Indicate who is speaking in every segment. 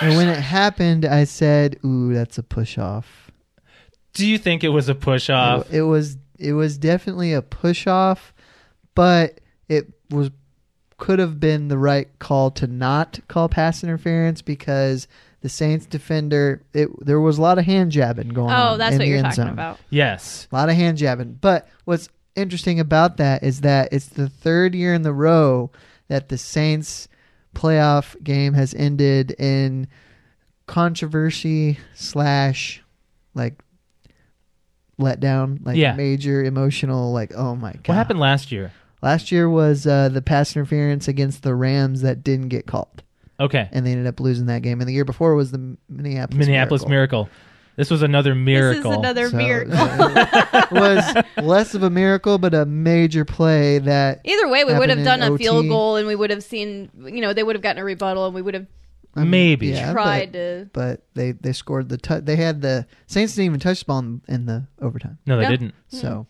Speaker 1: And when it happened, I said, "Ooh, that's a push off."
Speaker 2: Do you think it was a push off?
Speaker 1: It was it was definitely a push off, but it was could have been the right call to not call pass interference because the Saints defender it there was a lot of hand jabbing going on.
Speaker 3: Oh, that's
Speaker 1: in
Speaker 3: what
Speaker 1: the
Speaker 3: you're
Speaker 1: end
Speaker 3: talking
Speaker 1: zone.
Speaker 3: about.
Speaker 2: Yes.
Speaker 1: A lot of hand jabbing. But what's interesting about that is that it's the third year in the row that the Saints playoff game has ended in controversy slash like letdown, like
Speaker 2: Yeah.
Speaker 1: major emotional, like oh my god.
Speaker 2: What happened last year?
Speaker 1: Last year was uh, the pass interference against the Rams that didn't get called,
Speaker 2: Okay.
Speaker 1: and they ended up losing that game. And the year before was the Minneapolis
Speaker 2: Minneapolis
Speaker 1: miracle.
Speaker 2: miracle. This was another miracle.
Speaker 3: This is another
Speaker 1: So,
Speaker 3: miracle.
Speaker 1: it was less of a miracle, but a major play that
Speaker 3: Either way, we would have
Speaker 1: happened
Speaker 3: done
Speaker 1: in
Speaker 3: a field
Speaker 1: OT.
Speaker 3: gool and we would have seen, you know, they would have gotten a rebuttal and we would have
Speaker 1: I mean,
Speaker 2: Maybe.
Speaker 1: yeah,
Speaker 3: tried
Speaker 1: But,
Speaker 3: to.
Speaker 1: but they they scored the tou They had the Saints didn't even touch the ball in, in the overtime.
Speaker 2: No, they
Speaker 3: No.
Speaker 2: didn't.
Speaker 1: So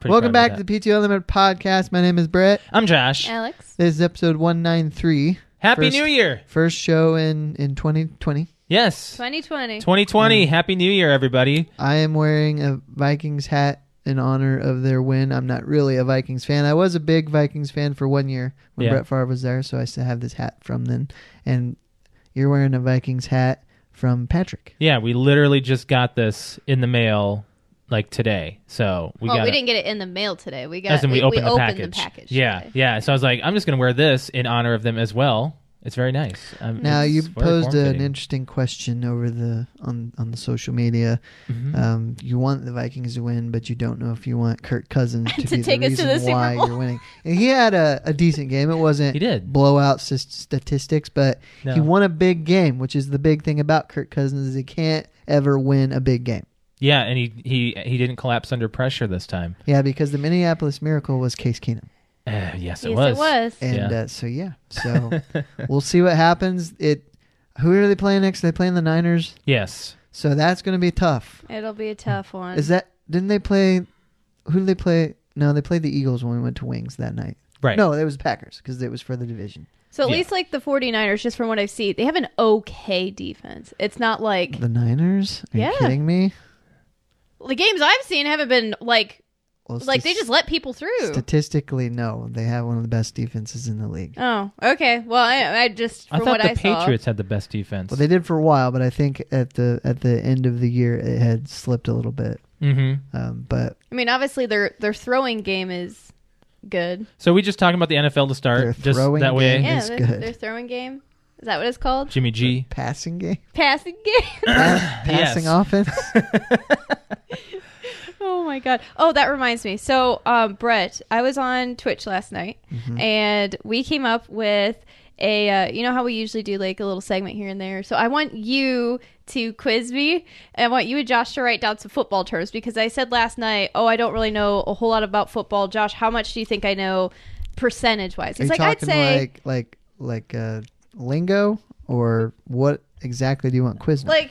Speaker 2: Pretty
Speaker 1: welcome
Speaker 2: proud of
Speaker 1: back to
Speaker 2: that.
Speaker 1: the PTO Limited podcast. My name is Brett.
Speaker 2: I'm Josh.
Speaker 3: Alex?
Speaker 1: This is episode one nine three.
Speaker 2: Happy
Speaker 1: First-
Speaker 2: New Year.
Speaker 1: First show in in twenty twenty.
Speaker 2: Yes.
Speaker 3: 2020.
Speaker 2: 2020.
Speaker 1: Mm.
Speaker 2: Happy New Year, everybody.
Speaker 1: I am wearing a Vikings hat in honor of their win. I'm not really a Vikings fan. I was a big Vikings fan for one year when
Speaker 2: Yeah.
Speaker 1: Brett Favre was there, so I still have this hat from then. And you're wearing a Vikings hat from Patrick.
Speaker 2: Yeah, we literally just got this in the mail like today. So we
Speaker 3: well,
Speaker 2: got
Speaker 3: we
Speaker 2: it.
Speaker 3: didn't get it in the mail today. We got
Speaker 2: As in, we, opened, the
Speaker 3: opened
Speaker 2: package. Yeah,
Speaker 3: today.
Speaker 2: yeah. So I was like, I'm just going to wear this in honor of them as well. It's very nice. Um,
Speaker 1: Now
Speaker 2: it's
Speaker 1: you
Speaker 2: very
Speaker 1: posed an
Speaker 2: form-fitting.
Speaker 1: interesting question over the on on the social media.
Speaker 2: Mhm.
Speaker 1: Um, you want the Vikings to win, but you don't know if you want Kirk Cousins to,
Speaker 3: To
Speaker 1: be
Speaker 3: take
Speaker 1: the
Speaker 3: us to
Speaker 1: reason
Speaker 3: the Super
Speaker 1: why
Speaker 3: Bowl.
Speaker 1: you're winning. And he had a, a decent game. It wasn't
Speaker 2: He did.
Speaker 1: blowout s- statistics, but
Speaker 2: No.
Speaker 1: he won a big game, which is the big thing about Kirk Cousins is he can't ever win a big game.
Speaker 2: Yeah, and he he he didn't collapse under pressure this time.
Speaker 1: Yeah, because the Minneapolis Miracle was Case Keenum,
Speaker 2: Uh, yes,
Speaker 3: Yes, it was.
Speaker 1: and
Speaker 2: Yeah.
Speaker 1: uh, so yeah, so we'll see what happens. It. Who are they playing next? They playing the Niners,
Speaker 2: Yes.
Speaker 1: so that's going to be tough.
Speaker 3: It'll be a tough one.
Speaker 1: Is that didn't they play? Who did they play? No, they played the Eagles when we went to Wings that night.
Speaker 2: Right.
Speaker 1: No, it was Packers because it was for the division.
Speaker 3: so at
Speaker 2: Yeah.
Speaker 3: least like the 49ers, just from what I've seen, they have an okay defense. It's not like
Speaker 1: The Niners? Are
Speaker 3: Yeah.
Speaker 1: you kidding me?
Speaker 3: the games I've seen haven't been like
Speaker 1: Well,
Speaker 3: like they
Speaker 1: stas-
Speaker 3: just let people through.
Speaker 1: statistically no, they have one of the best defenses in the league.
Speaker 3: oh, okay. Well, I, I just
Speaker 2: I
Speaker 3: from
Speaker 2: thought
Speaker 3: what
Speaker 2: the
Speaker 3: I
Speaker 2: Patriots had the best defense.
Speaker 1: Well, they did for a while, but I think at the at the end of the year it had slipped a little bit.
Speaker 2: mm-hmm.
Speaker 1: Um, but
Speaker 3: saw, I mean, obviously their their throwing game is good.
Speaker 2: So we just talking about the NFL to start.
Speaker 1: Their
Speaker 2: just
Speaker 1: throwing
Speaker 2: that way,
Speaker 1: game.
Speaker 3: Yeah,
Speaker 1: is
Speaker 3: their,
Speaker 1: good.
Speaker 3: their throwing game is that what it's called?
Speaker 2: Jimmy G.
Speaker 1: passing game,
Speaker 3: Passing game.
Speaker 1: passing offense.
Speaker 3: oh my god. Oh, that reminds me. So, um, Brett, I was on Twitch last night,
Speaker 1: Mm-hmm.
Speaker 3: and we came up with a. Uh, you know how we usually do like a little segment here and there. So I want you to quiz me. and I want you and Josh to write down some football terms because I said last night, oh, I don't really know a whole lot about football. Josh, how much do you think I know? Percentage wise,
Speaker 1: Are you
Speaker 3: he's like, I'd
Speaker 1: talking
Speaker 3: say
Speaker 1: like like like uh, lingo or what exactly do you want quiz?
Speaker 3: like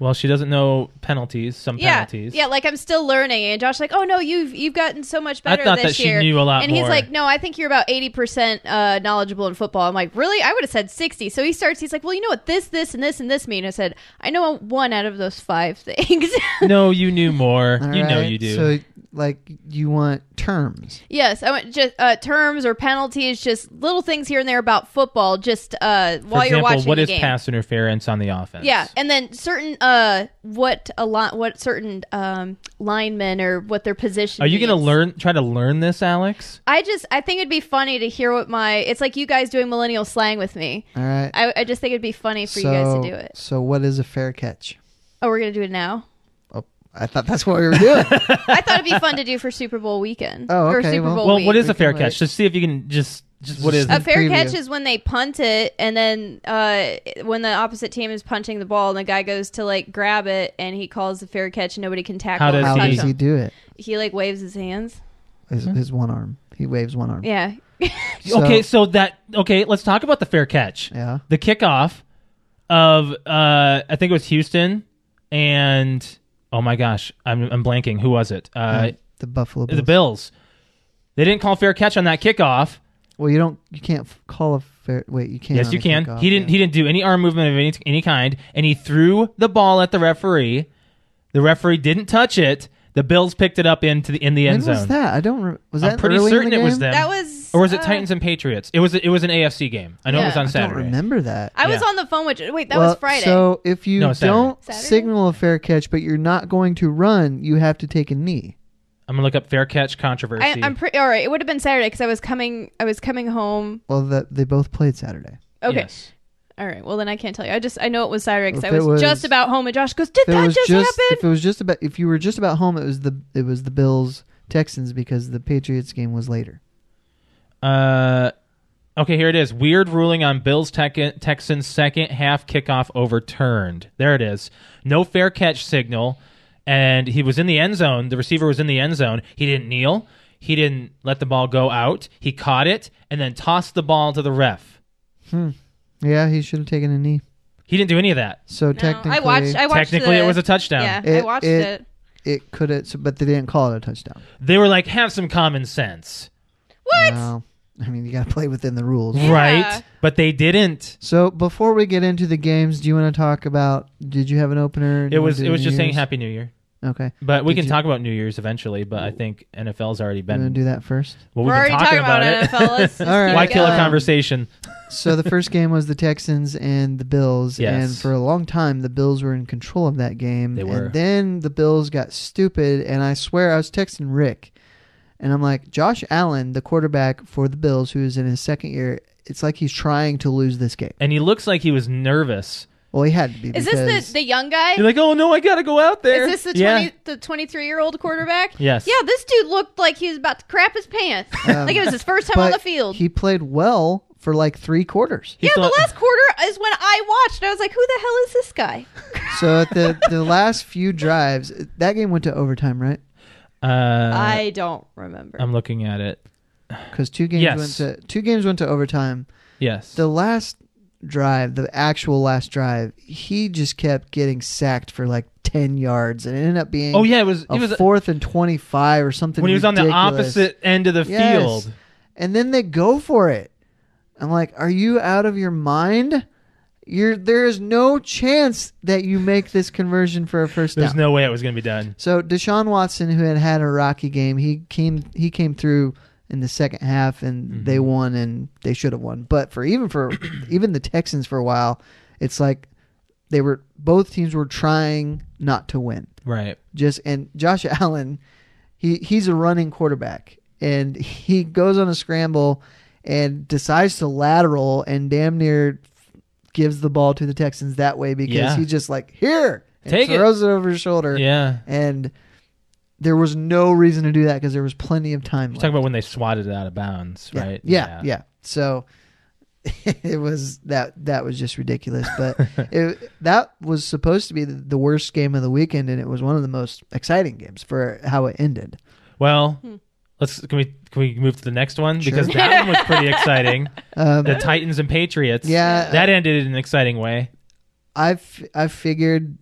Speaker 2: Well, she doesn't know penalties. Some
Speaker 3: yeah,
Speaker 2: penalties.
Speaker 3: Yeah, like I'm still learning. And Josh, like, oh no, you've you've gotten so much
Speaker 2: I
Speaker 3: better
Speaker 2: thought
Speaker 3: this
Speaker 2: that she
Speaker 3: year.
Speaker 2: knew a lot
Speaker 3: and
Speaker 2: more.
Speaker 3: he's like, no, I think you're about eighty percent uh, knowledgeable in football. I'm like, really? I would have said sixty. So he starts. He's like, well, you know what this, this, and this, and this mean. I said, I know one out of those five things.
Speaker 2: No, you knew more.
Speaker 1: All
Speaker 2: you know
Speaker 1: right,
Speaker 2: you do.
Speaker 1: So like you want terms?
Speaker 3: yes, I went just uh, terms or penalties, just little things here and there about football. Just uh,
Speaker 2: For
Speaker 3: while
Speaker 2: example,
Speaker 3: you're watching
Speaker 2: what
Speaker 3: the
Speaker 2: is
Speaker 3: game.
Speaker 2: pass interference on the offense?
Speaker 3: Yeah, and then certain uh, what a lot, what certain um, linemen or what their position.
Speaker 2: Are you going to
Speaker 3: means.
Speaker 2: learn? Try to learn this, Alex.
Speaker 3: I just I think it'd be funny to hear what my it's like you guys doing millennial slang with me.
Speaker 1: All right.
Speaker 3: I, I just think it'd be funny for
Speaker 1: so
Speaker 3: you guys to do it.
Speaker 1: so what is a fair catch?
Speaker 3: Oh, we're gonna do it now.
Speaker 1: Oh, I thought that's what we were doing.
Speaker 3: I thought it'd be fun to do for Super Bowl weekend.
Speaker 1: Oh,
Speaker 3: Or
Speaker 1: okay,
Speaker 3: Super Bowl
Speaker 1: well- Well,
Speaker 2: Well,
Speaker 3: week.
Speaker 2: what is
Speaker 1: we
Speaker 2: a fair
Speaker 1: can, like-
Speaker 2: catch? Just see if you can just just what is
Speaker 1: Just-
Speaker 3: a
Speaker 2: it?
Speaker 1: the
Speaker 3: fair
Speaker 1: preview?
Speaker 3: catch is when they punt it, and then uh, when the opposite team is punting the ball, and the guy goes to like grab it, and he calls the fair catch, and nobody can tackle
Speaker 2: How
Speaker 3: him. or
Speaker 2: does
Speaker 1: How
Speaker 3: touch
Speaker 1: does he
Speaker 3: him.
Speaker 1: do it?
Speaker 3: He like waves his hands.
Speaker 1: His, his one arm. He waves one arm.
Speaker 3: Yeah,
Speaker 1: So-
Speaker 2: okay, so that okay, let's talk about the fair catch.
Speaker 1: Yeah.
Speaker 2: The kickoff of uh I think it was Houston and oh my gosh, I'm I'm blanking. Who was it? Uh
Speaker 1: Yeah, the Buffalo Bills.
Speaker 2: the Bills. They didn't call fair catch on that kickoff.
Speaker 1: Well, you don't. You can't f- call a fair. Wait, you can.
Speaker 2: yes,
Speaker 1: on
Speaker 2: you
Speaker 1: a
Speaker 2: can.
Speaker 1: kickoff,
Speaker 2: he didn't.
Speaker 1: yeah.
Speaker 2: He didn't do any arm movement of any any kind, and he threw the ball at the referee. The referee didn't touch it. The Bills picked it up into the in the
Speaker 1: When
Speaker 2: end zone.
Speaker 1: was that? I don't. Re- was that
Speaker 2: I'm pretty
Speaker 1: early in
Speaker 2: certain
Speaker 1: the
Speaker 2: it was
Speaker 1: game?
Speaker 2: them.
Speaker 3: that was.
Speaker 2: or was it
Speaker 3: uh,
Speaker 2: Titans and Patriots? It was it was an AFC game. I know it was on
Speaker 3: Yeah.
Speaker 1: I don't
Speaker 2: Saturday.
Speaker 1: remember that.
Speaker 3: I was
Speaker 2: Yeah.
Speaker 3: on the phone with. Wait, Uh, that
Speaker 1: well,
Speaker 3: was Friday.
Speaker 1: So if you
Speaker 2: No, Saturday.
Speaker 1: don't
Speaker 3: Saturday?
Speaker 1: signal a fair catch, but you're not going to run, you have to take a knee.
Speaker 2: I'm gonna look up fair catch controversy.
Speaker 3: I, I'm pretty. All right, it would have been Saturday because I was coming. I was coming home.
Speaker 1: Well, the, they both played Saturday.
Speaker 3: Okay.
Speaker 2: Yes.
Speaker 3: All right. Well, then I can't tell you. I just I know it was Saturday because
Speaker 1: If
Speaker 3: I
Speaker 1: it
Speaker 3: was,
Speaker 1: was-
Speaker 3: just about home, and Josh goes, "Did
Speaker 1: If it
Speaker 3: that
Speaker 1: was
Speaker 3: just,
Speaker 1: if it
Speaker 3: happen?"
Speaker 1: was just about if you were just about home, it was the it was the Bills Texans because the Patriots game was later.
Speaker 2: Uh, okay, here it is. Weird ruling on Bills Tec- Texans second half kickoff overturned. There it is. No fair catch signal, and he was in the end zone. The receiver was in the end zone. He didn't kneel. He didn't let the ball go out. He caught it and then tossed the ball to the ref.
Speaker 1: Yeah, he should have taken a knee.
Speaker 2: He didn't do any of that.
Speaker 1: So
Speaker 3: No,
Speaker 1: technically,
Speaker 3: I watched. I watched.
Speaker 2: Technically,
Speaker 3: the-
Speaker 2: it was a touchdown.
Speaker 3: Yeah, I
Speaker 1: It-
Speaker 3: watched
Speaker 1: it-
Speaker 3: it.
Speaker 1: it could have, but they didn't call it a touchdown.
Speaker 2: They were like, "Have some common sense,
Speaker 3: What?
Speaker 1: No. I mean, you got to play within the rules.
Speaker 3: Yeah.
Speaker 2: right?" But they didn't.
Speaker 1: So before we get into the games, do you want to talk about? Did you have an opener?
Speaker 2: It was. It was just saying
Speaker 1: happy.
Speaker 2: Happy New Year.
Speaker 1: Okay.
Speaker 2: But we
Speaker 1: Did
Speaker 2: can
Speaker 1: you-
Speaker 2: talk about New Year's eventually. But I think NFL's already
Speaker 1: I'm gonna
Speaker 2: been
Speaker 1: do that first.
Speaker 2: Well,
Speaker 3: We're already talking about, NFL. Let's just
Speaker 1: All right.
Speaker 3: keep
Speaker 2: Why
Speaker 3: it
Speaker 2: kill a
Speaker 3: going.
Speaker 2: conversation?
Speaker 1: So the first game was the Texans and the Bills,
Speaker 2: Yes.
Speaker 1: and for a long time the Bills were in control of that game.
Speaker 2: They were.
Speaker 1: And then the Bills got stupid, and I swear I was texting Rick, and I'm like, Josh Allen, the quarterback for the Bills, who is in his second year, it's like he's trying to lose this game.
Speaker 2: And he looks like he was nervous.
Speaker 1: Well, he had to be.
Speaker 3: Is
Speaker 1: because-
Speaker 3: this the the young guy?
Speaker 2: You're like, oh no, I gotta go out there.
Speaker 3: Is this the
Speaker 2: Yeah.
Speaker 3: twenty the twenty three year old quarterback?
Speaker 2: Yes.
Speaker 3: Yeah, this dude looked like he was about to crap his pants.
Speaker 1: Um,
Speaker 3: like it was his first time
Speaker 1: but
Speaker 3: on the field.
Speaker 1: He played well for like three quarters.
Speaker 2: He
Speaker 3: yeah,
Speaker 2: thought-
Speaker 3: the last quarter is when I watched. I was like, "Who the hell is this guy?"
Speaker 1: So at the the last few drives, that game went to overtime, right?
Speaker 2: Uh,
Speaker 3: I don't remember.
Speaker 2: I'm looking at it.
Speaker 1: Because two games
Speaker 2: Yes.
Speaker 1: went to two games went to overtime.
Speaker 2: Yes.
Speaker 1: The last drive, the actual last drive, he just kept getting sacked for like ten yards, and it ended up being
Speaker 2: oh yeah, it was.
Speaker 1: a
Speaker 2: He was
Speaker 1: fourth and twenty five or something.
Speaker 2: when he was on the
Speaker 1: ridiculous.
Speaker 2: opposite end of the
Speaker 1: Yes.
Speaker 2: field.
Speaker 1: and then they go for it. I'm like, are you out of your mind? You're there is no chance that you make this conversion for a first
Speaker 2: There's
Speaker 1: down.
Speaker 2: no way it was gonna be done.
Speaker 1: So Deshaun Watson, who had had a rocky game, he came he came through in the second half, and
Speaker 2: Mm-hmm.
Speaker 1: they won, and they should have won. But for even for even the Texans for a while, it's like they were both teams were trying not to win.
Speaker 2: Right.
Speaker 1: Just and Josh Allen, he he's a running quarterback, and he goes on a scramble and decides to lateral and damn near gives the ball to the Texans that way because
Speaker 2: Yeah.
Speaker 1: he just like here and
Speaker 2: Take it.
Speaker 1: throws it. over his shoulder
Speaker 2: Yeah.
Speaker 1: and there was no reason to do that because there was plenty of time.
Speaker 2: We're
Speaker 1: Left.
Speaker 2: talking about when they swatted it out of bounds,
Speaker 1: yeah.
Speaker 2: right?
Speaker 1: Yeah, yeah, So it was that that was just ridiculous. But it, that was supposed to be the, the worst game of the weekend, and it was one of the most exciting games for how it ended.
Speaker 2: Well,
Speaker 3: Hmm.
Speaker 2: let's can we can we move to the next one
Speaker 1: Sure.
Speaker 2: because that one was pretty exciting.
Speaker 1: Um,
Speaker 2: The Titans and Patriots.
Speaker 1: yeah,
Speaker 2: That ended in an exciting way.
Speaker 1: I've I've figured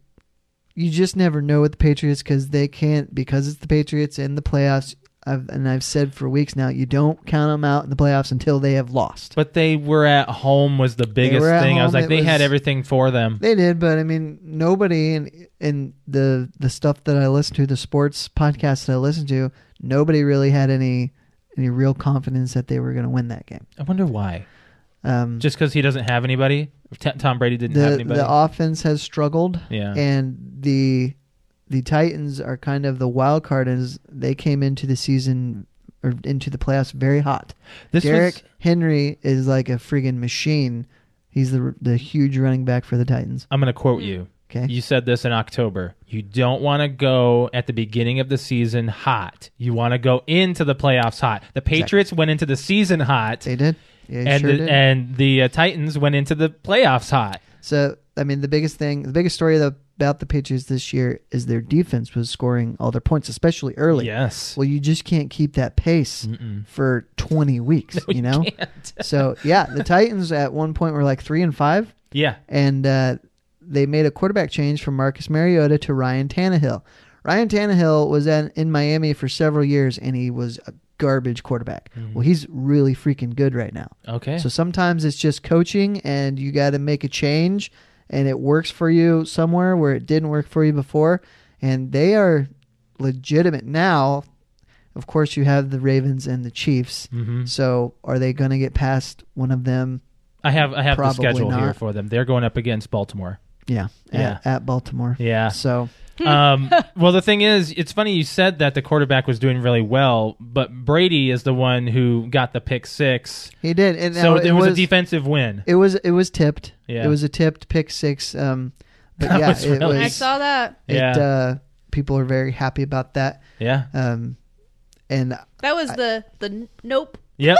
Speaker 1: you just never know with the Patriots because they can't because it's the Patriots in the playoffs. I've, and I've said for weeks now, you don't count them out in the playoffs until they have lost.
Speaker 2: But they were at home was the biggest
Speaker 1: were at
Speaker 2: thing. I was
Speaker 1: home.
Speaker 2: like,
Speaker 1: It
Speaker 2: they had
Speaker 1: was-
Speaker 2: everything for them.
Speaker 1: They did, but I mean, nobody in in the the stuff that I listen to, the sports podcasts that I listen to, nobody really had any any real confidence that they were going to win that game.
Speaker 2: I wonder why.
Speaker 1: Um,
Speaker 2: Just because he doesn't have anybody. T- Tom Brady didn't have
Speaker 1: the
Speaker 2: anybody.
Speaker 1: the offense has struggled,
Speaker 2: yeah.
Speaker 1: and the the Titans are kind of the wild card as they came into the season or into the playoffs very hot.
Speaker 2: this
Speaker 1: Derek
Speaker 2: was,
Speaker 1: Henry is like a friggin' machine. He's the the huge running back for the Titans.
Speaker 2: I'm going to quote you.
Speaker 1: Okay.
Speaker 2: You said this in October. You don't want to go at the beginning of the season hot. You want to go into the playoffs hot. The Patriots went into the season hot,
Speaker 1: They did. They
Speaker 2: and
Speaker 1: sure
Speaker 2: the,
Speaker 1: did.
Speaker 2: and the uh, Titans went into the playoffs hot.
Speaker 1: So, I mean, the biggest thing, the biggest story tho- about the Patriots this year is their defense was scoring all their points, especially early.
Speaker 2: Yes.
Speaker 1: Well, you just can't keep that pace
Speaker 2: Mm-mm.
Speaker 1: for 20 weeks, you know?
Speaker 2: can't.
Speaker 1: so, yeah, the Titans at one point were like three and five,
Speaker 2: Yeah.
Speaker 1: and uh, they made a quarterback change from Marcus Mariota to Ryan Tannehill. Ryan Tannehill was in, in Miami for several years, and he was a garbage quarterback.
Speaker 2: Mm-hmm.
Speaker 1: Well, he's really freaking good right now.
Speaker 2: Okay.
Speaker 1: So sometimes it's just coaching and you got to make a change and it works for you somewhere where it didn't work for you before. And they are legitimate now. Of course, you have the Ravens and the Chiefs.
Speaker 2: hmm
Speaker 1: So are they going to get past one of them?
Speaker 2: I have I have the
Speaker 1: Probably
Speaker 2: schedule here
Speaker 1: not.
Speaker 2: for them. They're going up against Baltimore.
Speaker 1: Yeah. At,
Speaker 2: Yeah.
Speaker 1: at Baltimore.
Speaker 2: Yeah.
Speaker 1: So,
Speaker 2: um, well, the thing is, it's funny you said that the quarterback was doing really well, but Brady is the one who got the pick six.
Speaker 1: he did. And
Speaker 2: so
Speaker 1: now
Speaker 2: it was, a defensive win.
Speaker 1: It was it was tipped.
Speaker 2: Yeah.
Speaker 1: It was a tipped pick six. Um, but
Speaker 2: That
Speaker 1: yeah,
Speaker 2: was
Speaker 1: it
Speaker 2: really-
Speaker 3: I
Speaker 1: was.
Speaker 3: saw that.
Speaker 1: It,
Speaker 2: Yeah.
Speaker 1: uh, people are very happy about that.
Speaker 2: yeah.
Speaker 1: Um, and
Speaker 3: That was the the nope.
Speaker 2: Yep.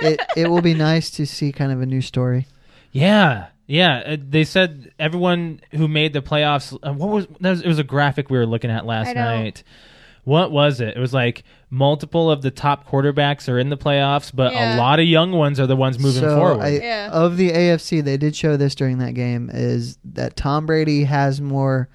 Speaker 1: it, it will be nice to see kind of a new story.
Speaker 2: yeah. Yeah. Uh, they said everyone who made the playoffs. Uh, what was, that was it? Was a graphic we were looking at last
Speaker 3: I don't-
Speaker 2: night. What was it? It was like multiple of the top quarterbacks are in the playoffs, but a
Speaker 3: Yeah.
Speaker 2: lot of young ones are the ones moving
Speaker 1: so
Speaker 2: forward.
Speaker 1: I,
Speaker 3: Yeah.
Speaker 1: Of the AFC, they did show this during that game is that Tom Brady has more.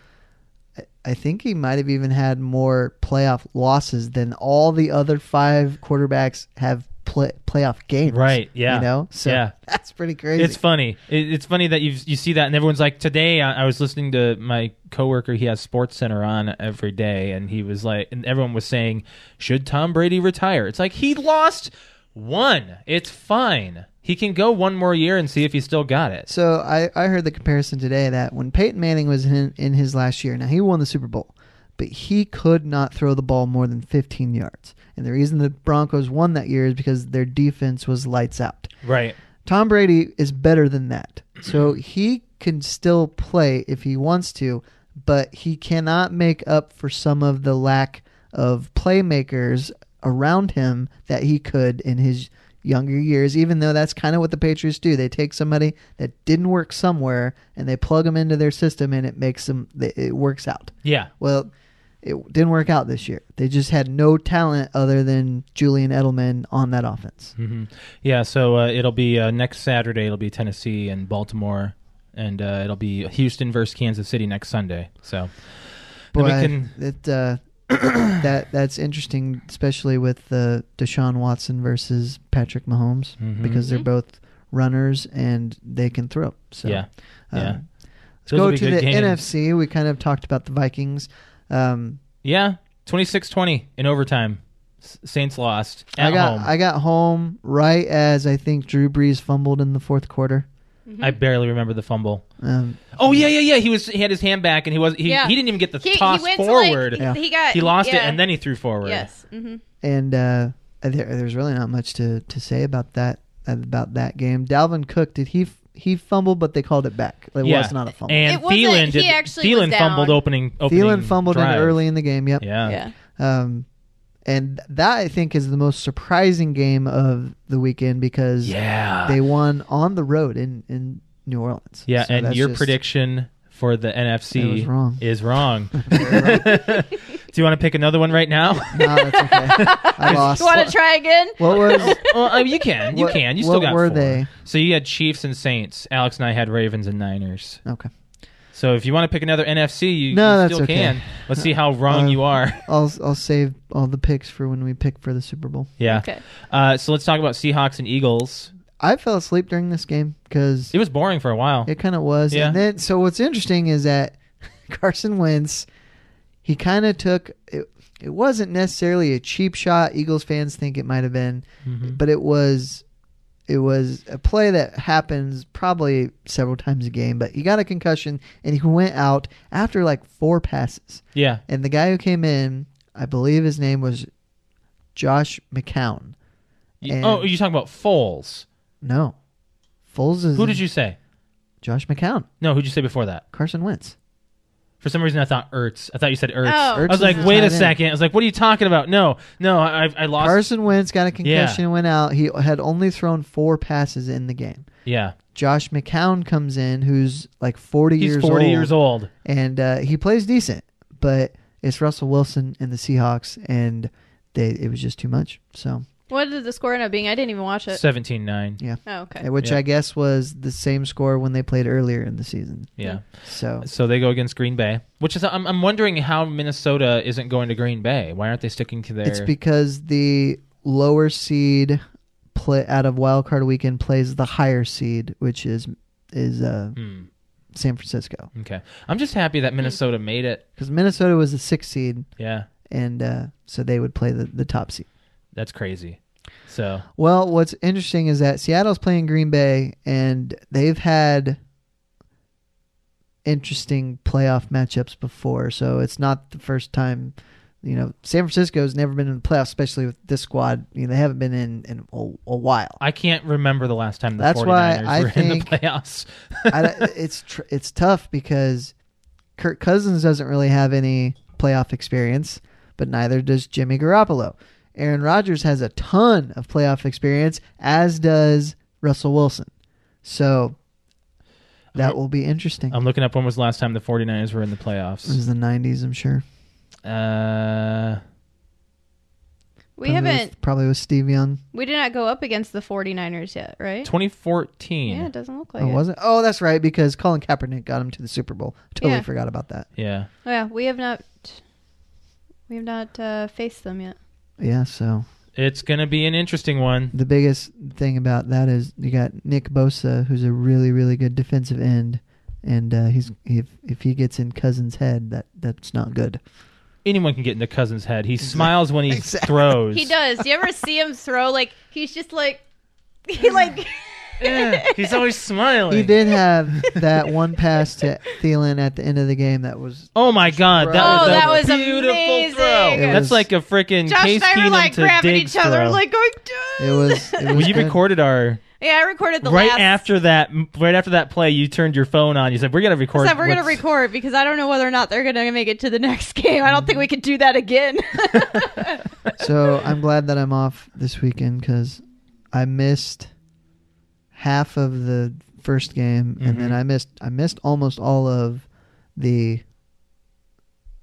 Speaker 1: I- I think he might have even had more playoff losses than all the other five quarterbacks have play, playoff games.
Speaker 2: Right, yeah.
Speaker 1: You know. So
Speaker 2: Yeah.
Speaker 1: that's pretty crazy.
Speaker 2: It's funny. It, it's funny that you you see that, and everyone's like, "Today, I, I was listening to my coworker. He has Sports Center on every day, and he was like, and everyone was saying, should Tom Brady retire? It's like he lost one. It's fine. He can go one more year and see if he still got it.
Speaker 1: So I, I heard the comparison today that when Peyton Manning was in, in his last year, now he won the Super Bowl, but he could not throw the ball more than 15 yards. And the reason the Broncos won that year is because their defense was lights out.
Speaker 2: Right.
Speaker 1: Tom Brady is better than that. So he can still play if he wants to, but he cannot make up for some of the lack of playmakers around him that he could in his younger years, even though that's kind of what the Patriots do. They take somebody that didn't work somewhere and they plug them into their system and it makes them, it works out.
Speaker 2: Yeah.
Speaker 1: Well, it didn't work out this year. They just had no talent other than Julian Edelman on that offense.
Speaker 2: hmm Yeah. So uh, it'll be uh, next Saturday. It'll be Tennessee and Baltimore, and uh, it'll be Houston versus Kansas City next Sunday. So then
Speaker 1: Boy,
Speaker 2: we can-
Speaker 1: that uh, that that's interesting, especially with the Deshaun Watson versus Patrick Mahomes
Speaker 2: Mhm.
Speaker 1: because they're
Speaker 3: Mhm.
Speaker 1: both runners and they can throw. So
Speaker 2: yeah,
Speaker 1: um,
Speaker 2: yeah.
Speaker 1: Let's
Speaker 2: Those will
Speaker 1: go
Speaker 2: be
Speaker 1: to
Speaker 2: good
Speaker 1: the
Speaker 2: games.
Speaker 1: NFC. We kind of talked about the Vikings. Um,
Speaker 2: Yeah, 26-20 in overtime. S- Saints lost at
Speaker 1: I got
Speaker 2: home. I,
Speaker 1: I got home right as I think Drew Brees fumbled in the fourth quarter.
Speaker 2: barely remember the fumble.
Speaker 1: Um,
Speaker 2: Oh yeah, yeah, yeah. He was he had his hand back and he was he,
Speaker 3: Yeah.
Speaker 2: he didn't even get the
Speaker 3: He,
Speaker 2: toss
Speaker 3: he went
Speaker 2: forward.
Speaker 3: To like,
Speaker 1: Yeah.
Speaker 3: He got.
Speaker 2: He lost it
Speaker 3: yeah.
Speaker 2: and then he threw forward.
Speaker 3: Yes. hmm
Speaker 1: and uh, there, there's really not much to, to say about that about that game. Dalvin Cook did he f- he fumbled, but they called it back. It
Speaker 2: Yeah.
Speaker 1: was not a fumble.
Speaker 2: And
Speaker 3: It wasn't-
Speaker 2: Thielen
Speaker 3: he
Speaker 2: did.
Speaker 3: actually
Speaker 2: Thielen
Speaker 3: was down.
Speaker 2: fumbled opening. opening
Speaker 1: Thielen fumbled
Speaker 2: drive.
Speaker 1: in early in the game. Yep.
Speaker 2: Yeah.
Speaker 3: yeah.
Speaker 1: Um, and that I think is the most surprising game of the weekend because
Speaker 2: Yeah.
Speaker 1: they won on the road in in New Orleans.
Speaker 2: yeah.
Speaker 1: So
Speaker 2: and
Speaker 1: that's
Speaker 2: your
Speaker 1: just-
Speaker 2: prediction for the
Speaker 1: It was
Speaker 2: NFC
Speaker 1: wrong.
Speaker 2: is wrong. Do you want to pick another one right now?
Speaker 1: No, that's okay. I lost.
Speaker 3: You want to try again?
Speaker 1: what was?
Speaker 2: well, I mean, Oh, you can. You
Speaker 1: What-
Speaker 2: can. You still
Speaker 1: what
Speaker 2: got
Speaker 1: were
Speaker 2: four.
Speaker 1: they?
Speaker 2: So you had Chiefs and Saints. Alex and I had Ravens and Niners.
Speaker 1: Okay.
Speaker 2: So if you want to pick another NFC, you,
Speaker 1: No,
Speaker 2: you
Speaker 1: that's
Speaker 2: still
Speaker 1: okay.
Speaker 2: can. Let's see how wrong
Speaker 1: Um,
Speaker 2: you are.
Speaker 1: I'll I'll save all the picks for when we pick for the Super Bowl.
Speaker 2: yeah.
Speaker 3: Okay.
Speaker 2: Uh, so let's talk about Seahawks and Eagles.
Speaker 1: I fell asleep during this game because
Speaker 2: It was boring for a while.
Speaker 1: It kind of was.
Speaker 2: Yeah.
Speaker 1: And then, so what's interesting is that Carson Wentz, he kind of took it. It wasn't necessarily a cheap shot. Eagles fans think it might have been,
Speaker 2: Mhm.
Speaker 1: but it was. It was a play that happens probably several times a game, but he got a concussion and he went out after like four passes.
Speaker 2: Yeah.
Speaker 1: And the guy who came in, I believe his name was Josh McCown.
Speaker 2: You-
Speaker 1: And-
Speaker 2: oh, you're talking about Foles.
Speaker 1: No, Foles is
Speaker 2: Who did you say?
Speaker 1: Josh McCown,
Speaker 2: No, who'd you say before that?
Speaker 1: Carson Wentz.
Speaker 2: For some reason, I thought Ertz. I thought you said Ertz.
Speaker 3: Oh.
Speaker 2: I was
Speaker 1: Ertz
Speaker 2: like,
Speaker 1: is
Speaker 2: wait
Speaker 1: tight
Speaker 2: a
Speaker 1: end.
Speaker 2: second. I was like, what are you talking about? No, no, I, I- I lost.
Speaker 1: Carson Wentz got a concussion
Speaker 2: Yeah.
Speaker 1: and went out. He had only thrown four passes in the game.
Speaker 2: Yeah,
Speaker 1: Josh McCown comes in, who's like 40
Speaker 2: he's
Speaker 1: years
Speaker 2: forty
Speaker 1: old,
Speaker 2: years old.
Speaker 1: and uh, he plays decent, but it's Russell Wilson and the Seahawks, and they it was just too much. So,
Speaker 3: What did the score end up being? I didn't even watch it.
Speaker 2: 17-9.
Speaker 3: Oh, okay.
Speaker 1: uh, which
Speaker 2: Yeah.
Speaker 1: I guess was the same score when they played earlier in the season.
Speaker 2: Yeah.
Speaker 1: So
Speaker 2: So they go against Green Bay, which is I'm, I'm wondering how Minnesota isn't going to Green Bay. Why aren't they sticking to their?
Speaker 1: it's because the lower seed play out of wild card weekend plays the higher seed, which is is uh,
Speaker 2: Hmm,
Speaker 1: San Francisco,
Speaker 2: okay, I'm just happy that Minnesota made it.
Speaker 1: because Minnesota was the sixth seed,
Speaker 2: Yeah,
Speaker 1: and uh, so they would play the, the top seed.
Speaker 2: that's crazy. So
Speaker 1: Well, what's interesting is that Seattle's playing Green Bay, and they've had interesting playoff matchups before, so it's not the first time. You know, San Francisco's never been in the playoffs, especially with this squad. You know, they haven't been in in a, a while.
Speaker 2: I can't remember the last time the
Speaker 1: That's
Speaker 2: 49ers
Speaker 1: why I
Speaker 2: were in the
Speaker 1: think-
Speaker 2: playoffs.
Speaker 1: I, it's tr- it's tough because Kirk Cousins doesn't really have any playoff experience, but neither does Jimmy Garoppolo. Aaron Rodgers has a ton of playoff experience, as does Russell Wilson. So that will be interesting.
Speaker 2: I'm looking up when was the last time the 49ers were in the
Speaker 1: it
Speaker 2: playoffs.
Speaker 1: was the '90s, I'm sure.
Speaker 2: Uh,
Speaker 3: We
Speaker 1: Probably with-
Speaker 3: haven't.
Speaker 1: probably with Steve Young.
Speaker 3: We did not go up against the 49ers yet, right?
Speaker 2: 2014.
Speaker 3: Yeah,
Speaker 2: Yeah.
Speaker 3: it doesn't look like
Speaker 1: Oh,
Speaker 3: it.
Speaker 1: was it? Oh, that's right, because Colin Kaepernick got him to the Super Bowl. Totally
Speaker 3: Yeah.
Speaker 1: forgot about that.
Speaker 3: Oh, Yeah, we have not. We have not uh, faced them yet.
Speaker 1: Yeah, so
Speaker 2: It's going to be an interesting one.
Speaker 1: the biggest thing about that is you got Nick Bosa, who's a really really good defensive end, and uh, he's if if he gets in Cousins' head, that that's not good.
Speaker 2: Anyone can get into Cousins' head. He smiles when he
Speaker 1: Exactly.
Speaker 2: throws.
Speaker 3: He does. Do you ever see him throw? Like he's just like he like.
Speaker 2: Yeah, he's always smiling.
Speaker 1: He did have that one pass to Thielen at the end of the game that was
Speaker 2: Oh my god, that
Speaker 1: Oh,
Speaker 2: was
Speaker 1: that
Speaker 2: a
Speaker 3: was
Speaker 2: beautiful
Speaker 3: amazing.
Speaker 2: throw.
Speaker 3: It
Speaker 2: That's
Speaker 1: was-
Speaker 2: like a freaking
Speaker 3: Josh
Speaker 2: Case
Speaker 3: and I
Speaker 2: Keenum
Speaker 3: were like
Speaker 2: to
Speaker 3: grabbing
Speaker 2: Diggs
Speaker 3: each other,
Speaker 2: throw.
Speaker 3: like going.
Speaker 1: it was it was
Speaker 2: well, you
Speaker 1: good.
Speaker 2: recorded our
Speaker 3: yeah, I recorded the
Speaker 2: right
Speaker 3: last.
Speaker 2: after that. Right after that play, you turned your phone on. You said, "We're gonna
Speaker 3: I
Speaker 2: record."
Speaker 3: said we're gonna
Speaker 2: what's-
Speaker 3: record because I don't know whether or not they're gonna make it to the next game. I don't think we could do that again.
Speaker 1: so I'm glad that I'm off this weekend because I missed half of the first game, and then
Speaker 2: Mhm.
Speaker 1: I missed I missed almost all of the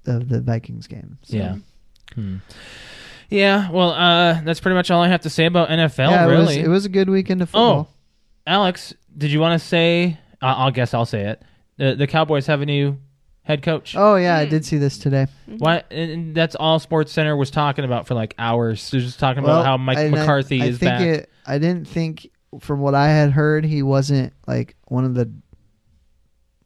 Speaker 1: of the Vikings game. So.
Speaker 2: Yeah. Hmm. Yeah. Well, uh, that's pretty much all I have to say about NFL.
Speaker 1: yeah,
Speaker 2: really,
Speaker 1: it was, it was a good weekend of football.
Speaker 2: Alex, did you want to say? I I'll guess I'll say it. The, the Cowboys have a new head coach.
Speaker 1: Oh yeah, I
Speaker 3: Mm.
Speaker 1: did see this today.
Speaker 2: Why? And and that's all Sports Center was talking about for like hours. They're just talking
Speaker 1: Well,
Speaker 2: about how Mike
Speaker 1: and I-
Speaker 2: McCarthy
Speaker 1: I
Speaker 2: is
Speaker 1: think
Speaker 2: back.
Speaker 1: It, I didn't think, from what I had heard, he wasn't like one of the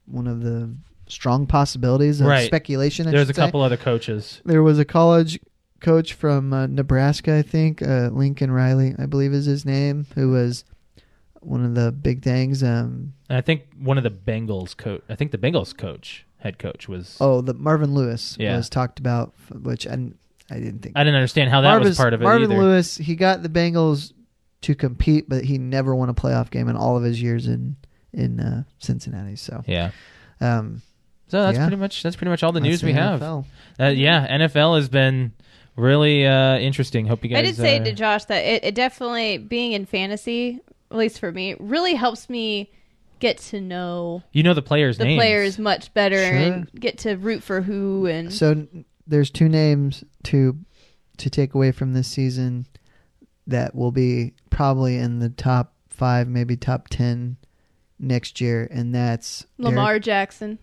Speaker 1: one of the strong possibilities of
Speaker 2: Right.
Speaker 1: speculation. I
Speaker 2: There's a
Speaker 1: should say.
Speaker 2: couple other coaches.
Speaker 1: There was a college coach from uh, Nebraska, I think, uh, Lincoln Riley, I believe is his name, who was one of the big things. Um,
Speaker 2: And I think one of the Bengals coach. I think the Bengals coach, head coach, was.
Speaker 1: oh, the Marvin Lewis
Speaker 2: Yeah.
Speaker 1: was talked about, f- which I, didn't- I didn't think.
Speaker 2: I didn't understand how that was
Speaker 1: Marvin's-
Speaker 2: part of it
Speaker 1: Marvin
Speaker 2: either.
Speaker 1: Lewis, he got the Bengals to compete, but he never won a playoff game in all of his years in in uh, Cincinnati. So,
Speaker 2: Yeah.
Speaker 1: um,
Speaker 2: So that's
Speaker 1: Yeah.
Speaker 2: pretty much that's pretty much all the
Speaker 1: that's
Speaker 2: news we have.
Speaker 1: NFL.
Speaker 2: Uh, yeah, NFL has been really uh, interesting. Hope you guys.
Speaker 3: I did say
Speaker 2: uh,
Speaker 3: to Josh that it, it definitely being in fantasy, at least for me, really helps me get to know
Speaker 2: you know the players'
Speaker 3: the
Speaker 2: names.
Speaker 3: players much better
Speaker 1: Sure.
Speaker 3: and get to root for who and
Speaker 1: So n- there's two names to to take away from this season that will be probably in the top five, maybe top ten next year, and that's Derek-
Speaker 3: Lamar Jackson.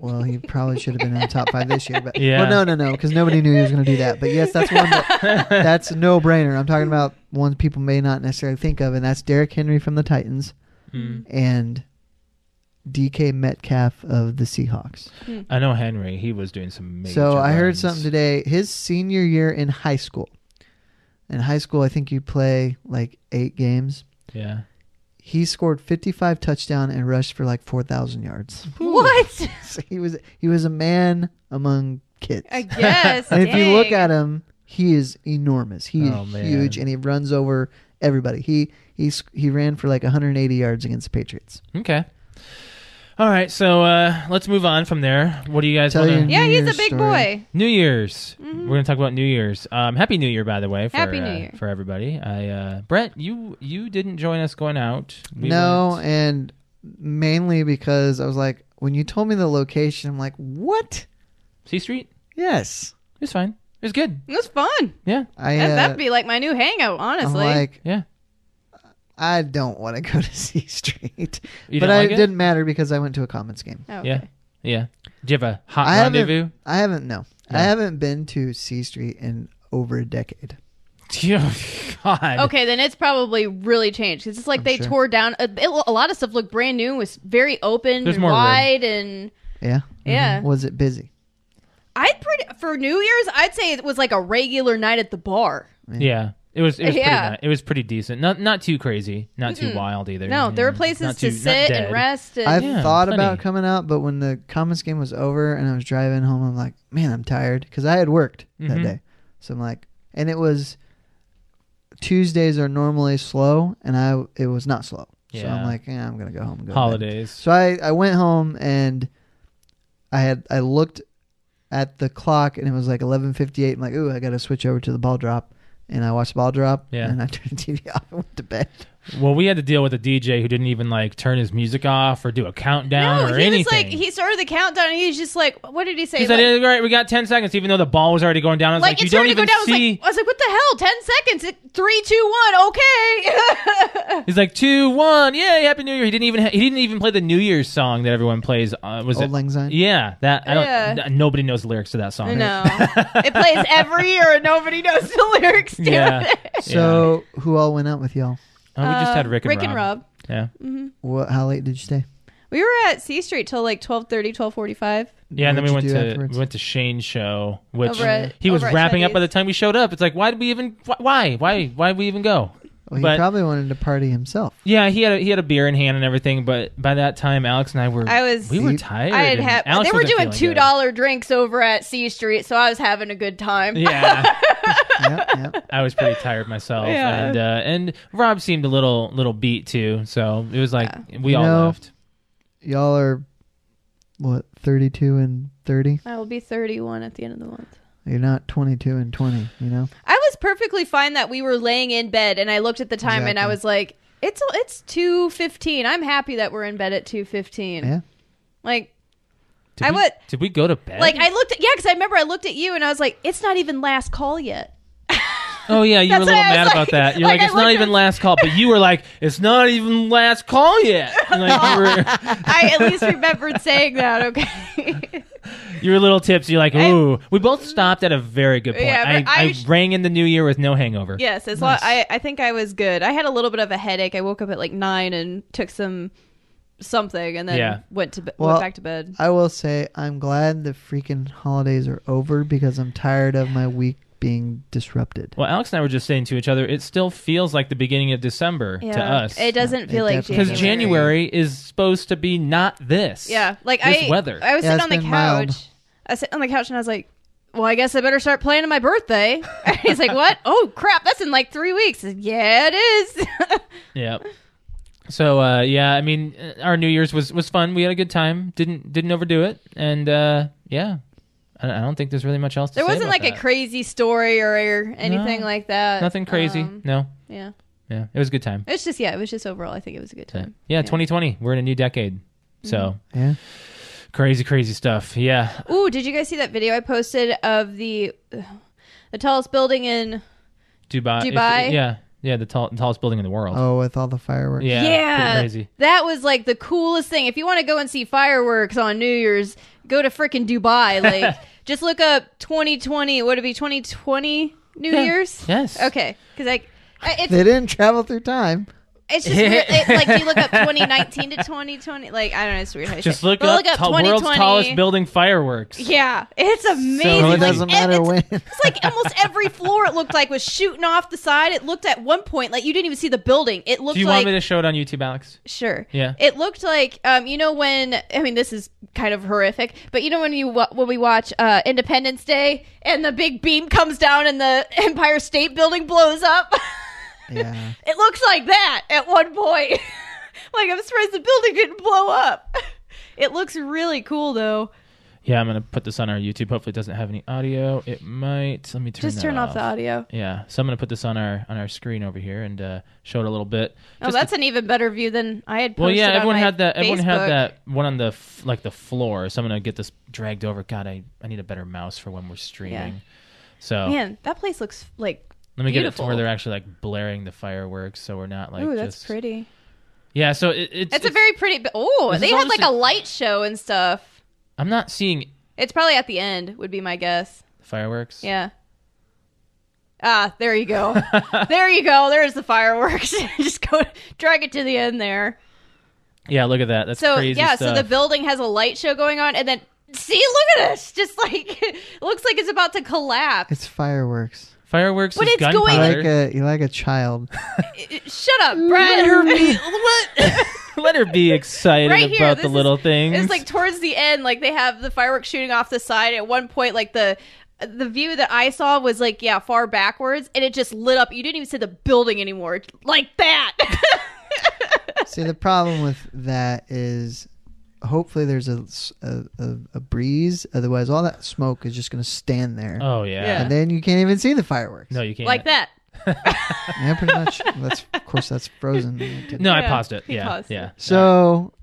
Speaker 1: Well, he probably should have been in the top five this year, but
Speaker 2: Yeah.
Speaker 1: well, no, no, no, because nobody knew he was going to do that. But yes, that's one. That, that's a no-brainer. I'm talking about ones people may not necessarily think of, and that's Derrick Henry from the Titans
Speaker 2: Mm.
Speaker 1: and DK Metcalf of the Seahawks.
Speaker 2: I know Henry. He was doing some. Major
Speaker 1: so I heard
Speaker 2: runs.
Speaker 1: something today. His senior year in high school. In high school, I think you play like eight games.
Speaker 2: Yeah.
Speaker 1: He scored 55 touchdown and rushed for like 4,000 yards.
Speaker 3: What?
Speaker 1: So he was he was a man among kids.
Speaker 3: I guess.
Speaker 1: And if you look
Speaker 3: Dang.
Speaker 1: at him, he is enormous. He is
Speaker 2: Oh, man.
Speaker 1: huge, and he runs over everybody. He he's he ran for like 180 yards against the Patriots.
Speaker 2: Okay. All right, so uh, let's move on from there. What do you guys
Speaker 1: Tell
Speaker 2: want?
Speaker 1: you-
Speaker 2: to
Speaker 3: Yeah,
Speaker 1: New
Speaker 3: he's
Speaker 1: Year's
Speaker 3: a big
Speaker 1: story.
Speaker 3: boy.
Speaker 2: New Year's.
Speaker 3: Mhm.
Speaker 2: We're gonna talk about New Year's. Um, Happy New Year, by the way. For,
Speaker 3: Happy New
Speaker 2: uh,
Speaker 3: Year.
Speaker 2: for everybody. I uh, Brett, you you didn't join us going out. We
Speaker 1: no,
Speaker 2: went-
Speaker 1: and mainly because I was like, when you told me the location, I'm like, what?
Speaker 2: C Street.
Speaker 1: Yes.
Speaker 2: It was fine. It was good.
Speaker 3: It was fun.
Speaker 2: Yeah,
Speaker 1: I,
Speaker 3: That,
Speaker 1: uh,
Speaker 3: that'd be like my new hangout,
Speaker 1: I'm
Speaker 3: honestly.
Speaker 1: like,
Speaker 2: yeah.
Speaker 1: I don't want to go to C Street.
Speaker 2: You
Speaker 1: but
Speaker 2: didn't
Speaker 1: I
Speaker 2: like it?
Speaker 1: didn't matter because I went to a Comets game.
Speaker 3: Oh,
Speaker 2: Yeah.
Speaker 3: okay.
Speaker 2: Yeah. Do you have a hot
Speaker 1: I haven't-
Speaker 2: rendezvous?
Speaker 1: I haven't, no.
Speaker 2: No.
Speaker 1: I haven't been to C Street in over a decade.
Speaker 2: Oh, God.
Speaker 3: Okay, then it's probably really changed because it's like
Speaker 1: I'm
Speaker 3: they
Speaker 1: sure.
Speaker 3: tore down a, it, a lot of stuff. Looked brand new, was very open,
Speaker 2: There's
Speaker 3: and
Speaker 2: more room.
Speaker 3: wide, and
Speaker 1: Yeah. Mm-hmm.
Speaker 3: yeah.
Speaker 1: Was it busy?
Speaker 3: I'd pretty for New Year's. I'd say it was like a regular night at the bar.
Speaker 2: Yeah. It was. It was
Speaker 3: Yeah.
Speaker 2: pretty. Nice. It was pretty decent. Not not too crazy. Not too
Speaker 3: Mm-mm.
Speaker 2: wild either.
Speaker 3: No, there
Speaker 2: Yeah.
Speaker 3: were places
Speaker 2: Mm-hmm. Not
Speaker 3: to
Speaker 2: too- not
Speaker 3: sit
Speaker 2: dead.
Speaker 3: and rest. And
Speaker 1: I've
Speaker 2: Yeah,
Speaker 1: thought
Speaker 2: plenty.
Speaker 1: about coming out, but when the Comets game was over and I was driving home, I'm like, man, I'm tired because I had worked that
Speaker 2: Mhm.
Speaker 1: day. So I'm like, and it was Tuesdays are normally slow, and I it was not slow. So
Speaker 2: Yeah.
Speaker 1: I'm like, yeah, I'm gonna go home. And go to bed."
Speaker 2: Holidays.
Speaker 1: So I I went home and I had I looked at the clock and it was like 11:58. I'm like, ooh, I gotta switch over to the ball drop. And I watched the ball drop,
Speaker 2: Yeah.
Speaker 1: and I turned the TV off and went to bed.
Speaker 2: Well, we had to deal with a DJ who didn't even like turn his music off or do a countdown
Speaker 3: no,
Speaker 2: or
Speaker 3: he
Speaker 2: anything.
Speaker 3: was like he started the countdown. and He's just like, what did he say?
Speaker 2: He said,
Speaker 3: Like-
Speaker 2: "All right, we got ten seconds," even though the ball was already going down. I was like,
Speaker 3: like
Speaker 2: "You
Speaker 3: it's
Speaker 2: don't
Speaker 3: starting to go
Speaker 2: even
Speaker 3: down. I was,
Speaker 2: see."
Speaker 3: like, I was like, what the hell? Ten seconds. It- Three, two, one. Okay.
Speaker 2: He's like, two, one, yay, happy New Year." He didn't even ha- he didn't even play the New Year's song that everyone plays. Uh, was
Speaker 1: Old
Speaker 2: it?
Speaker 1: Lang Syne.
Speaker 2: Yeah, that I don't.
Speaker 3: Yeah.
Speaker 2: th- nobody knows the lyrics to that song.
Speaker 3: no, it plays every year, and nobody knows the lyrics to
Speaker 2: Yeah.
Speaker 3: it.
Speaker 1: So, who all went out with y'all?
Speaker 2: Oh, we just
Speaker 3: Uh,
Speaker 2: had Rick and Rob. Yeah,
Speaker 1: What? How late did you stay?
Speaker 3: We were at C Street till like 1230, 1245.
Speaker 2: yeah, and then we
Speaker 1: What'd
Speaker 2: went
Speaker 1: you do
Speaker 2: to
Speaker 1: afterwards?
Speaker 2: we went to Shane's show, which
Speaker 3: Over at-
Speaker 2: he was
Speaker 3: over at
Speaker 2: wrapping up by the
Speaker 3: Shaggy's.
Speaker 2: time we showed up. It's like, why did we even? wh- Why? Why? Why did we even go?
Speaker 1: Well,
Speaker 2: But-
Speaker 1: he probably wanted to party himself.
Speaker 2: Yeah, he had a, he had a beer in hand and everything, but by that time, Alex and I were
Speaker 3: I was-
Speaker 2: we were
Speaker 1: Deep.
Speaker 2: tired.
Speaker 3: I had
Speaker 2: and
Speaker 3: had
Speaker 2: Alex
Speaker 3: they were
Speaker 2: wasn't
Speaker 3: doing two
Speaker 2: feeling good.
Speaker 3: dollar drinks over at C Street, so I was having a good time.
Speaker 2: Yeah,
Speaker 1: yep, yep.
Speaker 2: I was pretty tired myself,
Speaker 3: Yeah.
Speaker 2: and uh, and Rob seemed a little little beat too. So it was like we
Speaker 1: You
Speaker 2: all
Speaker 1: know-
Speaker 2: left.
Speaker 1: Y'all are what, 32 and 30?
Speaker 3: I will be 31 at the end of the month.
Speaker 1: You're not 22 and 20, you know?
Speaker 3: I was perfectly fine that we were laying in bed, and I looked at the time, and I
Speaker 1: Exactly.
Speaker 3: was like, "It's it's two fifteen. I'm happy that we're in bed at two fifteen.
Speaker 1: Yeah.
Speaker 3: Like
Speaker 2: Did
Speaker 3: I
Speaker 2: we,
Speaker 3: would-
Speaker 2: Did we go to bed?
Speaker 3: like I looked at yeah, because I remember I looked at you, and I was like, "It's not even last call yet."
Speaker 2: oh yeah, you were a
Speaker 3: That's
Speaker 2: little
Speaker 3: what I was
Speaker 2: mad
Speaker 3: like-
Speaker 2: about that. You're like,
Speaker 3: like, I
Speaker 2: it's not
Speaker 3: looked
Speaker 2: even
Speaker 3: at-
Speaker 2: last call, but you were like, it's not even last call yet. And, like, you were
Speaker 3: I at least remembered saying that. Okay.
Speaker 2: you were a little tipsy. You're like,
Speaker 3: I-
Speaker 2: ooh, we both stopped at a very good point.
Speaker 3: Yeah,
Speaker 2: I,
Speaker 3: but I
Speaker 2: I,
Speaker 3: was-
Speaker 2: rang in the new year with no hangover.
Speaker 3: yes, as
Speaker 1: Nice.
Speaker 3: long I I think I was good. I had a little bit of a headache. I woke up at like nine and took some something, and then
Speaker 2: Yeah.
Speaker 3: went to be-
Speaker 1: Well,
Speaker 3: went back to bed.
Speaker 1: I will say, I'm glad the freaking holidays are over because I'm tired of my week being disrupted.
Speaker 2: Well, Alex and I were just saying to each other, it still feels like the beginning of December to us.
Speaker 3: it doesn't
Speaker 1: It
Speaker 3: feel like
Speaker 1: definitely
Speaker 2: because
Speaker 3: January.
Speaker 2: January
Speaker 1: does.
Speaker 2: is supposed to be not this.
Speaker 3: Yeah, like
Speaker 2: this
Speaker 3: I
Speaker 2: weather.
Speaker 3: I was
Speaker 1: Yeah,
Speaker 3: sitting
Speaker 1: it's
Speaker 3: on the
Speaker 1: been
Speaker 3: couch.
Speaker 1: mild.
Speaker 3: I was sitting on the couch and I was like, "Well, I guess I better start planning my birthday." And he's like, "What? Oh crap, that's in like three weeks." I said, yeah, it is.
Speaker 2: Yeah. So uh, yeah, I mean, uh, our New Year's was was fun. We had a good time. Didn't didn't overdo it, and uh, yeah, I, I don't think there's really much else. to
Speaker 3: there
Speaker 2: say
Speaker 3: wasn't
Speaker 2: about
Speaker 3: like a
Speaker 2: that.
Speaker 3: crazy story or, or anything
Speaker 2: No,
Speaker 3: like that.
Speaker 2: nothing crazy.
Speaker 3: Um,
Speaker 2: no,
Speaker 3: yeah,
Speaker 2: yeah, it was a good time.
Speaker 3: it's just yeah, it was just overall. I think it was a good
Speaker 2: Yeah,
Speaker 3: time.
Speaker 2: 2020, we're in a new decade, so
Speaker 3: Mm-hmm.
Speaker 1: Yeah.
Speaker 2: crazy, crazy stuff. Yeah,
Speaker 3: Ooh, did you guys see that video I posted of the the tallest building in?
Speaker 2: Dubai. if-
Speaker 3: Dubai?
Speaker 2: yeah, yeah, the tall, tallest building in the world.
Speaker 1: Oh, with all the fireworks.
Speaker 2: Yeah, pretty
Speaker 3: Yeah.
Speaker 2: crazy.
Speaker 3: That was like the coolest thing. If you want to go and see fireworks on New Year's, go to frickin' Dubai. Like, just look up 2020. Would it be 2020 New
Speaker 2: Yeah.
Speaker 3: Year's?
Speaker 2: Yes.
Speaker 3: Okay, because like it's
Speaker 1: They didn't travel through time.
Speaker 3: it's just weird. It, like you look up 2019 to 2020. Like I don't know, it's weird. How you
Speaker 2: Just
Speaker 3: say it.
Speaker 2: look
Speaker 3: But
Speaker 2: up, tall- world's tallest building fireworks.
Speaker 3: Yeah, it's amazing.
Speaker 2: So
Speaker 1: So
Speaker 2: Like,
Speaker 1: it doesn't
Speaker 3: ev-
Speaker 1: matter
Speaker 3: it's-
Speaker 1: when.
Speaker 3: It's like almost every floor it looked like was shooting off the side. It looked at one point like you didn't even see the building. It looked
Speaker 2: Do you
Speaker 3: like
Speaker 2: want me to show it on YouTube, Alex?
Speaker 3: Sure.
Speaker 2: Yeah.
Speaker 3: It looked like um, you know when I mean this is kind of horrific, but you know when you wa- when we watch uh, Independence Day and the big beam comes down and the Empire State Building blows up.
Speaker 1: yeah.
Speaker 3: it looks like that at one point. like I'm surprised the building didn't blow up. It looks really cool though.
Speaker 2: Yeah, I'm gonna put this on our YouTube. Hopefully, it doesn't have any audio. It might. Let me turn.
Speaker 3: Just turn
Speaker 2: that
Speaker 3: off the audio.
Speaker 2: Yeah, so I'm gonna put this on our on our screen over here and uh, show it a little bit.
Speaker 3: Oh,
Speaker 2: Just
Speaker 3: that's an even better view than I had. Posted
Speaker 2: Well, yeah,
Speaker 3: on
Speaker 2: everyone
Speaker 3: my
Speaker 2: had that. Everyone
Speaker 3: Facebook.
Speaker 2: had that one on the f- like the floor. So I'm gonna get this dragged over. God, I, I need a better mouse for when we're streaming. So
Speaker 3: Man, that place looks like
Speaker 2: let me get it to
Speaker 3: beautiful.
Speaker 2: where they're actually like blaring the fireworks, so we're not like.
Speaker 3: ooh, that's
Speaker 2: just-
Speaker 3: pretty.
Speaker 2: Yeah, so it, it's,
Speaker 3: It's, a very pretty. Oh,
Speaker 2: This
Speaker 3: they
Speaker 2: is all
Speaker 3: had
Speaker 2: just
Speaker 3: like
Speaker 2: a-
Speaker 3: a light show and stuff.
Speaker 2: I'm not seeing
Speaker 3: It's probably at the end, would be my guess.
Speaker 2: fireworks.
Speaker 3: Yeah. Ah, there you go. there you go. There's the fireworks. Just go drag it to the end there.
Speaker 2: Yeah, look at that. That's
Speaker 3: so
Speaker 2: crazy
Speaker 3: yeah,
Speaker 2: stuff.
Speaker 3: so the building has a light show going on, and then see, look at this. Just like it looks like it's about to collapse.
Speaker 1: It's fireworks.
Speaker 2: fireworks
Speaker 3: But
Speaker 2: is
Speaker 3: it's going-
Speaker 1: You're
Speaker 3: Wait.
Speaker 2: gunpowder.
Speaker 1: like a you're like a child.
Speaker 3: It- it- Shut up, Brett.
Speaker 2: Let her be excited
Speaker 3: Right here,
Speaker 2: about
Speaker 3: this
Speaker 2: the
Speaker 3: is-
Speaker 2: little things.
Speaker 3: it's like towards the end, like they have the fireworks shooting off the side. At one point, like the the view that I saw was like yeah, far backwards, and it just lit up. You didn't even see the building anymore, like that.
Speaker 1: See, the problem with that is hopefully there's a, s- a- a- a breeze. Otherwise, all that smoke is just going to stand there.
Speaker 2: oh yeah.
Speaker 3: Yeah.
Speaker 1: And then you can't even see the fireworks.
Speaker 2: No, you can't.
Speaker 3: like that.
Speaker 1: Yeah, pretty much. That's of course that's frozen.
Speaker 2: No, I
Speaker 3: Yeah,
Speaker 2: paused it.
Speaker 3: he
Speaker 2: yeah,
Speaker 3: paused
Speaker 2: yeah.
Speaker 1: So,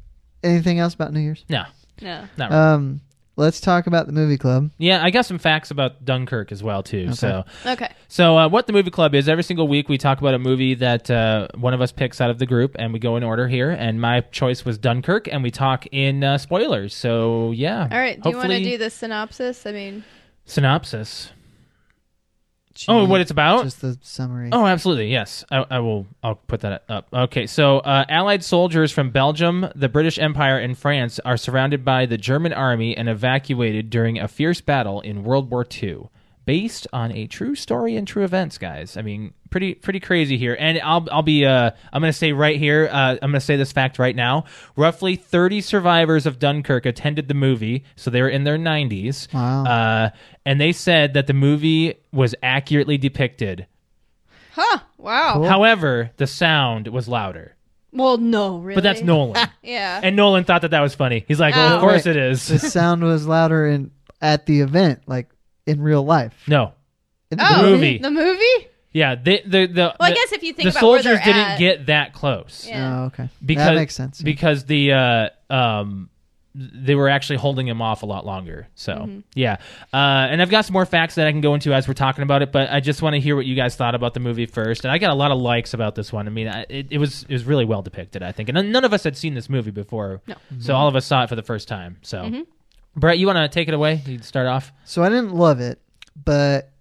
Speaker 1: anything else about New Year's?
Speaker 2: no,
Speaker 3: No.
Speaker 2: not really.
Speaker 1: Um, let's talk about the movie club.
Speaker 2: Yeah, I got some facts about Dunkirk as well too. So,
Speaker 3: Okay.
Speaker 2: so uh, what the movie club is? Every single week we talk about a movie that uh, one of us picks out of the group, and we go in order here. And my choice was Dunkirk, and we talk in uh, spoilers. So yeah.
Speaker 3: All right. Do you want
Speaker 2: Hopefully-
Speaker 3: to do the synopsis? I mean,
Speaker 2: synopsis? Oh, what it's about?
Speaker 1: Just the summary.
Speaker 2: Oh, absolutely. Yes, I, I will. I'll put that up. Okay, so uh, Allied soldiers from Belgium, the British Empire, and France are surrounded by the German army and evacuated during a fierce battle in World War II, based on a true story and true events. Guys, I mean, pretty pretty crazy here. And I'll I'll be uh, I'm gonna say right here. Uh, I'm gonna say this fact right now. Roughly 30 survivors of Dunkirk attended the movie, so they were in their 90s.
Speaker 1: Wow.
Speaker 2: Uh, and they said that the movie was accurately depicted.
Speaker 3: huh? Wow.
Speaker 2: However, the sound was louder.
Speaker 3: Well, no, really.
Speaker 2: But that's Nolan.
Speaker 3: Yeah.
Speaker 2: and Nolan thought that that was funny. He's like, well, of
Speaker 3: Oh.
Speaker 2: course it
Speaker 1: Right. the
Speaker 2: is.
Speaker 1: sound was louder in at the event, like in real life.
Speaker 2: no.
Speaker 1: In
Speaker 3: oh,
Speaker 2: the movie.
Speaker 3: The movie?
Speaker 2: Yeah, they, the the the,
Speaker 3: Well, I guess if you think
Speaker 2: the
Speaker 3: about
Speaker 2: soldiers
Speaker 3: where they're
Speaker 2: didn't
Speaker 3: at-
Speaker 2: get that close
Speaker 3: Yeah.
Speaker 1: Oh, okay.
Speaker 2: because
Speaker 1: that makes sense.
Speaker 2: because the uh, um they were actually holding him off a lot longer. So yeah, uh, and I've got some more facts that I can go into as we're talking about it, but I just want to hear what you guys thought about the movie first. And I got a lot of likes about this one. I mean, I, it, it was it was really well depicted, I think, and none- none of us had seen this movie before,
Speaker 3: No.
Speaker 2: so all of us saw it for the first time. So, Brett, you want to take it away? You can start off.
Speaker 1: So I didn't love it, but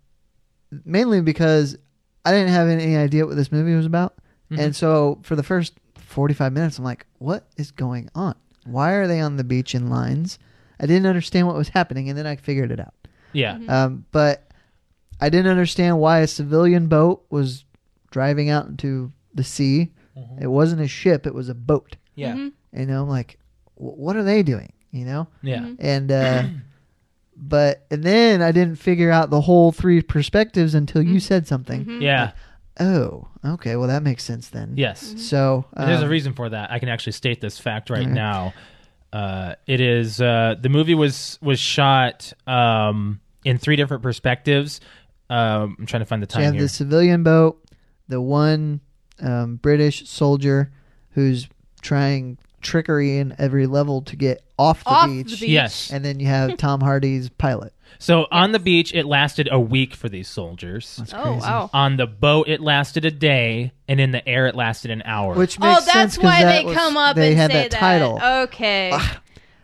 Speaker 1: mainly because I didn't have any idea what this movie was about. And so for the first 45 minutes, I'm like, what is going on? Why are they on the beach in lines? I didn't understand what was happening, and then I figured it out.
Speaker 2: Yeah,
Speaker 1: Um, but I didn't understand why a civilian boat was driving out into the sea. It wasn't a ship, it was a boat.
Speaker 2: yeah,
Speaker 3: Mm-hmm.
Speaker 1: You know, I'm like, "Wh- what are they doing? You know?
Speaker 2: yeah.
Speaker 1: and uh but and then i didn't figure out the whole three perspectives until
Speaker 3: Mm-hmm.
Speaker 1: you said something
Speaker 2: Yeah.
Speaker 1: oh okay well that makes sense then
Speaker 2: Yes.
Speaker 1: so
Speaker 2: And there's a
Speaker 1: um, Mm-hmm.
Speaker 2: reason for that. I can actually state this fact right now. Uh, it is uh, the movie was was shot um, in three different perspectives. Um, I'm trying to find the
Speaker 1: so
Speaker 2: time
Speaker 1: you have
Speaker 2: here.
Speaker 1: the civilian boat the one um, british soldier who's trying trickery in every level to get off the
Speaker 3: Off
Speaker 1: beach
Speaker 3: the beach.
Speaker 2: Yes.
Speaker 1: and then you have tom hardy's pilot
Speaker 2: so on the beach, it lasted a week for these soldiers.
Speaker 3: Oh, wow.
Speaker 2: On the boat, it lasted a day, and in the air, it lasted an hour.
Speaker 1: which
Speaker 3: Oh,
Speaker 1: makes sense
Speaker 3: that's
Speaker 1: 'cause
Speaker 3: why
Speaker 1: that
Speaker 3: they
Speaker 1: was-
Speaker 3: come up
Speaker 1: they
Speaker 3: and
Speaker 1: had
Speaker 3: say
Speaker 1: that title Ah,
Speaker 3: Okay. Man.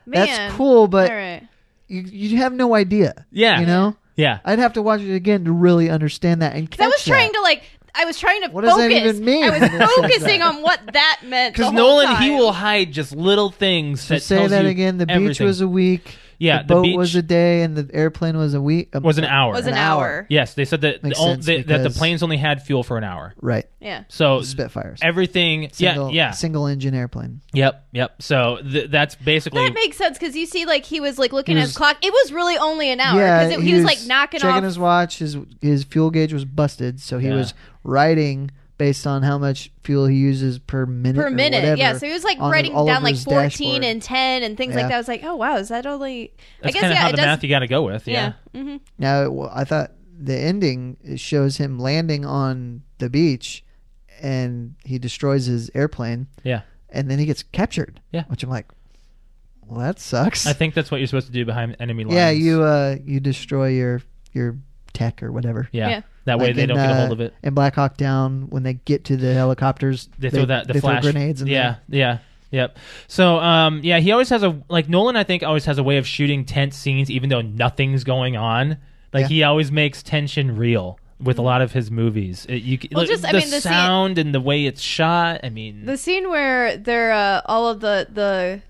Speaker 1: that's cool but
Speaker 3: All right.
Speaker 1: you, you have no idea
Speaker 2: Yeah.
Speaker 1: you know
Speaker 2: yeah,
Speaker 1: I'd have to watch it again to really understand that and catch
Speaker 3: I was trying to like. I was trying to
Speaker 1: What does
Speaker 3: focus.
Speaker 1: that even mean?
Speaker 3: I was focusing on what that meant.
Speaker 2: because
Speaker 3: the whole
Speaker 2: Nolan he
Speaker 3: time.
Speaker 2: will hide just little things
Speaker 1: to
Speaker 2: that
Speaker 1: say
Speaker 2: tells
Speaker 1: that
Speaker 2: you
Speaker 1: again. The beach
Speaker 2: everything.
Speaker 1: was a week.
Speaker 2: Yeah,
Speaker 1: the
Speaker 2: the
Speaker 1: boat
Speaker 2: beach-
Speaker 1: was a day, and the airplane was a week. um,
Speaker 2: was an hour.
Speaker 3: was
Speaker 1: an
Speaker 3: an
Speaker 1: hour.
Speaker 3: hour.
Speaker 2: yes, they said that the,
Speaker 1: Makes
Speaker 2: on-
Speaker 1: sense
Speaker 2: they- that the
Speaker 1: because-
Speaker 2: planes only had fuel for an hour.
Speaker 1: right.
Speaker 3: Yeah.
Speaker 2: So
Speaker 1: Spitfires.
Speaker 2: everything.
Speaker 1: Single,
Speaker 2: Oh, yeah, yeah.
Speaker 1: Single engine airplane.
Speaker 2: Yep, yep. So th- that's basically
Speaker 3: That makes sense because you see, like he was like looking
Speaker 1: He
Speaker 3: at
Speaker 1: was-
Speaker 3: his clock. It was really only an hour
Speaker 1: yeah,
Speaker 3: because he was like knocking
Speaker 1: checking
Speaker 3: off.
Speaker 1: his watch. His his fuel gauge was busted, so he
Speaker 2: Yeah.
Speaker 1: was riding based on how much fuel he uses per minute.
Speaker 3: per
Speaker 1: or
Speaker 3: minute. yeah,
Speaker 1: whatever.
Speaker 3: so he was like
Speaker 1: on
Speaker 3: writing
Speaker 1: all
Speaker 3: down
Speaker 1: over
Speaker 3: like
Speaker 1: his
Speaker 3: 14
Speaker 1: dashboard.
Speaker 3: and 10 and things
Speaker 1: Yeah.
Speaker 3: like that. I was like, oh wow, is that only? I
Speaker 2: That's
Speaker 3: guess
Speaker 2: kind of
Speaker 3: yeah,
Speaker 2: how
Speaker 3: it
Speaker 2: the
Speaker 3: does.
Speaker 2: math you got to go with. Yeah.
Speaker 3: yeah. hmm
Speaker 1: Now, it, well, I thought the ending shows him landing on the beach, and he destroys his airplane.
Speaker 2: Yeah.
Speaker 1: and then he gets captured.
Speaker 2: Yeah.
Speaker 1: which I'm like, well, that sucks.
Speaker 2: I think that's what you're supposed to do behind enemy lines.
Speaker 1: yeah, you uh, you destroy your your tech or whatever.
Speaker 2: Yeah.
Speaker 3: Yeah.
Speaker 2: That way
Speaker 1: Like
Speaker 2: they
Speaker 1: in,
Speaker 2: don't get a
Speaker 1: uh,
Speaker 2: hold of it.
Speaker 1: And Black Hawk Down, when they get to the helicopters,
Speaker 2: They throw that the
Speaker 1: they
Speaker 2: flash
Speaker 1: throw grenades. In
Speaker 2: Yeah. Yeah. Yep. So, um, yeah, he always has a like Nolan. I think always has a way of shooting tense scenes, even though nothing's going on. Like
Speaker 1: Yeah.
Speaker 2: he always makes tension real with a lot of his movies. It, you, c-
Speaker 3: Mm-hmm. Well,
Speaker 2: like,
Speaker 3: just,
Speaker 2: the,
Speaker 3: I mean, the scene-
Speaker 2: sound and the way it's shot. I mean,
Speaker 3: The scene where they're uh, all of the the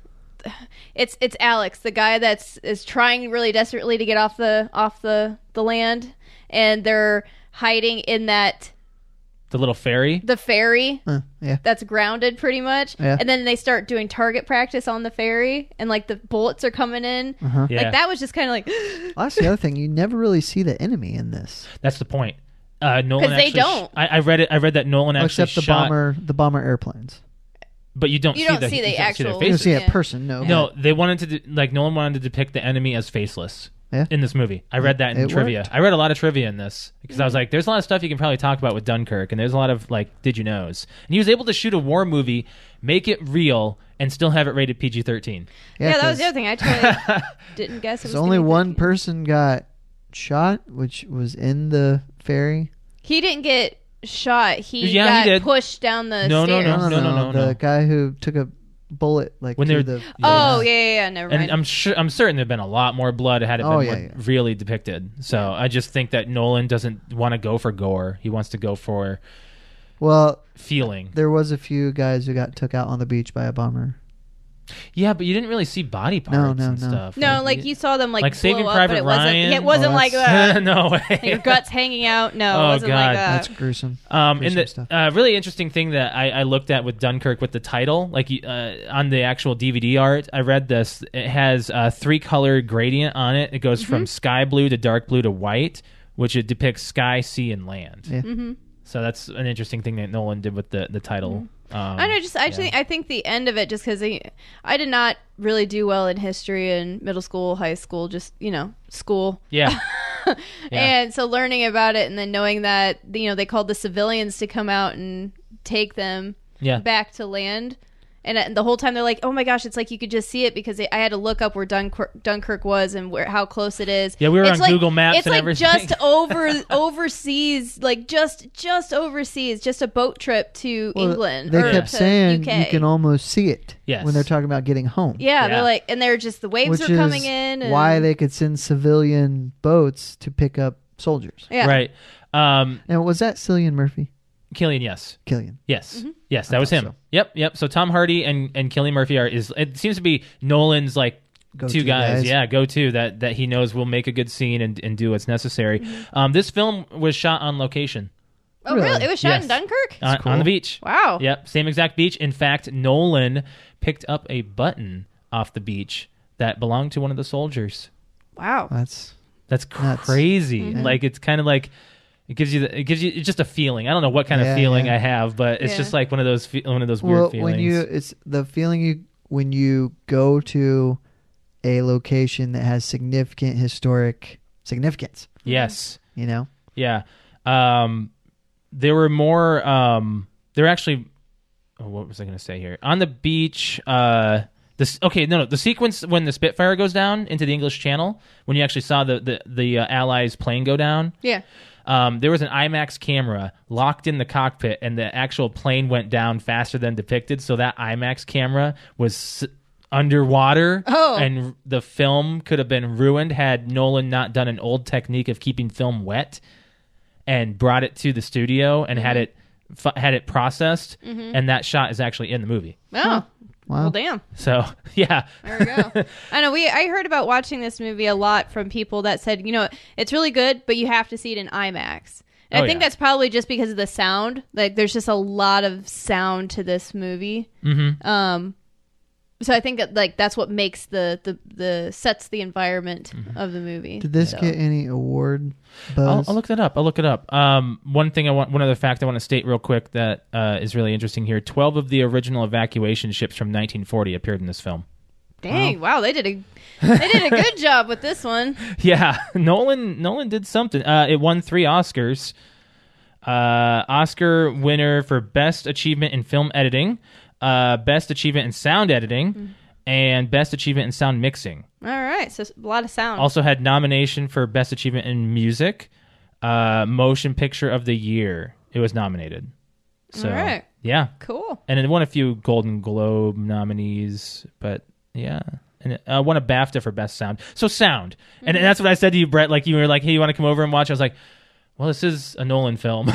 Speaker 3: it's it's Alex, the guy that's is trying really desperately to get off the off the the land, and they're hiding in that
Speaker 2: the little fairy.
Speaker 3: the ferry
Speaker 1: there. Uh, yeah,
Speaker 3: that's grounded pretty much,
Speaker 1: Yeah.
Speaker 3: and then they start doing target practice on the ferry, and like the bullets are coming in.
Speaker 1: uh-huh.
Speaker 2: Yeah,
Speaker 3: Like that was just kind of like
Speaker 1: Well, that's the other thing. You never really see the enemy in this,
Speaker 2: that's the point. Uh, Nolan
Speaker 3: 'Cause they
Speaker 2: actually sh-
Speaker 3: don't.
Speaker 2: I, I read it. I read that Nolan actually
Speaker 1: Oh, except the
Speaker 2: shot,
Speaker 1: bomber, the bomber airplanes.
Speaker 2: but you don't
Speaker 3: You
Speaker 2: see
Speaker 3: don't
Speaker 2: the,
Speaker 3: see
Speaker 2: you
Speaker 3: the
Speaker 2: don't see their
Speaker 3: actual-
Speaker 1: You don't
Speaker 2: faces.
Speaker 1: see a
Speaker 3: Yeah.
Speaker 1: person. No,
Speaker 2: No, they wanted to de- like Nolan wanted to depict the enemy as faceless.
Speaker 1: Yeah.
Speaker 2: In this movie, I read that in
Speaker 1: It
Speaker 2: trivia.
Speaker 1: worked.
Speaker 2: I read a lot of trivia in this because I was
Speaker 3: Mm-hmm.
Speaker 2: like, "There's a lot of stuff you can probably talk about with Dunkirk, and there's a lot of like, did you knows?" And he was able to shoot a war movie, make it real, and still have it rated PG-13.
Speaker 3: yeah, that was
Speaker 1: 'cause
Speaker 3: the other thing I totally didn't guess. It was
Speaker 1: There's only
Speaker 3: gonna be
Speaker 1: one
Speaker 3: the-
Speaker 1: person got shot, which was in the ferry.
Speaker 3: He didn't get shot. He
Speaker 2: Yeah, he
Speaker 3: got
Speaker 2: did.
Speaker 3: pushed down the
Speaker 2: No, no,
Speaker 3: stairs.
Speaker 2: no, no, no, no.
Speaker 1: The guy who took a bullet, like
Speaker 2: When
Speaker 1: to
Speaker 2: they're-
Speaker 1: the
Speaker 3: Oh yeah, yeah, yeah never mind.
Speaker 2: And I'm sure, I'm certain there've been a lot more blood had it been
Speaker 1: Oh, yeah,
Speaker 2: more
Speaker 1: yeah.
Speaker 2: really depicted. So I just think that Nolan doesn't want to go for gore. He wants to go for
Speaker 1: Well,
Speaker 2: feeling.
Speaker 1: there was a few guys who got took out on the beach by a bomber.
Speaker 2: Yeah, but you didn't really see body parts
Speaker 1: no,
Speaker 2: and
Speaker 1: no.
Speaker 2: stuff.
Speaker 3: No, like you saw them like,
Speaker 2: like
Speaker 3: blow
Speaker 2: Saving
Speaker 3: up,
Speaker 2: Private
Speaker 3: but it wasn't.
Speaker 2: Ryan?
Speaker 3: It wasn't
Speaker 1: Oh,
Speaker 3: like
Speaker 1: that's-
Speaker 3: uh,
Speaker 2: no way.
Speaker 3: your guts hanging out. No,
Speaker 2: Oh,
Speaker 3: it wasn't
Speaker 2: God.
Speaker 3: like uh,
Speaker 1: That's
Speaker 3: that.
Speaker 1: gruesome.
Speaker 2: Um, and
Speaker 1: Gruesome
Speaker 2: the
Speaker 1: stuff.
Speaker 2: uh, really interesting thing that I, I looked at with Dunkirk with the title, like you- uh, on the actual DVD art, I read this. It has a three color gradient on it. It goes
Speaker 3: Mm-hmm.
Speaker 2: from sky blue to dark blue to white, which it depicts sky, sea, and land.
Speaker 1: Yeah.
Speaker 3: Mm-hmm.
Speaker 2: So that's an interesting thing that Nolan did with the the title. Um,
Speaker 3: Mm-hmm. I don't know. Just I actually, I think the end of it, just because I did not really do well in history in middle school, high school, just you know, school.
Speaker 2: yeah,
Speaker 3: And so learning about it and then knowing that you know they called the civilians to come out and take them
Speaker 2: yeah.
Speaker 3: back to land. And, and the whole time they're like, "Oh my gosh!" It's like you could just see it because I had to look up where Dunkirk, Dunkirk was and where how close it is.
Speaker 2: Yeah, we were
Speaker 3: It's
Speaker 2: on
Speaker 3: like-
Speaker 2: Google Maps
Speaker 3: It's
Speaker 2: and
Speaker 3: like
Speaker 2: everything.
Speaker 3: just over overseas, like just just overseas, just a boat trip to
Speaker 1: Well,
Speaker 3: England.
Speaker 1: They
Speaker 3: or
Speaker 1: kept
Speaker 3: to
Speaker 1: saying
Speaker 3: UK.
Speaker 1: you can almost see it
Speaker 2: Yes.
Speaker 1: when they're talking about getting home.
Speaker 3: yeah,
Speaker 2: Yeah.
Speaker 3: they're like, and they're just the waves
Speaker 1: which
Speaker 3: are
Speaker 1: is
Speaker 3: coming in. And,
Speaker 1: why they could send civilian boats to pick up soldiers.
Speaker 3: yeah.
Speaker 2: Right. Um,
Speaker 1: Now, was that Cillian Murphy?
Speaker 2: Killian, yes.
Speaker 1: Killian.
Speaker 2: Yes,
Speaker 3: Mm-hmm.
Speaker 2: yes, that
Speaker 1: I
Speaker 2: was
Speaker 1: thought
Speaker 2: him.
Speaker 1: so.
Speaker 2: Yep, yep. So Tom Hardy and and Killian Murphy are is it seems to be Nolan's like
Speaker 1: Go-to
Speaker 2: two guys,
Speaker 1: guys.
Speaker 2: yeah, go to that that he knows will make a good scene and and do what's necessary.
Speaker 3: Mm-hmm.
Speaker 2: Um, this film was shot on location
Speaker 3: Oh, really?
Speaker 1: Really?
Speaker 3: It was shot
Speaker 2: Yes. Uh,
Speaker 3: in Dunkirk.
Speaker 2: on,
Speaker 1: cool.
Speaker 2: on the beach.
Speaker 3: wow.
Speaker 2: Yep, same exact beach. In fact, Nolan picked up a button off the beach that belonged to one of the soldiers. Uh,
Speaker 3: Wow.
Speaker 1: That's
Speaker 2: That's
Speaker 1: Nuts.
Speaker 2: crazy.
Speaker 3: Mm-hmm.
Speaker 2: Like it's kind of like it gives you the, it gives you it's just a feeling. I don't know what kind
Speaker 1: Yeah,
Speaker 2: of feeling
Speaker 1: yeah.
Speaker 2: I have, but it's
Speaker 3: Yeah.
Speaker 2: just like one of those fe- one of those weird
Speaker 1: well
Speaker 2: feelings.
Speaker 1: when you it's the feeling you when you go to a location that has significant historic significance.
Speaker 2: yes.
Speaker 1: You know,
Speaker 2: Yeah. Um, there were more. Um, there were actually. Oh, what was I going to say here? On the beach. Uh, this okay. No, no. The sequence when the Spitfire goes down into the English Channel, when you actually saw the the the uh, Allies plane go down.
Speaker 3: Yeah.
Speaker 2: Um, there was an IMAX camera locked in the cockpit, and the actual plane went down faster than depicted. So that IMAX camera was s- underwater,
Speaker 3: Oh.
Speaker 2: and r- the film could have been ruined had Nolan not done an old technique of keeping film wet and brought it to the studio and had it fu- had it processed, and that shot is actually in the movie.
Speaker 3: Oh.
Speaker 1: wow.
Speaker 3: Well, damn.
Speaker 2: So yeah,
Speaker 3: There we go. I know we I heard about watching this movie a lot from people that said, you know, it's really good, but you have to see it in IMAX. And
Speaker 2: Oh,
Speaker 3: I think
Speaker 2: yeah.
Speaker 3: that's probably just because of the
Speaker 2: Mm-hmm.
Speaker 3: sound. Like there's just a lot of sound to this movie.
Speaker 2: hmm
Speaker 3: Um So I think that like that's what makes the the, the sets the environment
Speaker 2: Mm-hmm.
Speaker 3: of the movie.
Speaker 1: Did this
Speaker 3: So-
Speaker 1: get any award
Speaker 2: I'll,
Speaker 1: buzz?
Speaker 2: I'll look that up. I'll look it up. Um, one thing I want, one other fact I want to state real quick that uh, is really interesting here. Twelve of the original evacuation ships from 1940 appeared in this film.
Speaker 3: Dang! Wow, they did a they did a good job with this one.
Speaker 2: Yeah, Nolan Nolan did something. Uh, it won three Oscars. Uh, Oscar winner for best achievement in film editing, uh, best achievement in sound editing, and best achievement in sound mixing.
Speaker 3: All right, so a lot of sound.
Speaker 2: Also had nomination for best achievement in music, uh, motion picture of the year. It was nominated. So
Speaker 3: All right.
Speaker 2: yeah,
Speaker 3: cool.
Speaker 2: and it won a few Golden Globe nominees, but yeah. And it, uh, won a BAFTA for best sound. So sound, and,
Speaker 3: Mm-hmm.
Speaker 2: and that's what I said to you, Brett. Like you were like, "Hey, you want to come over and watch?" I was like, "Well, this is a Nolan film.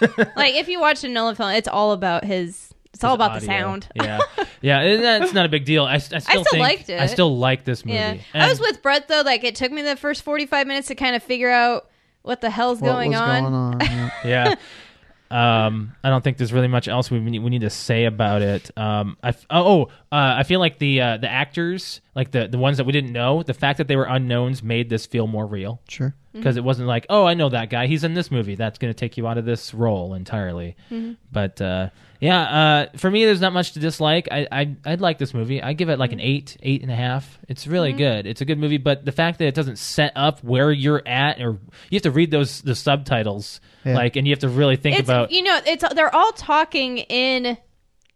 Speaker 3: like if you watch a Nolan film, it's all about his. It's all about the
Speaker 2: Audio.
Speaker 3: sound.
Speaker 2: yeah, yeah. And that's not a big deal. I, I still,
Speaker 3: still
Speaker 2: think-
Speaker 3: liked it.
Speaker 2: I still like this movie.
Speaker 3: Yeah,
Speaker 2: And
Speaker 3: I was with Brett though. Like it took me the first forty five minutes to kind of figure out what the hell's
Speaker 1: what
Speaker 3: going
Speaker 1: was
Speaker 3: on.
Speaker 1: going on? yeah.
Speaker 2: yeah. Um, I don't think there's really much else we need, we need to say about it. Um, I f- oh, oh uh, I feel like the uh, the actors, like the the ones that we didn't know, the fact that they were unknowns made this feel more real.
Speaker 1: Sure.
Speaker 2: because it wasn't like, oh, I know that guy. He's in this movie. That's going to take you out of this role entirely.
Speaker 3: Mm-hmm.
Speaker 2: But uh, yeah, uh, for me, there's not much to dislike. I, I I'd like this movie. I give it like an
Speaker 3: Mm-hmm.
Speaker 2: eight, eight and a half. It's really good. It's a good movie. But the fact that it doesn't set up where you're at, or you have to read those the subtitles,
Speaker 1: Yeah.
Speaker 2: like, and you have to really think
Speaker 3: it's
Speaker 2: about.
Speaker 3: you know it's they're all talking in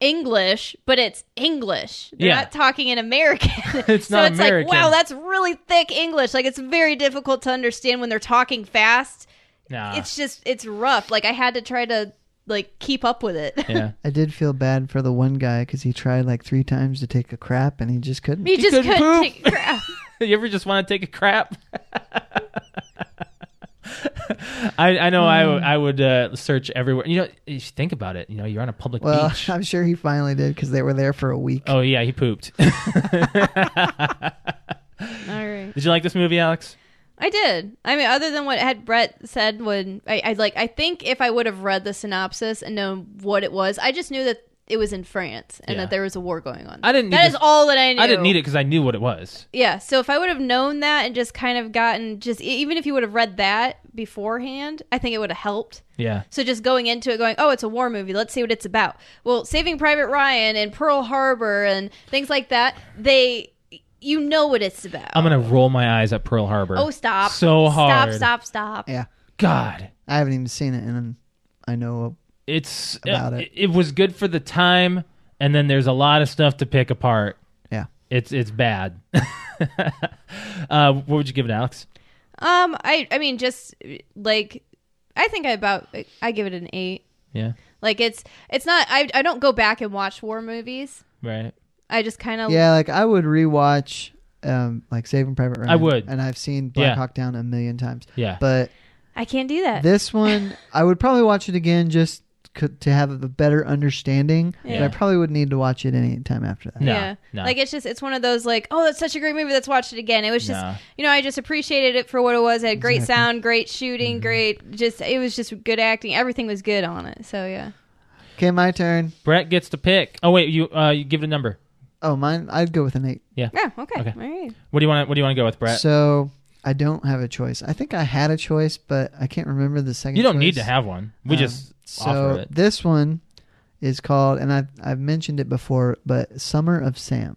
Speaker 3: English, but it's English. They're
Speaker 2: Yeah.
Speaker 3: not talking in American.
Speaker 2: It's
Speaker 3: so
Speaker 2: not
Speaker 3: it's
Speaker 2: American.
Speaker 3: like wow, that's really thick English. Like it's very difficult to understand when they're talking fast.
Speaker 2: Nah.
Speaker 3: It's just it's rough. Like I had to try to like keep up with it.
Speaker 2: yeah.
Speaker 1: I did feel bad for the one guy because he tried like three times to take a crap and he just couldn't.
Speaker 3: You just
Speaker 2: couldn't poop.
Speaker 3: couldn't, take a crap.
Speaker 2: you ever just want to take a crap? I, I know I w- I would uh, search everywhere. You know, if you think about it, you know, you're on a public
Speaker 1: Well,
Speaker 2: beach.
Speaker 1: I'm sure he finally did because they were there for a week.
Speaker 2: Oh yeah, he pooped.
Speaker 3: All right.
Speaker 2: Did you like this movie, Alex?
Speaker 3: I did. I mean, other than what had Brett said when I, I like, I think if I would have read the synopsis and known what it was, I just knew that it was in France and
Speaker 2: Yeah.
Speaker 3: that there was a war going on.
Speaker 2: I didn't
Speaker 3: That
Speaker 2: need
Speaker 3: is
Speaker 2: to-
Speaker 3: all that I knew.
Speaker 2: I didn't need it because I knew what it was.
Speaker 3: Yeah. So if I would have known that and just kind of gotten just e- even if you would have read that beforehand, I think it would have helped.
Speaker 2: Yeah,
Speaker 3: So just going into it, going, oh, it's a war movie. Let's see what it's about. Well, Saving Private Ryan and Pearl Harbor and things like that. They, you know what it's about.
Speaker 2: I'm gonna roll my eyes at Pearl Harbor.
Speaker 3: oh, stop!
Speaker 2: So hard.
Speaker 3: Stop! Stop! Stop!
Speaker 1: Yeah,
Speaker 2: God,
Speaker 1: I haven't even seen it, and I know.
Speaker 2: it's
Speaker 1: About
Speaker 2: uh,
Speaker 1: it.
Speaker 2: It was good for the time, and then there's a lot of stuff to pick apart.
Speaker 1: Yeah,
Speaker 2: It's it's bad. uh, what would you give it, Alex?
Speaker 3: Um, I I mean, just like I think I about I give it an eight.
Speaker 2: Yeah,
Speaker 3: Like it's it's not I I don't go back and watch war movies.
Speaker 2: right.
Speaker 3: I just kind
Speaker 2: Oh.
Speaker 3: of
Speaker 1: yeah. Like I would rewatch, um, like Saving Private Ryan.
Speaker 2: I would.
Speaker 1: and I've seen Black
Speaker 2: Yeah.
Speaker 1: Hawk Down a million times.
Speaker 2: Yeah,
Speaker 1: But
Speaker 3: I can't do that.
Speaker 1: this one, I would probably watch it again just c- to have a better understanding. But
Speaker 2: Yeah.
Speaker 1: I probably would need to watch it any time after that.
Speaker 2: No,
Speaker 3: yeah.
Speaker 2: no.
Speaker 3: Like it's just it's one of those like, oh, that's such a great movie. Let's watch it again. It was just
Speaker 2: Nah.
Speaker 3: you know, I just appreciated it for what it was. It had great
Speaker 1: Exactly.
Speaker 3: sound, great shooting,
Speaker 2: Mm-hmm.
Speaker 3: great just it was just good acting. Everything was good on it. So yeah.
Speaker 1: Okay, my turn.
Speaker 2: Brett gets to pick. Oh wait, you uh, you give it a number.
Speaker 1: Oh, mine. I'd go with an eight.
Speaker 3: Yeah, okay.
Speaker 2: Okay.
Speaker 3: All right.
Speaker 2: What do you want? to What do you want to go with, Brett?
Speaker 1: So I don't have a choice. I think I had a choice, but I can't remember the second.
Speaker 2: you don't need
Speaker 1: choice.
Speaker 2: to have one. We
Speaker 1: Um,
Speaker 2: just
Speaker 1: so
Speaker 2: offer it.
Speaker 1: this one is called, and I've I've mentioned it before, but Summer of Sam,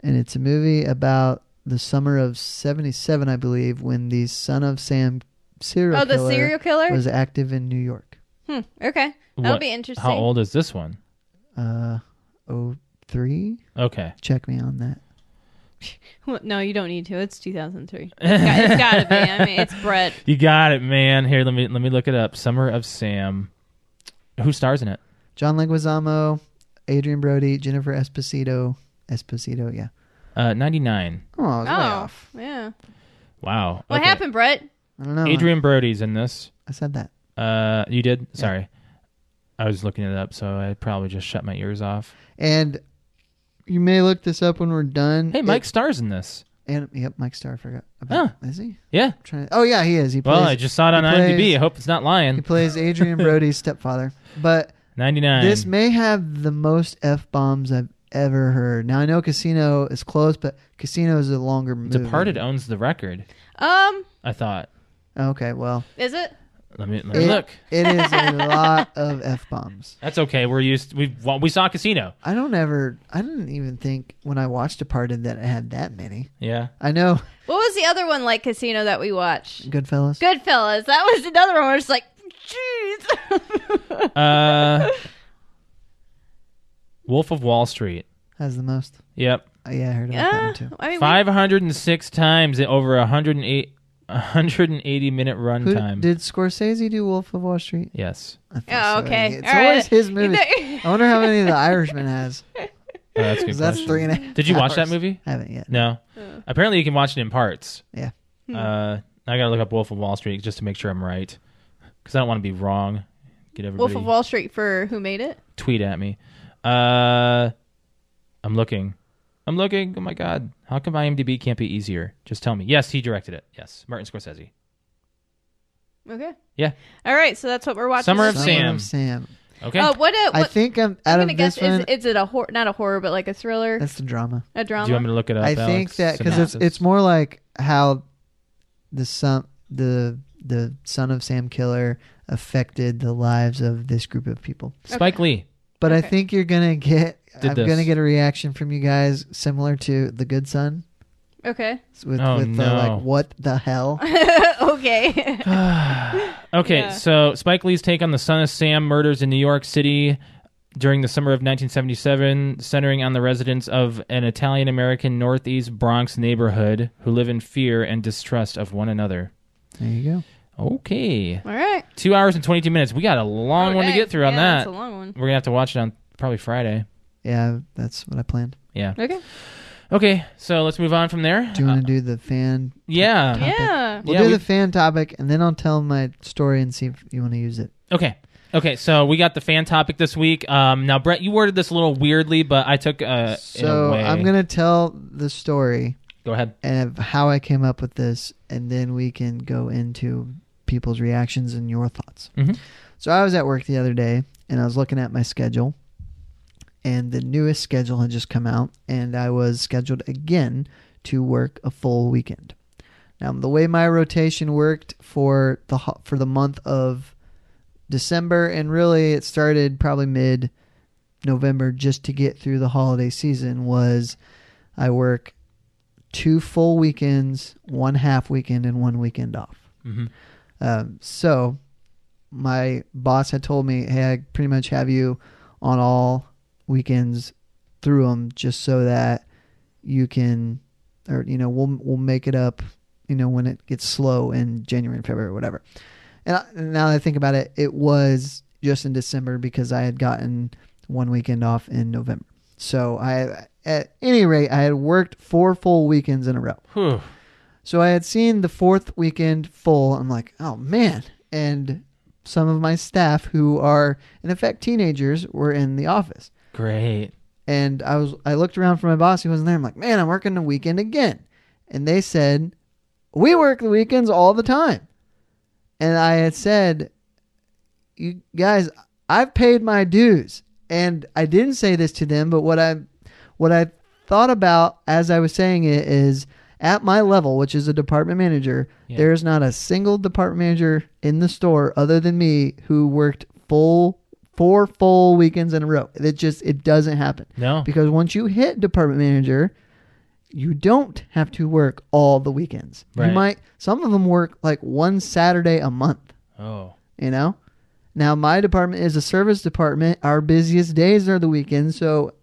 Speaker 1: and it's a movie about the summer of '77, I believe, when the Son of Sam serial
Speaker 3: Oh, the
Speaker 1: killer
Speaker 3: serial killer?
Speaker 1: was active in New York.
Speaker 3: hmm. Okay. That'll
Speaker 2: What-
Speaker 3: be interesting.
Speaker 2: How old is this one?
Speaker 1: Uh, oh three.
Speaker 2: Okay.
Speaker 1: Check me on that.
Speaker 3: Well, No, you don't need to. It's 2003. It's got- it's gotta be. I mean, it's Brett.
Speaker 2: You got it, man. Here, let me let me look it up. Summer of Sam. Who stars in it?
Speaker 1: John Leguizamo, Adrian Brody, Jennifer Esposito. Esposito, yeah.
Speaker 2: Uh, Ninety nine.
Speaker 1: Oh, I was way
Speaker 3: Oh,
Speaker 1: off.
Speaker 3: yeah.
Speaker 2: Wow.
Speaker 3: What
Speaker 2: Okay.
Speaker 3: happened, Brett?
Speaker 1: I don't know.
Speaker 2: Adrian Brody's in this.
Speaker 1: I said that.
Speaker 2: Uh, you did. Sorry, I was looking it up, so I probably just shut my ears off.
Speaker 1: And you may look this up when we're done.
Speaker 2: Hey,
Speaker 1: It-
Speaker 2: Mike stars in this.
Speaker 1: and yep, Mike Starr. I Forgot. About, Is he?
Speaker 2: Yeah.
Speaker 1: I'm trying to, oh yeah, he is. He plays.
Speaker 2: Well, I just saw it on
Speaker 1: he
Speaker 2: IMDb.
Speaker 1: plays-
Speaker 2: I hope it's not
Speaker 1: he
Speaker 2: lying.
Speaker 1: plays Adrian Brody's stepfather. But
Speaker 2: Ninety nine.
Speaker 1: this may have the most f bombs I've ever heard. Now I know Casino is close, but Casino is a longer movie.
Speaker 2: Departed owns the record.
Speaker 3: Um,
Speaker 2: I thought.
Speaker 1: Okay, well,
Speaker 3: is it?
Speaker 2: Let me, let me
Speaker 1: It-
Speaker 2: look.
Speaker 1: it is a lot of f bombs.
Speaker 2: That's okay. We're used. We well, we saw Casino.
Speaker 1: I don't ever. I didn't even think when I watched Departed that it had that many.
Speaker 2: Yeah.
Speaker 1: I know
Speaker 3: What was the other one like Casino that we watched?
Speaker 1: Goodfellas.
Speaker 3: Goodfellas. That was another one where it's like, jeez.
Speaker 2: Uh, Wolf of Wall Street.
Speaker 1: has the most.
Speaker 2: Yep.
Speaker 1: Oh, yeah, I heard about that
Speaker 3: yeah,
Speaker 1: one too.
Speaker 3: Uh, I mean, we- Oh,
Speaker 2: Five hundred and six times in over a hundred and eight, a hundred and eighty minute
Speaker 1: Who
Speaker 2: runtime.
Speaker 1: did Scorsese do Wolf of Wall Street?
Speaker 2: yes.
Speaker 1: I thought
Speaker 3: Oh,
Speaker 1: so.
Speaker 3: okay.
Speaker 1: It's
Speaker 3: All right.
Speaker 1: always his movies.
Speaker 3: You
Speaker 1: I wonder how many the Irishman has.
Speaker 2: Oh, that's a good
Speaker 1: 'cause that's
Speaker 2: question.
Speaker 1: three and a half.
Speaker 2: Did you watch that
Speaker 1: hours.
Speaker 2: movie?
Speaker 1: I haven't yet.
Speaker 2: No.
Speaker 3: know-
Speaker 2: Apparently, you can watch it in parts.
Speaker 1: Yeah.
Speaker 3: Hmm.
Speaker 2: Uh, I gotta look up Wolf of Wall Street just to make sure I'm right, because I don't want to be wrong. Get everybody
Speaker 3: Wolf of Wall Street for who made it?
Speaker 2: tweet at me. Uh, I'm looking. I'm looking. Oh my god! How come IMDb can't be easier? Just tell me. Yes, he directed it. Yes, Martin Scorsese.
Speaker 3: Okay.
Speaker 2: Yeah.
Speaker 3: All right, so that's what we're watching.
Speaker 2: Summer of
Speaker 3: this
Speaker 1: Son
Speaker 3: week.
Speaker 2: Sam.
Speaker 1: Sam.
Speaker 2: Okay.
Speaker 3: Uh, what? A, what
Speaker 1: I think I'm
Speaker 3: I'm
Speaker 1: out
Speaker 3: gonna
Speaker 1: of this
Speaker 3: guess
Speaker 1: one.
Speaker 3: is, is it a horror? Not a horror, but like a thriller,
Speaker 1: that's the drama.
Speaker 3: a drama.
Speaker 2: Do you want me to look it up?
Speaker 1: I think
Speaker 2: Alex?
Speaker 1: that because it's
Speaker 2: Synopsis?
Speaker 1: it's more like how the son the the son of Sam Killer affected the lives of this group of people.
Speaker 2: Spike Lee.
Speaker 1: But I
Speaker 3: Okay.
Speaker 1: think you're gonna get.
Speaker 2: Did
Speaker 1: I'm
Speaker 2: this.
Speaker 1: gonna get a reaction from you guys similar to the Good Son
Speaker 3: okay.
Speaker 1: with,
Speaker 2: Oh,
Speaker 1: with the
Speaker 2: no.
Speaker 1: like what the hell.
Speaker 3: okay.
Speaker 2: Okay,
Speaker 3: Yeah.
Speaker 2: so Spike Lee's take on the Son of Sam murders in New York City during the summer of 1977, centering on the residents of an Italian American Northeast Bronx neighborhood who live in fear and distrust of one another.
Speaker 1: There you go.
Speaker 2: Okay.
Speaker 3: All right.
Speaker 2: Two hours and 22 minutes. We got a long one to
Speaker 3: Okay.
Speaker 2: get through on
Speaker 3: Yeah,
Speaker 2: that.
Speaker 3: That's a long one.
Speaker 2: We're going to have to watch it on probably Friday.
Speaker 1: Yeah, that's what I planned.
Speaker 2: Yeah.
Speaker 3: Okay.
Speaker 2: Okay, so let's move on from there.
Speaker 1: Do you want
Speaker 2: Uh,
Speaker 1: to do the fan?
Speaker 2: yeah.
Speaker 1: topic?
Speaker 3: Yeah.
Speaker 1: We'll
Speaker 2: Yeah,
Speaker 1: do
Speaker 2: we-
Speaker 1: the fan topic, and then I'll tell my story and see if you want to use it.
Speaker 2: Okay. Okay, so we got the fan topic this week. Um, now, Brett, you worded this a little weirdly, but I took uh, in a
Speaker 1: so
Speaker 2: way.
Speaker 1: I'm gonna tell the story
Speaker 2: go ahead.
Speaker 1: of how I came up with this, and then we can go into people's reactions and your thoughts.
Speaker 2: Mhm.
Speaker 1: So I was at work the other day, and I was looking at my schedule, and the newest schedule had just come out, and I was scheduled again to work a full weekend. Now the way my rotation worked for the ho- for the month of December, and really it started probably mid November just to get through the holiday season was I work two full weekends, one half weekend, and one weekend off.
Speaker 2: hmm
Speaker 1: Um, so my boss had told me, hey, I pretty much have you on all weekends through them just so that you can, or, you know, we'll, we'll make it up, you know, when it gets slow in January and February or whatever. And I, now that I think about it, it was just in December because I had gotten one weekend off in November. So I, at any rate, I had worked four full weekends in a row.
Speaker 2: Whew.
Speaker 1: So I had seen the fourth weekend full. I'm like, oh man. And some of my staff who are in effect teenagers were in the office.
Speaker 2: Great.
Speaker 1: And I was I looked around for my boss, he wasn't there. I'm like, man, I'm working the weekend again. And they said, We work the weekends all the time. And I had said, You guys, I've paid my dues. And I didn't say this to them, but what I what I thought about as I was saying it is at my level, which is a department manager,
Speaker 2: Yeah.
Speaker 1: there is not a single department manager in the store other than me who worked full four full weekends in a row. It just it doesn't happen.
Speaker 2: No.
Speaker 1: Because once you hit department manager, you don't have to work all the weekends.
Speaker 2: Right.
Speaker 1: You might some of them work like one Saturday a month,
Speaker 2: oh.
Speaker 1: you know? Now my department is a service department. Our busiest days are the weekends, so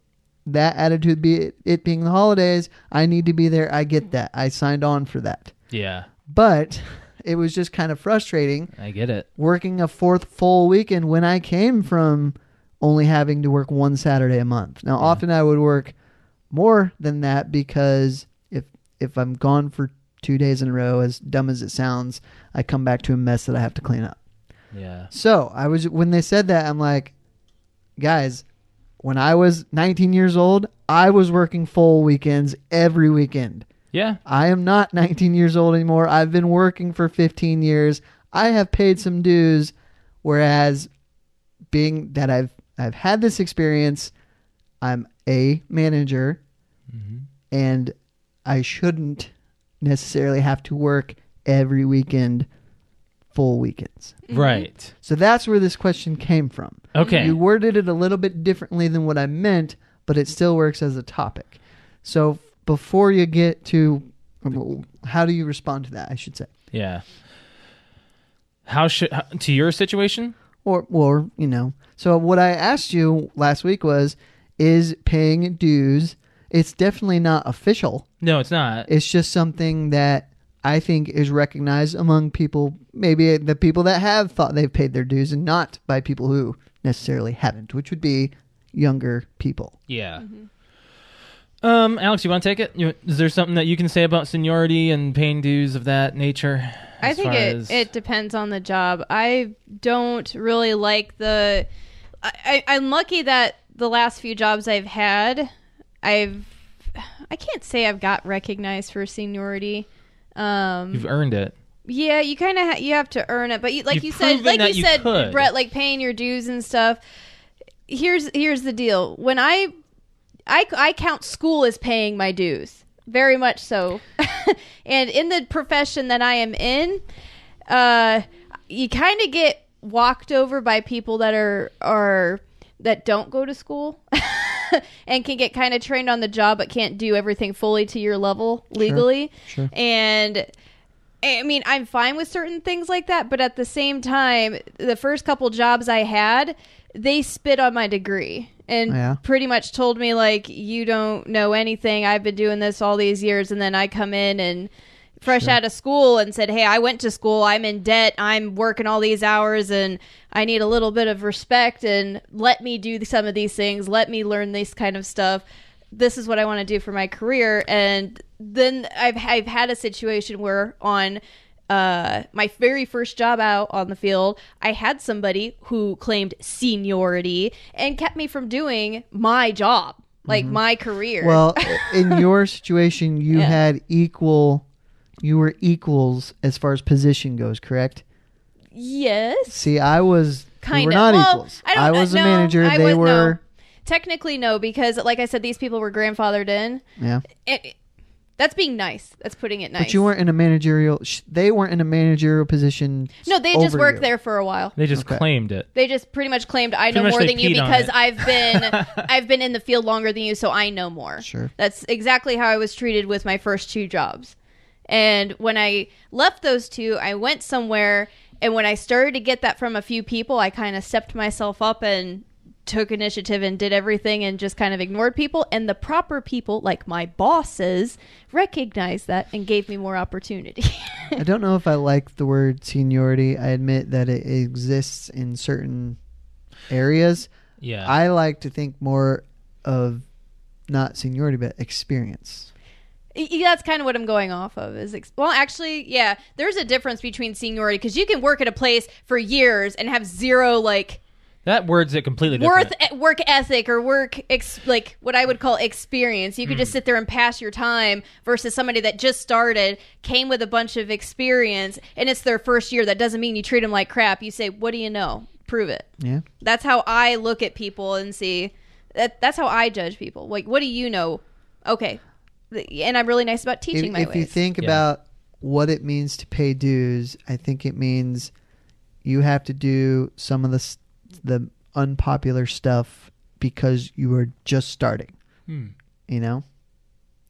Speaker 1: that attitude be it being the holidays, I need to be there. I get that. I signed on for that.
Speaker 2: Yeah.
Speaker 1: But it was just kind of frustrating
Speaker 2: I get it.
Speaker 1: working a fourth full weekend when I came from only having to work one Saturday a month. Now, often I would work more than that because if if I'm gone for two days in a row, as dumb as it sounds, I come back to a mess that I have to clean up.
Speaker 2: Yeah.
Speaker 1: So I was when they said that, I'm like, guys, when I was 19 years old, I was working full weekends every weekend.
Speaker 2: Yeah.
Speaker 1: I am not 19 years old anymore. I've been working for 15 years. I have paid some dues. Whereas, being that I've I've had this experience, I'm a manager
Speaker 4: Mm-hmm.
Speaker 1: and I shouldn't necessarily have to work every weekend, full weekends.
Speaker 2: Right.
Speaker 1: So that's where this question came from.
Speaker 2: Okay.
Speaker 1: You worded it a little bit differently than what I meant, but it still works as a topic. So before you get to um, how do you respond to that, I should say,
Speaker 2: yeah. How should how, to your situation?
Speaker 1: or or you know. So what I asked you last week was, is paying dues? It's definitely not official.
Speaker 2: No, it's not.
Speaker 1: It's just something that I think is recognized among people, maybe the people that have thought they've paid their dues, and not by people who necessarily haven't, which would be younger people.
Speaker 2: Yeah.
Speaker 3: Mm-hmm.
Speaker 2: Um, Alex, you want to take it? You, is there something that you can say about seniority and paying dues of that nature?
Speaker 3: I
Speaker 2: as
Speaker 3: think
Speaker 2: far
Speaker 3: it,
Speaker 2: as-
Speaker 3: it depends on the job. I don't really like the. I, I, I'm lucky that the last few jobs I've had, I've. I can't say I've got recognized for seniority. Um,
Speaker 2: you've earned it.
Speaker 3: yeah, you kind of ha- you have to earn it, but you, like
Speaker 2: You've
Speaker 3: you said,
Speaker 2: proven
Speaker 3: like
Speaker 2: that
Speaker 3: you
Speaker 2: you
Speaker 3: said,
Speaker 2: could.
Speaker 3: Brett, like paying your dues and stuff. Here's here's the deal. When I, I I count school as paying my dues, very much so. and in the profession that I am in, uh, you kind of get walked over by people that are are that don't go to school and can get kind of trained on the job but can't do everything fully to your level legally.
Speaker 1: sure.
Speaker 3: And I mean, I'm fine with certain things like that, but at the same time, the first couple jobs I had, they spit on my degree and
Speaker 1: Yeah.
Speaker 3: pretty much told me like you don't know anything. I've been doing this all these years and then I come in and fresh out of school and said, "Hey, I went to school. I'm in debt. I'm working all these hours and I need a little bit of respect and let me do some of these things. Let me learn this kind of stuff. This is what I want to do for my career." And then I've I've had a situation where on uh, my very first job out on the field, I had somebody who claimed seniority and kept me from doing my job, like my career.
Speaker 1: Mm-hmm. Well, in your situation, you
Speaker 3: Yeah.
Speaker 1: had equal, you were equals as far as position goes, correct?
Speaker 3: yes.
Speaker 1: See, I was, we
Speaker 3: kind
Speaker 1: were
Speaker 3: of
Speaker 1: not
Speaker 3: well,
Speaker 1: equals.
Speaker 3: I, don't know-
Speaker 1: was a
Speaker 3: no,
Speaker 1: manager.
Speaker 3: I
Speaker 1: they
Speaker 3: was-
Speaker 1: were,
Speaker 3: no. technically no because like I said, these people were grandfathered in.
Speaker 1: yeah.
Speaker 3: It- it- that's being nice. That's putting it nice.
Speaker 1: But you weren't in a managerial. Sh- they weren't in a managerial position.
Speaker 3: No, they just
Speaker 1: over
Speaker 3: worked
Speaker 1: you.
Speaker 3: there for a while.
Speaker 2: They just
Speaker 1: Okay.
Speaker 2: claimed it.
Speaker 3: They just pretty much claimed I
Speaker 2: Pretty
Speaker 3: know
Speaker 2: much
Speaker 3: more
Speaker 2: they
Speaker 3: than you
Speaker 2: peed on
Speaker 3: because
Speaker 2: it.
Speaker 3: I've been I've been in the field longer than you, so I know more.
Speaker 1: Sure.
Speaker 3: That's exactly how I was treated with my first two jobs. And when I left those two, I went somewhere and when I started to get that from a few people, I kind of stepped myself up and took initiative and did everything and just kind of ignored people and the proper people like my bosses recognized that and gave me more opportunity.
Speaker 1: I don't know if I like the word seniority. I admit that it exists in certain areas.
Speaker 2: Yeah.
Speaker 1: I like to think more of not seniority, but experience.
Speaker 3: Y- y- That's kind of what I'm going off of. Is ex- well, actually, yeah. There's a difference between seniority because you can work at a place for years and have zero like
Speaker 2: that word's it completely different.
Speaker 3: worth e- work ethic or work ex- like what I would call experience. You could
Speaker 1: Mm.
Speaker 3: just sit there and pass your time versus somebody that just started, came with a bunch of experience, and it's their first year. That doesn't mean you treat them like crap. You say, "What do you know? Prove it."
Speaker 1: Yeah.
Speaker 3: That's how I look at people and see. That, that's how I judge people. Like, what do you know? Okay. The- And I'm really nice about
Speaker 1: If,
Speaker 3: teaching my
Speaker 1: if
Speaker 3: ways.
Speaker 1: you think
Speaker 2: Yeah.
Speaker 1: about what it means to pay dues, I think it means you have to do some of the s- the unpopular stuff because you are just starting.
Speaker 2: Hmm.
Speaker 1: You know.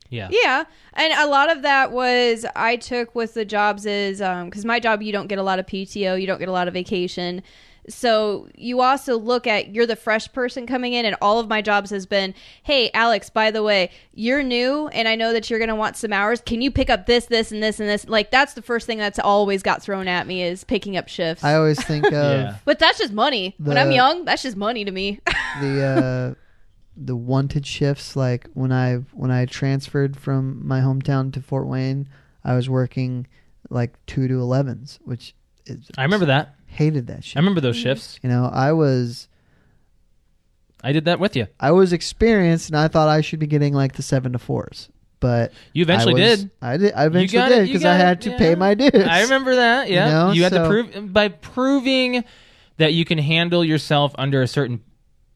Speaker 2: Yeah.
Speaker 3: yeah, and a lot of that was I took with the jobs is because my job you don't get a lot of PTO, you don't get a lot of vacation, so you also look at you're the fresh person coming in, and all of my jobs has been, hey Alex, by the way, you're new, and I know that you're gonna want some hours. Can you pick up this, this, and this, and this? Like that's the first thing that's always got thrown at me is picking up shifts.
Speaker 1: I always think of
Speaker 2: Yeah.
Speaker 3: But that's just money. when I'm
Speaker 1: The-
Speaker 3: young, that's just money to me.
Speaker 1: the uh, the wanted shifts. Like when I when I transferred from my hometown to Fort Wayne, I was working like two to elevens, which is,
Speaker 2: I remember that.
Speaker 1: hated that shit.
Speaker 2: I remember
Speaker 3: Mm-hmm.
Speaker 2: those shifts.
Speaker 1: you know, I was
Speaker 2: I did that with you.
Speaker 1: I was experienced, and I thought I should be getting like the seven to fours, but
Speaker 2: You eventually
Speaker 1: I was-
Speaker 2: did.
Speaker 1: I did. I eventually
Speaker 2: got it, you
Speaker 1: did because
Speaker 2: got
Speaker 1: I
Speaker 2: it,
Speaker 1: had to
Speaker 2: yeah.
Speaker 1: pay my dues.
Speaker 2: I remember that. Yeah. You,
Speaker 1: You know,
Speaker 2: had to
Speaker 1: so-
Speaker 2: prove by proving that you can handle yourself under a certain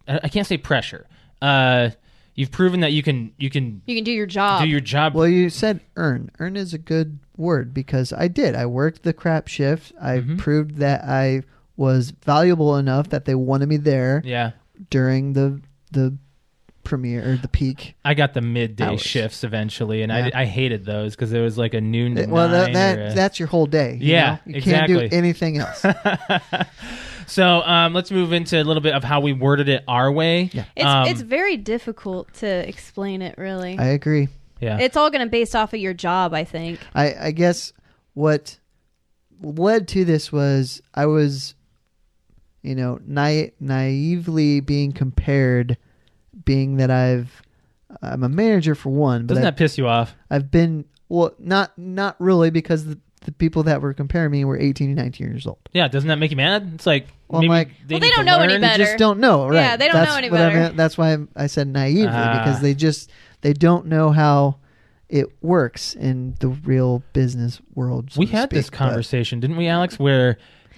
Speaker 2: I I can't say pressure. Uh You've proven that you can you can
Speaker 3: You can do your job.
Speaker 2: do your job.
Speaker 1: Well, you said earn. Earn is a good word because I did. I worked the crap shift. I
Speaker 2: Mhm.
Speaker 1: proved that I was valuable enough that they wanted me there
Speaker 2: yeah,
Speaker 1: during the the premiere or the peak.
Speaker 2: I got the midday
Speaker 1: Hours.
Speaker 2: shifts eventually, and
Speaker 1: Yeah.
Speaker 2: I, I hated those because there was like a noon. To
Speaker 1: It- well, that,
Speaker 2: nine or a-
Speaker 1: that that's your whole day. you
Speaker 2: Yeah,
Speaker 1: know? you can't
Speaker 2: exactly.
Speaker 1: do anything else.
Speaker 2: so um, let's move into a little bit of how we worded it our way.
Speaker 1: Yeah.
Speaker 3: it's
Speaker 2: Um,
Speaker 3: it's very difficult to explain it. Really,
Speaker 1: I agree.
Speaker 2: yeah.
Speaker 3: it's all going to based off of your job. I think.
Speaker 1: I, I guess what led to this was I was, you know, na- naively being compared, being that I've I'm a manager for one, but
Speaker 2: Doesn't
Speaker 1: I,
Speaker 2: that piss you off?
Speaker 1: I've been well, not not really because the, the people that were comparing me were 18 and 19 years old.
Speaker 2: Yeah, doesn't that make you mad? It's like
Speaker 1: Well,
Speaker 2: maybe
Speaker 1: my-
Speaker 3: Well, they
Speaker 2: need to
Speaker 3: don't know any
Speaker 2: learn.
Speaker 1: They
Speaker 3: better.
Speaker 1: just don't know, right?
Speaker 3: Yeah, they don't
Speaker 1: that's
Speaker 3: know any
Speaker 1: what I
Speaker 3: better.
Speaker 1: meant- that's why I'm- I said naively
Speaker 2: Ah.
Speaker 1: because they just they don't know how it works in the real business world. so
Speaker 2: We
Speaker 1: to
Speaker 2: had this
Speaker 1: speak, but-
Speaker 2: conversation, didn't we, Alex? Where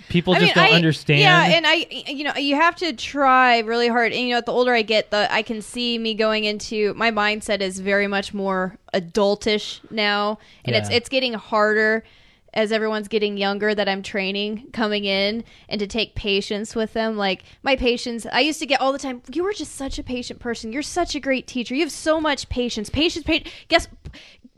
Speaker 2: people just don't understand.
Speaker 3: Yeah, and I, you know, you have to try really hard. And you know, the older I get, the I can see me going into my mindset is very much more adultish now, and it's
Speaker 2: Yeah.
Speaker 3: it's getting harder as everyone's getting younger that I'm training coming in and to take patience with them. Like my patience, I used to get all the time. You were just such a patient person. You're such a great teacher. You have so much patience. Patience, patience. Guess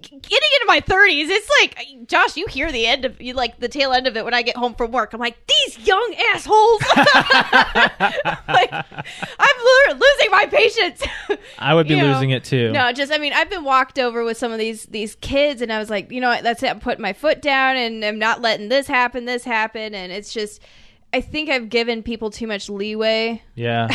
Speaker 3: getting into my 30s it's like josh you hear the end of you like the tail end of it when i get home from work i'm like these young assholes like i'm lo- losing my patience
Speaker 2: I would be
Speaker 3: You know,
Speaker 2: losing it too.
Speaker 3: no just i mean i've been walked over with some of these these kids and i was like you know what that's it i'm putting my foot down and i'm not letting this happen this happen and it's just i think i've given people too much leeway
Speaker 2: Yeah,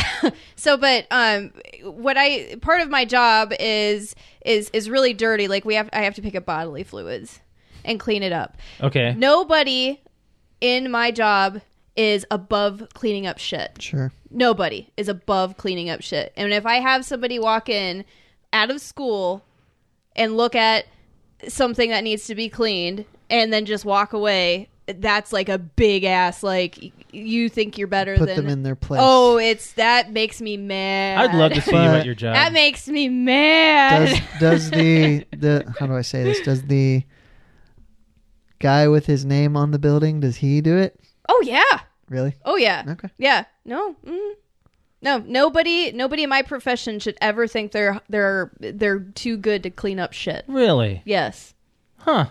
Speaker 3: so but um what i part of my job is is is really dirty like we have i have to pick up bodily fluids and clean it up
Speaker 2: okay.
Speaker 3: nobody in my job is above cleaning up shit
Speaker 1: Sure.
Speaker 3: nobody is above cleaning up shit and if i have somebody walk in out of school and look at something that needs to be cleaned and then just walk away that's like a big ass like y- you think you're better
Speaker 1: Put
Speaker 3: than
Speaker 1: them in their place.
Speaker 3: Oh, it's that makes me mad.
Speaker 2: I'd love to see you
Speaker 1: But-
Speaker 2: at your job.
Speaker 3: that makes me mad.
Speaker 1: does does the the how do I say this? Does the guy with his name on the building does he do it?
Speaker 3: oh yeah.
Speaker 1: Really?
Speaker 3: Oh yeah.
Speaker 1: Okay.
Speaker 3: Yeah. No. Mm. No. Nobody. Nobody in my profession should ever think they're they're they're too good to clean up shit.
Speaker 2: really?
Speaker 3: Yes.
Speaker 2: Huh.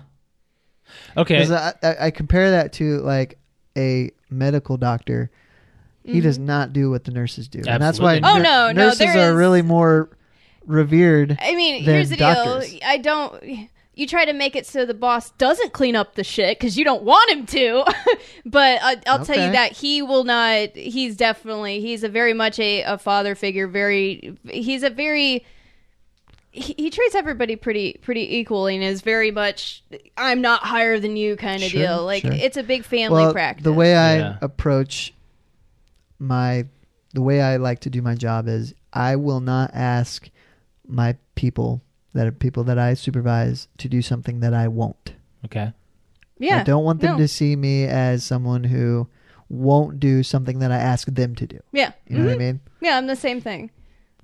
Speaker 2: Okay.
Speaker 1: Because I, I, I compare that to like a medical doctor. He does not do what the nurses do, and that's why
Speaker 2: Absolutely.
Speaker 3: Mm-hmm. Oh, no, no,
Speaker 1: nurses
Speaker 3: there
Speaker 1: are
Speaker 3: is-
Speaker 1: really more revered.
Speaker 3: I mean,
Speaker 1: They're
Speaker 3: here's the
Speaker 1: doctors.
Speaker 3: deal. I don't. You try to make it so the boss doesn't clean up the shit because you don't want him to. but I, I'll tell
Speaker 1: Okay.
Speaker 3: you that he will not. He's definitely. He's a very much a, a father figure. Very. He's a very. He, he treats everybody pretty pretty equally and is very much I'm not higher than you kind of
Speaker 1: Sure,
Speaker 3: deal. Like
Speaker 1: sure.
Speaker 3: it's a big family
Speaker 1: Well,
Speaker 3: practice.
Speaker 1: the way I
Speaker 2: Yeah.
Speaker 1: approach my the way I like to do my job is I will not ask my people that are people that I supervise to do something that I won't.
Speaker 2: okay.
Speaker 3: yeah,
Speaker 1: I don't want them
Speaker 3: no.
Speaker 1: to see me as someone who won't do something that I ask them to do.
Speaker 3: yeah,
Speaker 1: You know
Speaker 3: Mhm.
Speaker 1: what I mean?
Speaker 3: yeah. I'm the same thing.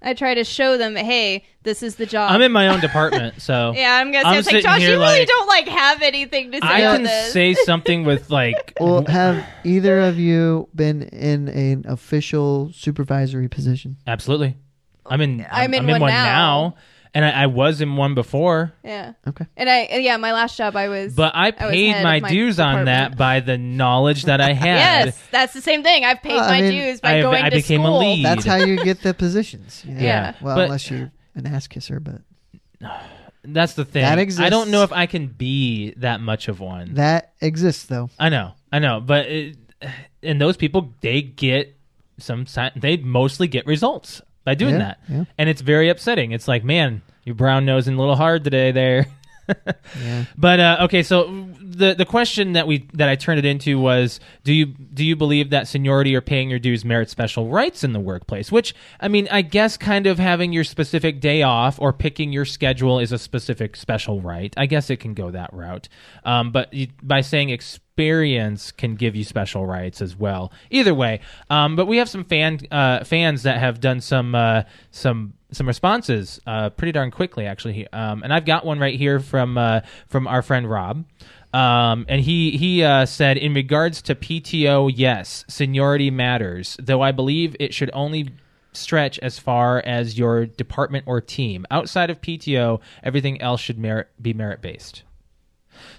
Speaker 3: I try to show them, hey, this is the job.
Speaker 2: I'm in my own department, so
Speaker 3: Yeah, I'm gonna
Speaker 2: I'm
Speaker 3: say it's like
Speaker 2: sitting
Speaker 3: Josh,
Speaker 2: here
Speaker 3: you really
Speaker 2: like-
Speaker 3: don't like have anything to say
Speaker 2: I
Speaker 3: on
Speaker 2: can
Speaker 3: this.
Speaker 2: say something with like.
Speaker 1: Well, have either of you been in an official supervisory position?
Speaker 2: absolutely. I'm in.
Speaker 3: I'm in one now.
Speaker 2: now, and I, I was in one before.
Speaker 3: yeah,
Speaker 1: Okay.
Speaker 3: and I and yeah, my last job I was.
Speaker 2: But I
Speaker 3: I was
Speaker 2: paid
Speaker 3: head
Speaker 2: my
Speaker 3: of my
Speaker 2: dues on that
Speaker 3: department.
Speaker 2: by the knowledge that I had.
Speaker 3: yes, that's the same thing. I've paid
Speaker 1: Well,
Speaker 3: my
Speaker 1: I mean,
Speaker 3: dues by
Speaker 2: I-
Speaker 3: going
Speaker 2: I
Speaker 3: to
Speaker 2: became a
Speaker 3: school.
Speaker 2: lead.
Speaker 1: That's how you get the positions. you know?
Speaker 3: Yeah.
Speaker 1: Well,
Speaker 2: But-
Speaker 1: unless you're an ass kisser, but
Speaker 2: That's the thing.
Speaker 1: That
Speaker 2: I don't know if
Speaker 1: exists.
Speaker 2: I can be that much of one.
Speaker 1: that exists though.
Speaker 2: I know, I know, but it, and those people they get some si- they mostly get results by doing
Speaker 1: Yeah,
Speaker 2: that,
Speaker 1: yeah.
Speaker 2: and it's very upsetting. It's like, man, you brown nosing a little hard today there.
Speaker 1: Yeah.
Speaker 2: But uh, okay, so the the question that we that I turned it into was do you do you believe that seniority or paying your dues merits special rights in the workplace? Which I mean, I guess kind of having your specific day off or picking your schedule is a specific special right. I guess it can go that route. Um, but you, by saying experience can give you special rights as well. Either way, um, but we have some fan uh, fans that have done some uh, some some responses uh, pretty darn quickly, actually. Um, and I've got one right here from uh, from our friend Rob. Um, and he he uh, said, in regards to PTO, yes, seniority matters, though I believe it should only stretch as far as your department or team. Outside of PTO, everything else should merit be merit based.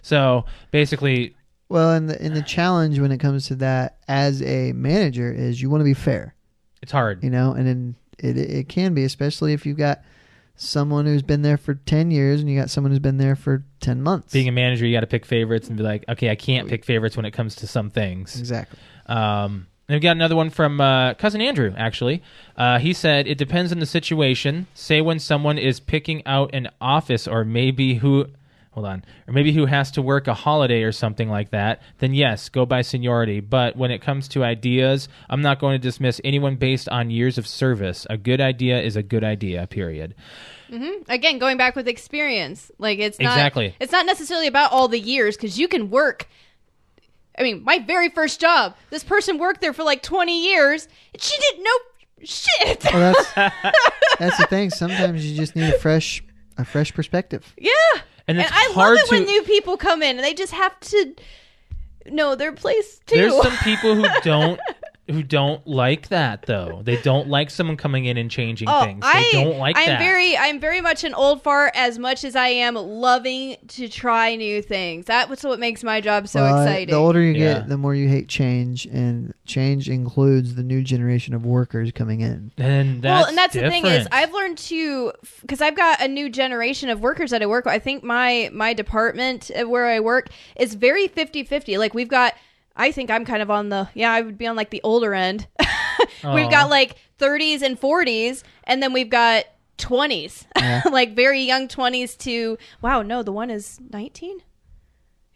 Speaker 2: So basically,
Speaker 1: Well, and the, and the challenge when it comes to that as a manager is you want to be fair,
Speaker 2: it's hard.
Speaker 1: you know, and then it, it it can be, especially if you've got someone who's been there for 10 years and you got someone who's been there for 10 months.
Speaker 2: Being a manager, you got to pick favorites and be like, okay, I can't pick favorites when it comes to some things.
Speaker 1: exactly.
Speaker 2: Um, and we've got another one from uh, cousin Andrew. Actually, uh, he said it depends on the situation. Say when someone is picking out an office, or maybe who, hold on, or maybe who has to work a holiday or something like that. Then yes, go by seniority. But when it comes to ideas, I'm not going to dismiss anyone based on years of service. A good idea is a good idea. Period.
Speaker 3: Again, going back with experience, like it's not
Speaker 2: Exactly.
Speaker 3: It's not necessarily about all the years because you can work. I mean, my very first job, this person worked there for like 20 years, and she didn't know shit.
Speaker 1: Well, that's that's the thing. Sometimes you just need a fresh a fresh perspective.
Speaker 3: yeah,
Speaker 2: And
Speaker 3: and
Speaker 2: it's
Speaker 3: I love
Speaker 2: hard
Speaker 3: it when
Speaker 2: to-
Speaker 3: new people come in and they just have to know their place too.
Speaker 2: There's some people who don't who don't like that though. They don't like someone coming in and changing things. They don't like
Speaker 3: Oh, I'm
Speaker 2: that.
Speaker 3: very, I'm very much an old fart as much as I am loving to try new things. That's what makes my job so
Speaker 1: Well,
Speaker 3: exciting.
Speaker 1: Uh, The older you
Speaker 2: Yeah.
Speaker 1: get, the more you hate change, and change includes the new generation of workers coming in.
Speaker 2: And that's
Speaker 3: well, and that's the thing is,
Speaker 2: different.
Speaker 3: I've learned to because I've got a new generation of workers that I work with. I think my my department uh, where I work is very 50-50. Like we've got, I think I'm kind of on the yeah, I would be on like the older end.
Speaker 2: Aw.
Speaker 3: we've got like 30s and 40s, and then we've got 20s, like very young 20s to wow, no, the one is 19.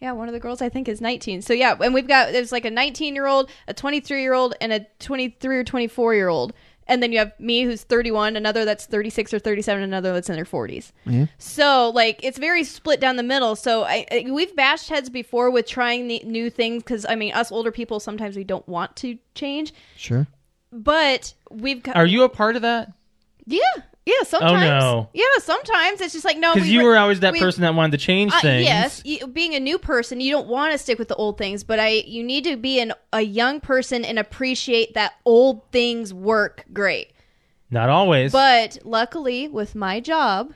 Speaker 3: Yeah, one of the girls I think is 19. So yeah, and we've got there's like a 19 year old, a 23 year old, and a 23 or 24 year old, and then you have me who's 31, another that's 36 or 37, another that's in their 40s.
Speaker 1: Yeah.
Speaker 3: So like it's very split down the middle. So I, I we've bashed heads before with trying the new things because I mean us older people sometimes we don't want to change,
Speaker 1: Sure.
Speaker 3: but we've got
Speaker 2: Are you a part of that?
Speaker 3: yeah yeah sometimes
Speaker 2: no.
Speaker 3: yeah sometimes it's just like no
Speaker 2: Because
Speaker 3: we
Speaker 2: you
Speaker 3: re-
Speaker 2: were always that
Speaker 3: we-
Speaker 2: person that wanted to change
Speaker 3: Uh,
Speaker 2: things.
Speaker 3: yes, you, being a new person, you don't want to stick with the old things, but I you need to be an, a young person and appreciate that old things work great.
Speaker 2: Not always.
Speaker 3: But luckily, with my job,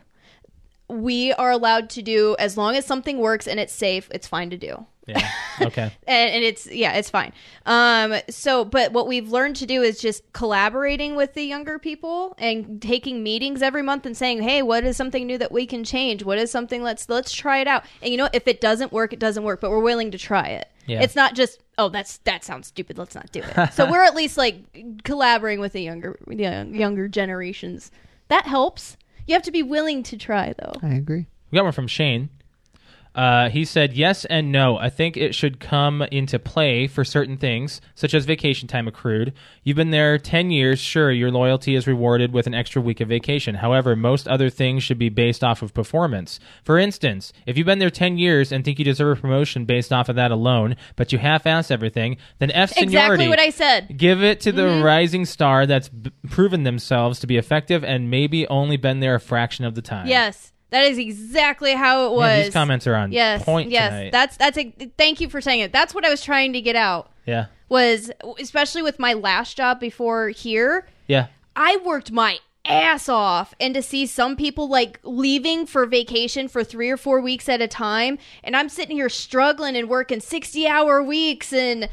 Speaker 3: we are allowed to do as long as something works and it's safe, it's fine to do
Speaker 2: yeah. Okay.
Speaker 3: and, and it's yeah it's fine um so but what we've learned to do is just collaborating with the younger people and taking meetings every month and saying hey what is something new that we can change what is something let's let's try it out and you know what? if it doesn't work it doesn't work but we're willing to try it
Speaker 2: Yeah.
Speaker 3: it's not just oh that's that sounds stupid let's not do it so we're at least like collaborating with the younger the younger generations that helps you have to be willing to try though
Speaker 1: I agree.
Speaker 2: We got one from Shane. Uh, he said yes and no. I think it should come into play for certain things, such as vacation time accrued. You've been there 10 years, sure, your loyalty is rewarded with an extra week of vacation. However, most other things should be based off of performance. For instance, if you've been there 10 years and think you deserve a promotion based off of that alone, but you half ass everything, then F seniority.
Speaker 3: exactly what i said
Speaker 2: Give it to the
Speaker 3: Mm-hmm.
Speaker 2: rising star that's b- proven themselves to be effective and maybe only been there a fraction of the time.
Speaker 3: yes that is exactly how it was
Speaker 2: Man, these comments are on
Speaker 3: yes,
Speaker 2: point
Speaker 3: yes.
Speaker 2: tonight.
Speaker 3: That's that's a thank you for saying it. That's what I was trying to get out.
Speaker 2: yeah,
Speaker 3: Was especially with my last job before here,
Speaker 2: yeah.
Speaker 3: I worked my ass off and to see some people like leaving for vacation for 3 or 4 weeks at a time and I'm sitting here struggling and working 60 hour weeks and uh,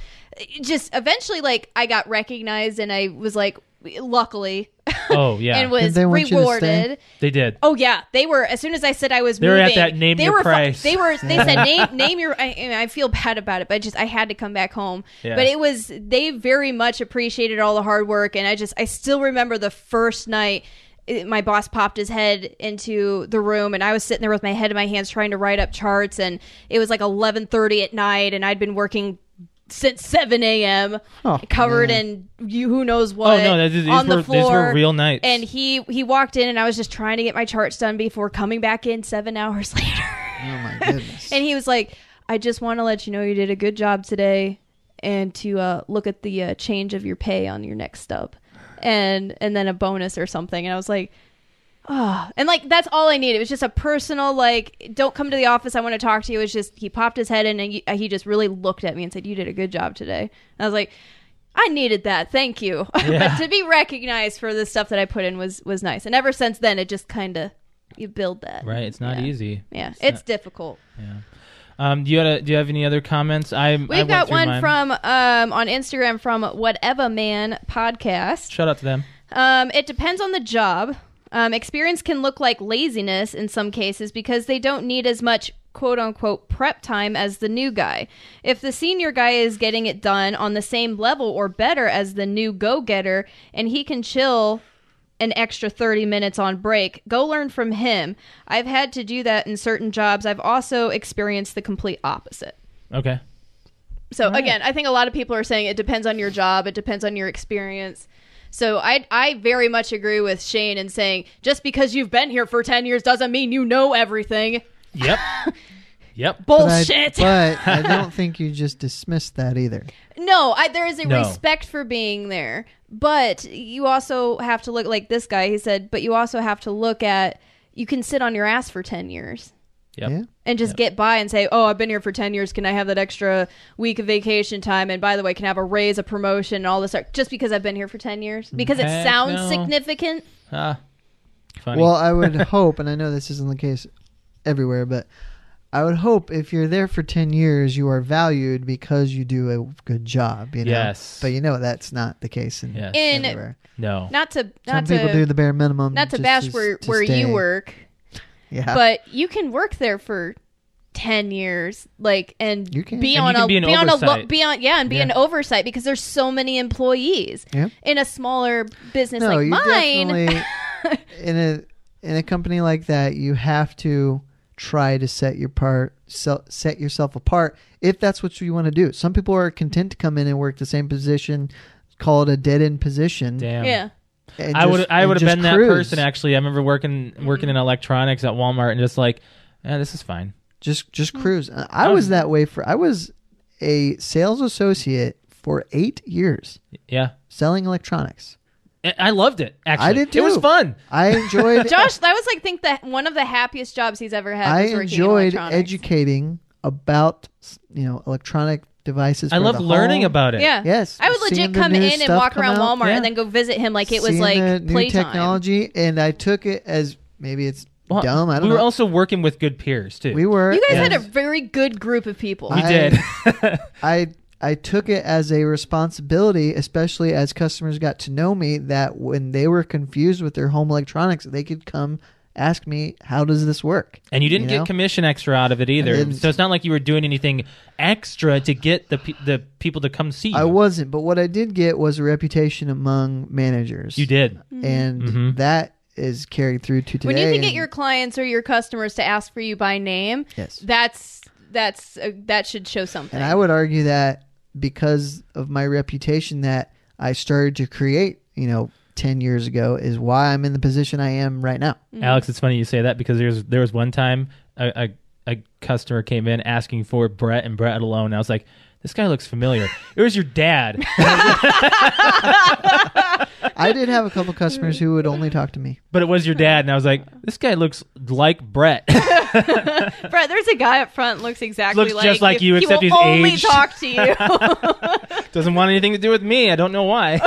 Speaker 3: just eventually like I got recognized and I was like luckily
Speaker 2: Oh yeah,
Speaker 3: and was
Speaker 1: they want you to stay?
Speaker 3: rewarded.
Speaker 2: they did.
Speaker 3: Oh yeah, they were. As soon as I said I was,
Speaker 2: They were at
Speaker 3: moving,
Speaker 2: that name
Speaker 3: they
Speaker 2: your
Speaker 3: were fu-
Speaker 2: price.
Speaker 3: They were. They said name name your. I, and I feel bad about it, but I just I had to come back home.
Speaker 2: Yeah.
Speaker 3: But it was they very much appreciated all the hard work, and I just I still remember the first night. It, my boss popped his head into the room, and I was sitting there with my head in my hands trying to write up charts, and it was like eleven thirty at night, and I'd been working. Since 7 a.m.,
Speaker 1: Oh,
Speaker 3: covered
Speaker 1: man.
Speaker 3: in you who knows what
Speaker 2: Oh, no, these- these
Speaker 3: on
Speaker 2: were-
Speaker 3: the
Speaker 2: these were
Speaker 3: floor.
Speaker 2: real nights.
Speaker 3: And he he walked in, and I was just trying to get my charts done before coming back in seven hours later.
Speaker 1: Oh my goodness.
Speaker 3: and he was like, "I just want to let you know you did a good job today, and to uh, look at the uh, change of your pay on your next stub, and and then a bonus or something." And I was like, Oh, and like that's all I needed. It was just a personal like, don't come to the office. I want to talk to you. It was just he popped his head in and he, uh, he just really looked at me and said, "You did a good job today." And I was like, "I needed that. Thank you."
Speaker 2: Yeah.
Speaker 3: but to be recognized for the stuff that I put in was was nice. And ever since then, it just kind of you build that.
Speaker 2: Right, it's not
Speaker 3: Yeah.
Speaker 2: easy.
Speaker 3: Yeah, it's,
Speaker 2: not-
Speaker 3: difficult.
Speaker 2: Um, do you had a, do you have any other comments? I I
Speaker 3: We've
Speaker 2: went
Speaker 3: got
Speaker 2: through
Speaker 3: one
Speaker 2: mine.
Speaker 3: from um, on Instagram from Whatever Man podcast.
Speaker 2: Shout out to them.
Speaker 3: Um, it depends on the job. Um, experience can look like laziness in some cases because they don't need as much quote unquote prep time as the new guy. If the senior guy is getting it done on the same level or better as the new go getter and he can chill an extra 30 minutes on break, go learn from him. I've had to do that in certain jobs. I've also experienced the complete opposite.
Speaker 2: Okay.
Speaker 3: So
Speaker 2: Right.
Speaker 3: again, I think a lot of people are saying it depends on your job, it depends on your experience. So I I very much agree with Shane in saying just because you've been here for 10 years doesn't mean you know everything.
Speaker 2: Yep. yep.
Speaker 1: But I-
Speaker 3: Bullshit.
Speaker 1: But I, don't think you just dismiss that either.
Speaker 3: no, I, there is a
Speaker 2: No.
Speaker 3: respect for being there, but you also have to look like this guy he said, but you also have to look at you can sit on your ass for 10 years.
Speaker 2: Yep.
Speaker 1: Yeah.
Speaker 3: and just get by and say, "Oh, I've been here for ten years. Can I have that extra week of vacation time? And by the way, can I have a raise, a promotion, and all this stuff just because I've been here for ten years? Because it
Speaker 2: Heck
Speaker 3: sounds
Speaker 2: no.
Speaker 3: significant.
Speaker 2: Ah, funny.
Speaker 1: Well, I would hope, and I know this isn't the case everywhere, but I would hope if you're there for 10 years, you are valued because you do a good job, you know?
Speaker 2: Yes.
Speaker 1: But you know, that's not the case in
Speaker 2: Yes.
Speaker 3: In-
Speaker 1: everywhere.
Speaker 2: no.
Speaker 3: Not to
Speaker 1: Some
Speaker 3: not
Speaker 1: people
Speaker 3: to
Speaker 1: do the bare minimum.
Speaker 3: not to
Speaker 1: just
Speaker 3: bash where
Speaker 1: to
Speaker 3: where
Speaker 1: stay. Uh,
Speaker 3: you work,
Speaker 1: Yeah.
Speaker 3: but you can work there for ten years, like and
Speaker 1: You can.
Speaker 3: be
Speaker 2: And
Speaker 3: on
Speaker 2: you can
Speaker 3: a
Speaker 2: be an
Speaker 3: on a lo-
Speaker 2: oversight.
Speaker 3: be on yeah and be
Speaker 2: Yeah.
Speaker 3: an oversight because there's so many employees
Speaker 1: Yeah.
Speaker 3: in a smaller business
Speaker 1: no,
Speaker 3: like
Speaker 1: you
Speaker 3: mine.
Speaker 1: definitely in a in a company like that, you have to try to set your part se- set yourself apart if that's what you want to do. Some people are content to come in and work the same position, call it a dead end position.
Speaker 2: Damn.
Speaker 3: Yeah.
Speaker 1: and
Speaker 2: I would
Speaker 1: just-
Speaker 2: I
Speaker 1: and
Speaker 2: would have
Speaker 1: just
Speaker 2: been that
Speaker 1: cruise.
Speaker 2: person actually. I remember working working in electronics at Walmart and just like, eh, this is fine.
Speaker 1: Just just
Speaker 3: Hmm.
Speaker 1: cruise. I I was that way for I was a sales associate for eight years
Speaker 2: Yeah.
Speaker 1: selling electronics.
Speaker 2: I- I loved it. Actually,
Speaker 1: I did
Speaker 2: It was
Speaker 1: too.
Speaker 2: fun.
Speaker 1: I enjoyed
Speaker 3: Josh, that was like think that one of the happiest jobs he's ever had.
Speaker 1: I
Speaker 3: was working in
Speaker 1: enjoyed
Speaker 3: electronics.
Speaker 1: educating about you know electronic devices.
Speaker 2: I
Speaker 1: for
Speaker 2: love
Speaker 1: the
Speaker 2: learning
Speaker 1: home.
Speaker 2: about it.
Speaker 3: Yeah.
Speaker 1: Yes,
Speaker 3: I would
Speaker 1: seeing
Speaker 3: legit
Speaker 1: the
Speaker 3: come
Speaker 1: new
Speaker 3: in and
Speaker 1: stuff
Speaker 3: walk
Speaker 1: come
Speaker 3: around
Speaker 1: out.
Speaker 3: Walmart
Speaker 2: Yeah.
Speaker 3: and then go visit him like it was
Speaker 1: Seeing the
Speaker 3: like
Speaker 1: new
Speaker 3: playtime.
Speaker 1: technology, and I took it as maybe it's
Speaker 2: Well,
Speaker 1: dumb. I don't
Speaker 2: we were
Speaker 1: know.
Speaker 2: also working with good peers too.
Speaker 1: we were.
Speaker 3: You guys
Speaker 1: and
Speaker 3: had a very good group of people.
Speaker 2: We
Speaker 1: I-
Speaker 2: did.
Speaker 1: I I took it as a responsibility, especially as customers got to know me. That when they were confused with their home electronics, they could come ask me, "How does this work?"
Speaker 2: And you didn't
Speaker 1: You
Speaker 2: get
Speaker 1: know?
Speaker 2: commission extra out of it either.
Speaker 1: didn't.
Speaker 2: So it's not like you were doing anything extra to get the pe- the people to come see you.
Speaker 1: I wasn't, but what I did get was a reputation among managers.
Speaker 2: you did.
Speaker 1: and
Speaker 2: Mhm.
Speaker 1: that is carried through to today.
Speaker 3: Hmm. when you can get
Speaker 1: and-
Speaker 3: your clients or your customers to ask for you by name,
Speaker 1: yes,
Speaker 3: that's that's uh, that should show something.
Speaker 1: And I would argue that because of my reputation that I started to create, you know, 10 years ago is why I'm in the position I am right now.
Speaker 2: Alex, it's funny you say that because there's there was one time a, a, a customer came in asking for Brett and Brett alone. I was like, this guy looks familiar. it was your dad.
Speaker 1: I did have a couple customers who would only talk to me.
Speaker 2: but it was your dad, and I was like, "This guy looks like Brett."
Speaker 3: Brett, there's a guy up front looks exactly
Speaker 2: Looks
Speaker 3: like
Speaker 2: just like you,
Speaker 3: He
Speaker 2: except
Speaker 3: will
Speaker 2: he's
Speaker 3: only
Speaker 2: aged.
Speaker 3: talk to you.
Speaker 2: Doesn't want anything to do with me. I don't know why.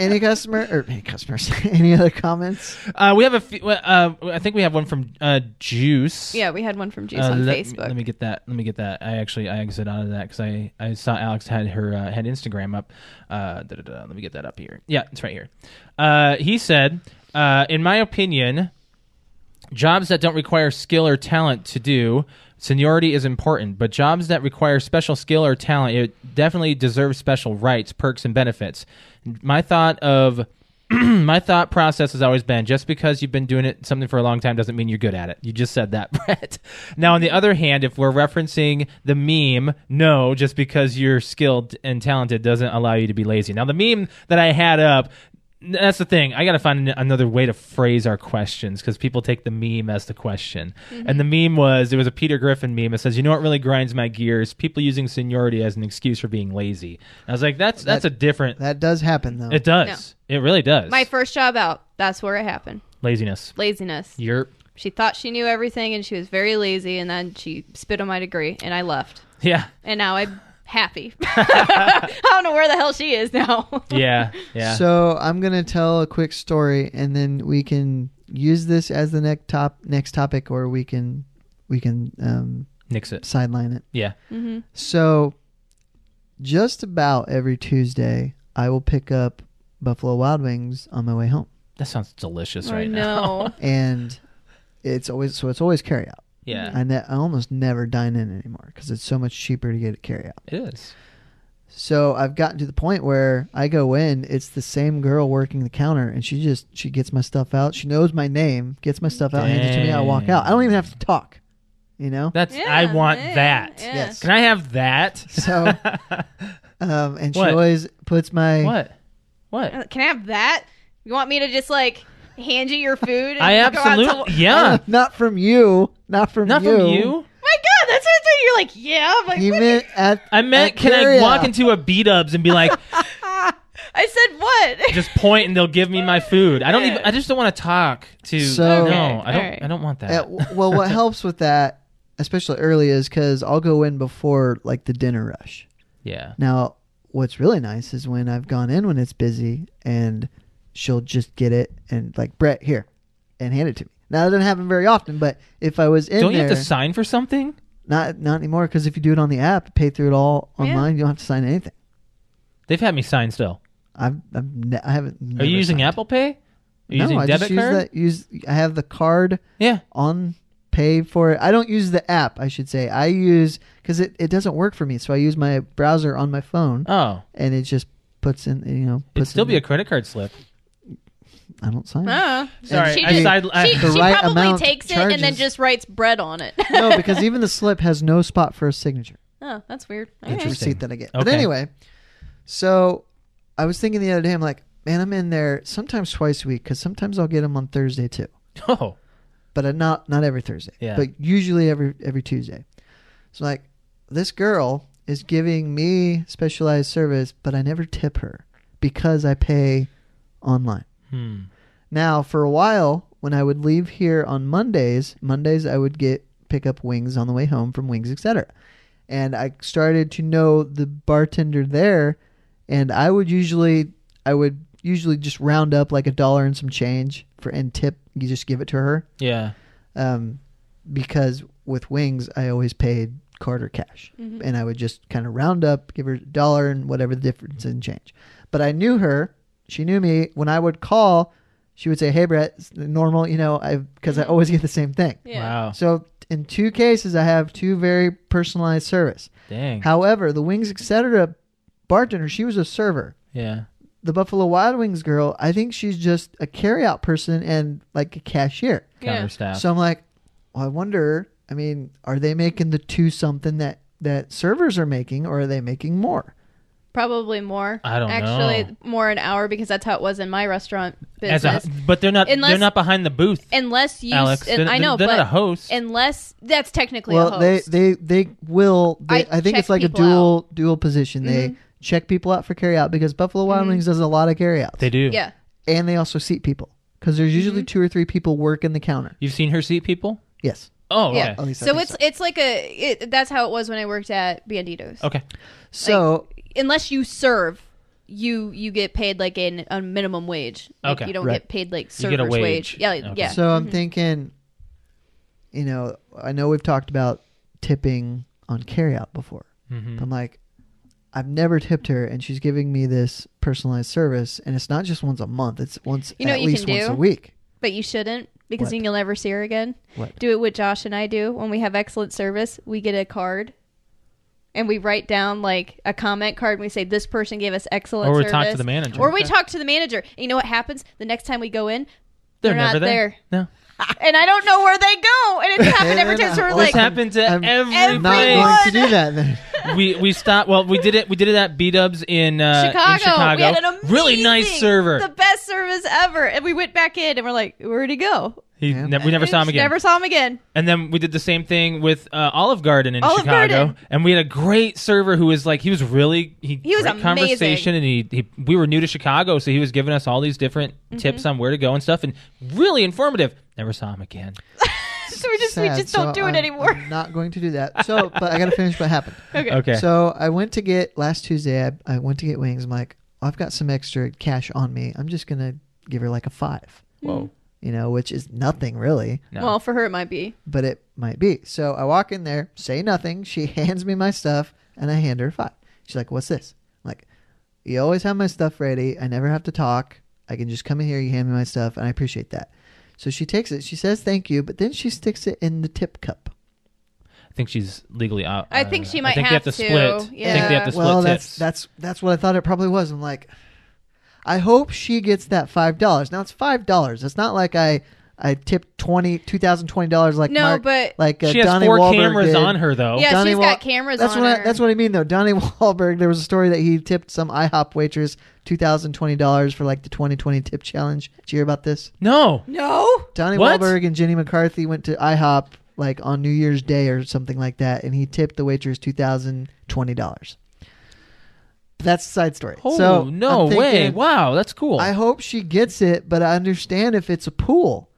Speaker 1: Any customer or any customers, any other comments?
Speaker 2: Uh, we have a. Few, uh, I think we have one from uh, Juice.
Speaker 3: yeah, we had one from Juice
Speaker 2: Uh,
Speaker 3: on
Speaker 2: let,
Speaker 3: Facebook.
Speaker 2: Let me get that. Let me get that. I actually I exit out of that because I, I saw Alex had her uh, had Instagram up. Uh, da, da, da. Let me get that up here. Yeah, it's right here. Uh, he said, uh, in my opinion, jobs that don't require skill or talent to do seniority is important, but jobs that require special skill or talent it definitely deserve special rights, perks, and benefits. My thought of my thought process has always been just because you've been doing it something for a long time doesn't mean you're good at it. You just said that, Brett. Now, on the other hand, if we're referencing the meme, no, just because you're skilled and talented doesn't allow you to be lazy. Now, the meme that I had up, n- that's the thing. I got to find an- another way to phrase our questions because people take the meme as the question. And the meme was it was a Peter Griffin meme. It says, "You know what really grinds my gears? People using seniority as an excuse for being lazy." I was like, "That's that's a different."
Speaker 1: That does happen though.
Speaker 2: it does. It really does.
Speaker 3: My first job out. That's where it happened.
Speaker 2: Laziness.
Speaker 3: Laziness.
Speaker 2: You're
Speaker 3: She thought she knew everything and she was very lazy, and then she spit on my degree, and I left.
Speaker 2: yeah.
Speaker 3: And now I'm happy. I don't know where the hell she is now.
Speaker 2: Yeah. Yeah.
Speaker 1: So I'm gonna tell a quick story, and then we can use this as the next top next topic, or we can we can um,
Speaker 2: Nix it.
Speaker 1: sideline it.
Speaker 2: Yeah.
Speaker 1: Mm-hmm.
Speaker 3: hmm
Speaker 1: So just about every Tuesday, I will pick up Buffalo Wild Wings on my way home,
Speaker 2: That sounds delicious
Speaker 3: I
Speaker 2: right now.
Speaker 3: know.
Speaker 1: and it's always so it's always carry out.
Speaker 2: yeah.
Speaker 1: I, ne- I almost never dine in anymore because it's so much cheaper to get it carry out.
Speaker 2: It is.
Speaker 1: So I've gotten to the point where I go in, it's the same girl working the counter, and she just she gets my stuff out. She knows my name, gets my stuff out, hands it to me. I walk out. I don't even have to talk, you know.
Speaker 2: That's
Speaker 3: Yeah,
Speaker 2: I want
Speaker 3: yeah,
Speaker 2: that.
Speaker 3: yeah.
Speaker 1: Yes.
Speaker 2: Can I have that?
Speaker 1: So, um, and she
Speaker 2: What?
Speaker 1: always puts my
Speaker 2: what? What?
Speaker 3: Uh, Can I have that? You want me to just like hand you your food? And
Speaker 2: I
Speaker 3: go out to-
Speaker 2: absolutely yeah.
Speaker 1: not from you, not from
Speaker 2: Not
Speaker 1: you.
Speaker 2: from you.
Speaker 3: My God, that's what I'm You're like, yeah, but
Speaker 1: He
Speaker 3: what-
Speaker 1: meant at
Speaker 2: I meant
Speaker 1: at
Speaker 2: can I
Speaker 1: carry
Speaker 2: walk
Speaker 1: out.
Speaker 2: into a beat ups and be like
Speaker 3: ah. I said what?
Speaker 2: just point and they'll give me my food. I don't even I just don't want to talk to no,
Speaker 1: So- Okay,
Speaker 2: I don't
Speaker 3: alright.
Speaker 2: I don't want that.
Speaker 1: at- uh, well, what helps with that, especially early, is because I'll go in before like the dinner rush.
Speaker 2: yeah.
Speaker 1: Now, what's really nice is when I've gone in when it's busy and she'll just get it and like Brett here and hand it to me. Now that doesn't happen very often, but if I was in
Speaker 2: Don't you
Speaker 1: there,
Speaker 2: have to sign for something?
Speaker 1: not not anymore because if you do it on the app, pay through it all
Speaker 3: Yeah.
Speaker 1: online, you don't have to sign anything.
Speaker 2: They've had me sign still.
Speaker 1: I've, I've ne- I haven't.
Speaker 2: Are you using Apple Pay? Are you
Speaker 1: no,
Speaker 2: using
Speaker 1: I
Speaker 2: debit
Speaker 1: just
Speaker 2: card?
Speaker 1: use that. Use I have the card
Speaker 2: Yeah.
Speaker 1: on pay for it. I don't use the app. I should say I use because it, it doesn't work for me, so I use my browser on my phone
Speaker 2: Oh.
Speaker 1: and it just puts in you know
Speaker 2: It'd
Speaker 1: puts
Speaker 2: still
Speaker 1: in,
Speaker 2: be a credit card slip.
Speaker 1: I don't sign. it.
Speaker 3: Oh.
Speaker 2: Sorry,
Speaker 3: she
Speaker 2: I
Speaker 3: just,
Speaker 2: side- I-
Speaker 3: she,
Speaker 2: The
Speaker 3: she
Speaker 1: right
Speaker 3: probably
Speaker 1: amount
Speaker 3: takes it and then
Speaker 1: charges.
Speaker 3: just writes bread on it.
Speaker 1: no, because even the slip has no spot for a signature.
Speaker 3: oh, that's weird. All
Speaker 1: It's a
Speaker 3: right.
Speaker 2: Interesting.
Speaker 1: receipt that I get. But
Speaker 2: Okay.
Speaker 1: anyway, so I was thinking the other day, I'm like, man, I'm in there sometimes twice a week because sometimes I'll get them on Thursday too,
Speaker 2: Oh.
Speaker 1: but uh, not not every Thursday,
Speaker 2: Yeah.
Speaker 1: but usually every every Tuesday. So like, this girl is giving me specialized service, but I never tip her because I pay online.
Speaker 2: Hmm.
Speaker 1: Now, for a while, when I would leave here on Mondays, Mondays I would get pick up wings on the way home from Wings, etc. And I started to know the bartender there, and I would usually I would usually just round up like a dollar and some change for and tip. You just give it to her,
Speaker 2: Yeah.
Speaker 1: um, because with Wings I always paid card or cash, and I would just kind of round up, give her a dollar and whatever the difference in change. But I knew her; she knew me. When I would call, she would say, "Hey, Brett, it's normal," you know, I because I always get the same thing.
Speaker 3: Yeah.
Speaker 2: Wow.
Speaker 1: So in two cases, I have two very personalized service.
Speaker 2: Dang.
Speaker 1: However, the Wings etc. bartender, she was a server.
Speaker 2: yeah.
Speaker 1: The Buffalo Wild Wings girl, I think she's just a carryout person and like a cashier.
Speaker 2: Counter
Speaker 3: Yeah.
Speaker 2: staff.
Speaker 1: So I'm like, well, I wonder. I mean, are they making the two something that that servers are making, or are they making more?
Speaker 3: Probably more.
Speaker 2: I don't know.
Speaker 3: Actually, more an hour because that's how it was in my restaurant
Speaker 2: As
Speaker 3: business.
Speaker 2: a, but they're not. they're
Speaker 3: Unless-
Speaker 2: not behind the booth,
Speaker 3: unless you,
Speaker 2: Alex.
Speaker 3: and
Speaker 2: They're,
Speaker 3: I know,
Speaker 2: They're
Speaker 3: but
Speaker 2: not a host.
Speaker 3: unless that's technically a
Speaker 1: well,
Speaker 3: host.
Speaker 1: they they they will.
Speaker 3: I
Speaker 1: They, I, think
Speaker 3: check
Speaker 1: it's like a
Speaker 3: people Mm-hmm.
Speaker 1: dual dual position. They check people out for carryout because Buffalo Wild Wings does a lot of carryout,
Speaker 2: they do.
Speaker 3: yeah.
Speaker 1: and they also seat people because there's usually
Speaker 3: Mm-hmm.
Speaker 1: two or three people working the counter.
Speaker 2: You've seen her seat people.
Speaker 1: Yes.
Speaker 2: Oh.
Speaker 3: Yeah.
Speaker 2: Okay.
Speaker 1: At least I
Speaker 3: So
Speaker 1: think
Speaker 3: it's it's like a it, that's how it was when I worked at Banditos.
Speaker 2: Okay.
Speaker 1: So
Speaker 3: unless you serve, you you get paid like an, a minimum wage. Like,
Speaker 2: Okay.
Speaker 3: you don't
Speaker 1: Right.
Speaker 3: get paid like
Speaker 2: You
Speaker 3: server's
Speaker 2: get a wage.
Speaker 3: wage. Yeah, like-
Speaker 2: Okay.
Speaker 3: yeah. Mm-hmm.
Speaker 1: so I'm thinking, you know, I know we've talked about tipping on carryout before.
Speaker 2: hmm
Speaker 1: I'm like, I've never tipped her, and she's giving me this personalized service, and it's not just once a month; it's once
Speaker 3: You know
Speaker 1: at
Speaker 3: what you
Speaker 1: least
Speaker 3: can
Speaker 1: once
Speaker 3: do?
Speaker 1: a week.
Speaker 3: but you shouldn't because
Speaker 1: What?
Speaker 3: then you'll never see her again.
Speaker 1: What?
Speaker 3: Do it what Josh and I do when we have excellent service. We get a card. And we write down like a comment card and we say this person gave us excellent
Speaker 2: Or we
Speaker 3: service.
Speaker 2: talk to the manager.
Speaker 3: Or we talk to the manager. And you know what happens? The next time we go in,
Speaker 2: They're,
Speaker 3: they're not
Speaker 2: never there. No.
Speaker 3: and I don't know where they go. And it's happened every time. So we're
Speaker 1: This
Speaker 2: This
Speaker 3: like,
Speaker 1: hap-
Speaker 2: happened to
Speaker 1: I'm-
Speaker 2: everyone.
Speaker 1: Not going to do that. Then.
Speaker 2: we we stopped. Well, we did it. We did it at B Dubs in uh,
Speaker 3: Chicago.
Speaker 2: In Chicago.
Speaker 3: We had an amazing,
Speaker 2: really nice server.
Speaker 3: the best service ever. And we went back in and we're like, where'd he go?
Speaker 2: He
Speaker 1: Yeah.
Speaker 2: ne- we never saw him
Speaker 3: Just
Speaker 2: again.
Speaker 3: Never saw him again.
Speaker 2: And then we did the same thing with uh, Olive Garden in
Speaker 3: Olive
Speaker 2: Chicago,
Speaker 3: Garden.
Speaker 2: and we had a great server who was like he was really he,
Speaker 3: He was
Speaker 2: great
Speaker 3: amazing.
Speaker 2: conversation, and he, he we were new to Chicago, so he was giving us all these different
Speaker 3: Mm-hmm.
Speaker 2: tips on where to go and stuff, and really informative. Never saw him again.
Speaker 3: So we just we
Speaker 1: Sad.
Speaker 3: just don't
Speaker 1: So
Speaker 3: do
Speaker 1: I'm-
Speaker 3: it anymore.
Speaker 1: I'm not going to do that. So, but I got to finish what happened.
Speaker 3: okay.
Speaker 2: Okay,
Speaker 1: So I went to get last Tuesday. I, I went to get wings. I'm like, I've got some extra cash on me. I'm just gonna give her like a five.
Speaker 3: Hmm.
Speaker 2: whoa,
Speaker 1: You know, which is nothing really,
Speaker 2: no.
Speaker 3: Well, for her it might be.
Speaker 1: but it might be. So I walk in there, say nothing. She hands me my stuff, and I hand her a five. She's like, "What's this?" I'm like, you always have my stuff ready. I never have to talk. I can just come in here. You hand me my stuff, and I appreciate that. So she takes it. She says thank you, but then she sticks it in the tip cup.
Speaker 2: I think she's legally out. uh,
Speaker 3: I think she
Speaker 2: I
Speaker 3: might
Speaker 2: think
Speaker 3: have
Speaker 2: they have to,
Speaker 3: to.
Speaker 2: split. I think they have
Speaker 3: Yeah.
Speaker 2: to split
Speaker 1: well, that's
Speaker 2: tips.
Speaker 1: that's that's what I thought it probably was. I'm like, I hope she gets that five dollars. Now it's five dollars. It's not like I I tipped twenty two thousand twenty dollars like
Speaker 3: no,
Speaker 1: Mark,
Speaker 3: but
Speaker 1: like uh,
Speaker 2: she has
Speaker 1: Donnie
Speaker 2: four
Speaker 1: Wahlberg
Speaker 2: cameras
Speaker 1: did.
Speaker 2: on her though.
Speaker 3: yeah,
Speaker 1: Donnie
Speaker 3: she's
Speaker 1: Wa-
Speaker 3: got cameras
Speaker 1: That's
Speaker 3: on
Speaker 1: what I,
Speaker 3: her.
Speaker 1: that's what I mean though. Donnie Wahlberg. There was a story that he tipped some IHOP waitress two thousand twenty dollars for like the twenty twenty tip challenge. Did you hear about this?
Speaker 2: No.
Speaker 3: no.
Speaker 1: Donnie
Speaker 2: What?
Speaker 1: Wahlberg and Jenny McCarthy went to IHOP like on New Year's Day or something like that, and he tipped the waitress two thousand twenty dollars. That's a side story.
Speaker 2: Oh
Speaker 1: so
Speaker 2: no
Speaker 1: I'm thinking,
Speaker 2: way! Wow, that's cool.
Speaker 1: I hope she gets it, but I understand if it's a pool,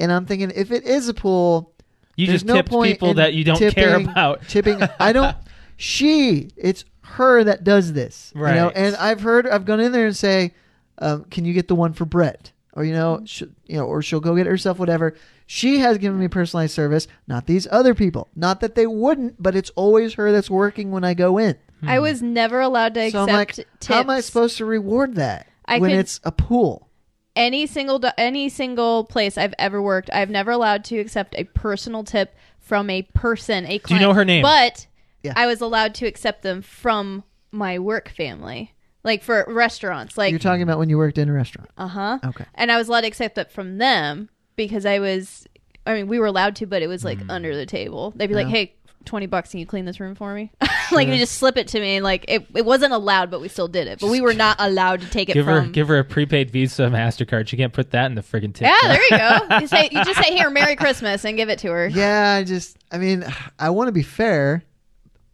Speaker 1: and I'm thinking if it is a pool,
Speaker 2: you
Speaker 1: there's
Speaker 2: just
Speaker 1: no
Speaker 2: tipped
Speaker 1: point
Speaker 2: people
Speaker 1: in
Speaker 2: that you don't care
Speaker 1: tipping-
Speaker 2: about.
Speaker 1: tipping. I don't. She. It's her that does this. You know?
Speaker 2: Right.
Speaker 1: And I've heard. I've gone in there and say, um, "Can you get the one for Brett?" Or you know, she, you know, or she'll go get it herself. Whatever. She has given me personalized service, not these other people. Not that they wouldn't, but it's always her that's working when I go in.
Speaker 3: I was never allowed to
Speaker 1: Hmm. So
Speaker 3: accept
Speaker 1: I'm like,
Speaker 3: tips.
Speaker 1: how am I supposed to reward that
Speaker 3: I
Speaker 1: when
Speaker 3: could-
Speaker 1: it's a pool?
Speaker 3: any single do- any single place I've ever worked, I've never allowed to accept a personal tip from a person, a client.
Speaker 2: you know her name?
Speaker 3: But
Speaker 1: Yeah.
Speaker 3: I was allowed to accept them from my work family, like for restaurants,
Speaker 1: You're
Speaker 3: like
Speaker 1: talking about when you worked in a restaurant.
Speaker 3: uh huh.
Speaker 1: Okay.
Speaker 3: And I was allowed to accept that from them because I was, I mean, we were allowed to, but it was like under the table. They'd be like,
Speaker 1: Hmm. Yeah.
Speaker 3: "Hey, twenty bucks, can you clean this room for me?" like they just slip it to me, and like it, it wasn't allowed, but we still did it. But we were not allowed to take it
Speaker 2: Give her,
Speaker 3: from.
Speaker 2: give her a prepaid Visa Mastercard. She can't put that in the friggin' tip.
Speaker 3: Yeah, there you go. You say you just say here, Merry Christmas, and give it to her.
Speaker 1: Yeah, I just, I mean, I want to be fair,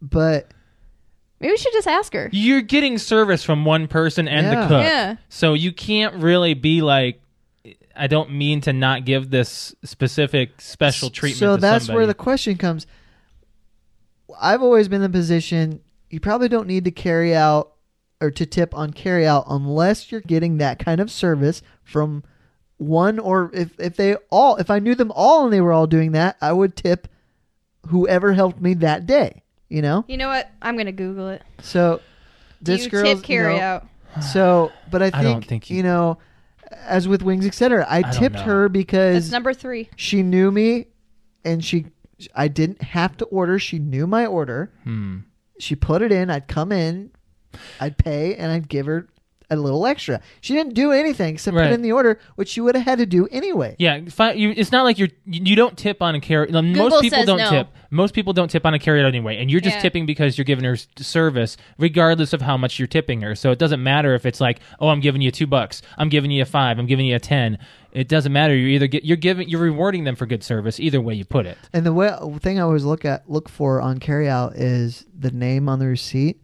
Speaker 1: but
Speaker 3: Maybe we should just ask her.
Speaker 2: You're getting service from one person and the
Speaker 1: Yeah.
Speaker 2: cook,
Speaker 3: Yeah.
Speaker 2: so you can't really be like, I don't mean to not give this specific special treatment.
Speaker 1: So
Speaker 2: to
Speaker 1: that's
Speaker 2: somebody.
Speaker 1: where the question comes. I've always been in the position you probably don't need to carry out or to tip on carry out unless you're getting that kind of service from one or if if they all if I knew them all and they were all doing that, I would tip whoever helped me that day. You know,
Speaker 3: You know what? I'm gonna Google it.
Speaker 1: so
Speaker 3: Do
Speaker 1: this
Speaker 3: you
Speaker 1: girl's
Speaker 3: tip carry
Speaker 1: you know,
Speaker 3: out?
Speaker 1: So, but I think,
Speaker 2: I don't think you-
Speaker 1: you, know, as with wings, etc. I,
Speaker 2: don't
Speaker 1: tipped
Speaker 2: know.
Speaker 1: her
Speaker 3: That's
Speaker 1: because
Speaker 3: number three.
Speaker 1: she knew me, and she, I didn't have to order. She knew my order.
Speaker 2: Hmm.
Speaker 1: She put it in. I'd come in, I'd pay, and I'd give her a little extra. She didn't do anything except
Speaker 2: Right.
Speaker 1: put in the order, which she would have had to do anyway.
Speaker 2: Yeah, fi- you, it's not like you're you you don't tip on a carry. Most
Speaker 3: Google
Speaker 2: people
Speaker 3: says
Speaker 2: don't
Speaker 3: no.
Speaker 2: tip. Most people don't tip on a carry out anyway, and you're just
Speaker 3: Yeah.
Speaker 2: tipping because you're giving her s- service, regardless of how much you're tipping her. So it doesn't matter if it's like, oh, I'm giving you two bucks, I'm giving you a five, I'm giving you a ten. It doesn't matter. You either get you're giving you're rewarding them for good service. Either way you put it.
Speaker 1: And the way, thing I always look at look for on carryout is the name on the receipt,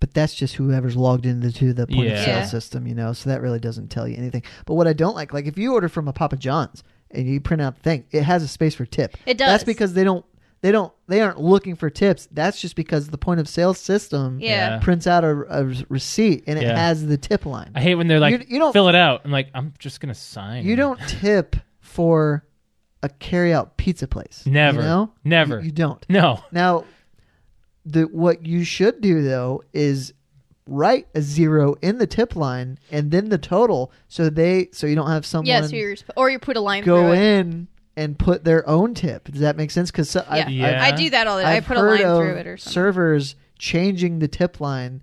Speaker 1: but that's just whoever's logged into to the point
Speaker 2: Yeah.
Speaker 1: of
Speaker 3: Yeah.
Speaker 1: sale system, you know. So that really doesn't tell you anything. But what I don't like, like if you order from a Papa John's and you print out the thing, it has a space for tip.
Speaker 3: It does.
Speaker 1: That's because they don't they don't they aren't looking for tips. That's just because the point of sale system
Speaker 3: Yeah.
Speaker 2: Yeah.
Speaker 1: prints out a, a receipt and it
Speaker 2: Yeah.
Speaker 1: has the tip line.
Speaker 2: I hate when they're like,
Speaker 1: You- you don't-
Speaker 2: fill it out. I'm like, I'm just gonna sign.
Speaker 1: You don't tip for a carryout pizza place.
Speaker 2: Never.
Speaker 1: You know?
Speaker 2: Never.
Speaker 1: You- you don't.
Speaker 2: No.
Speaker 1: Now, the what you should do though is write a zero in the tip line and then the total, so they so you don't have someone
Speaker 3: Yes, you're, or you put a line
Speaker 1: go
Speaker 3: through it.
Speaker 1: in and put their own tip. Does that make sense? Because so,
Speaker 3: Yeah.
Speaker 1: I've,
Speaker 2: Yeah.
Speaker 3: I do that all the time. I
Speaker 1: I've
Speaker 3: put a
Speaker 1: heard
Speaker 3: line
Speaker 1: of
Speaker 3: through it or something.
Speaker 1: servers changing the tip line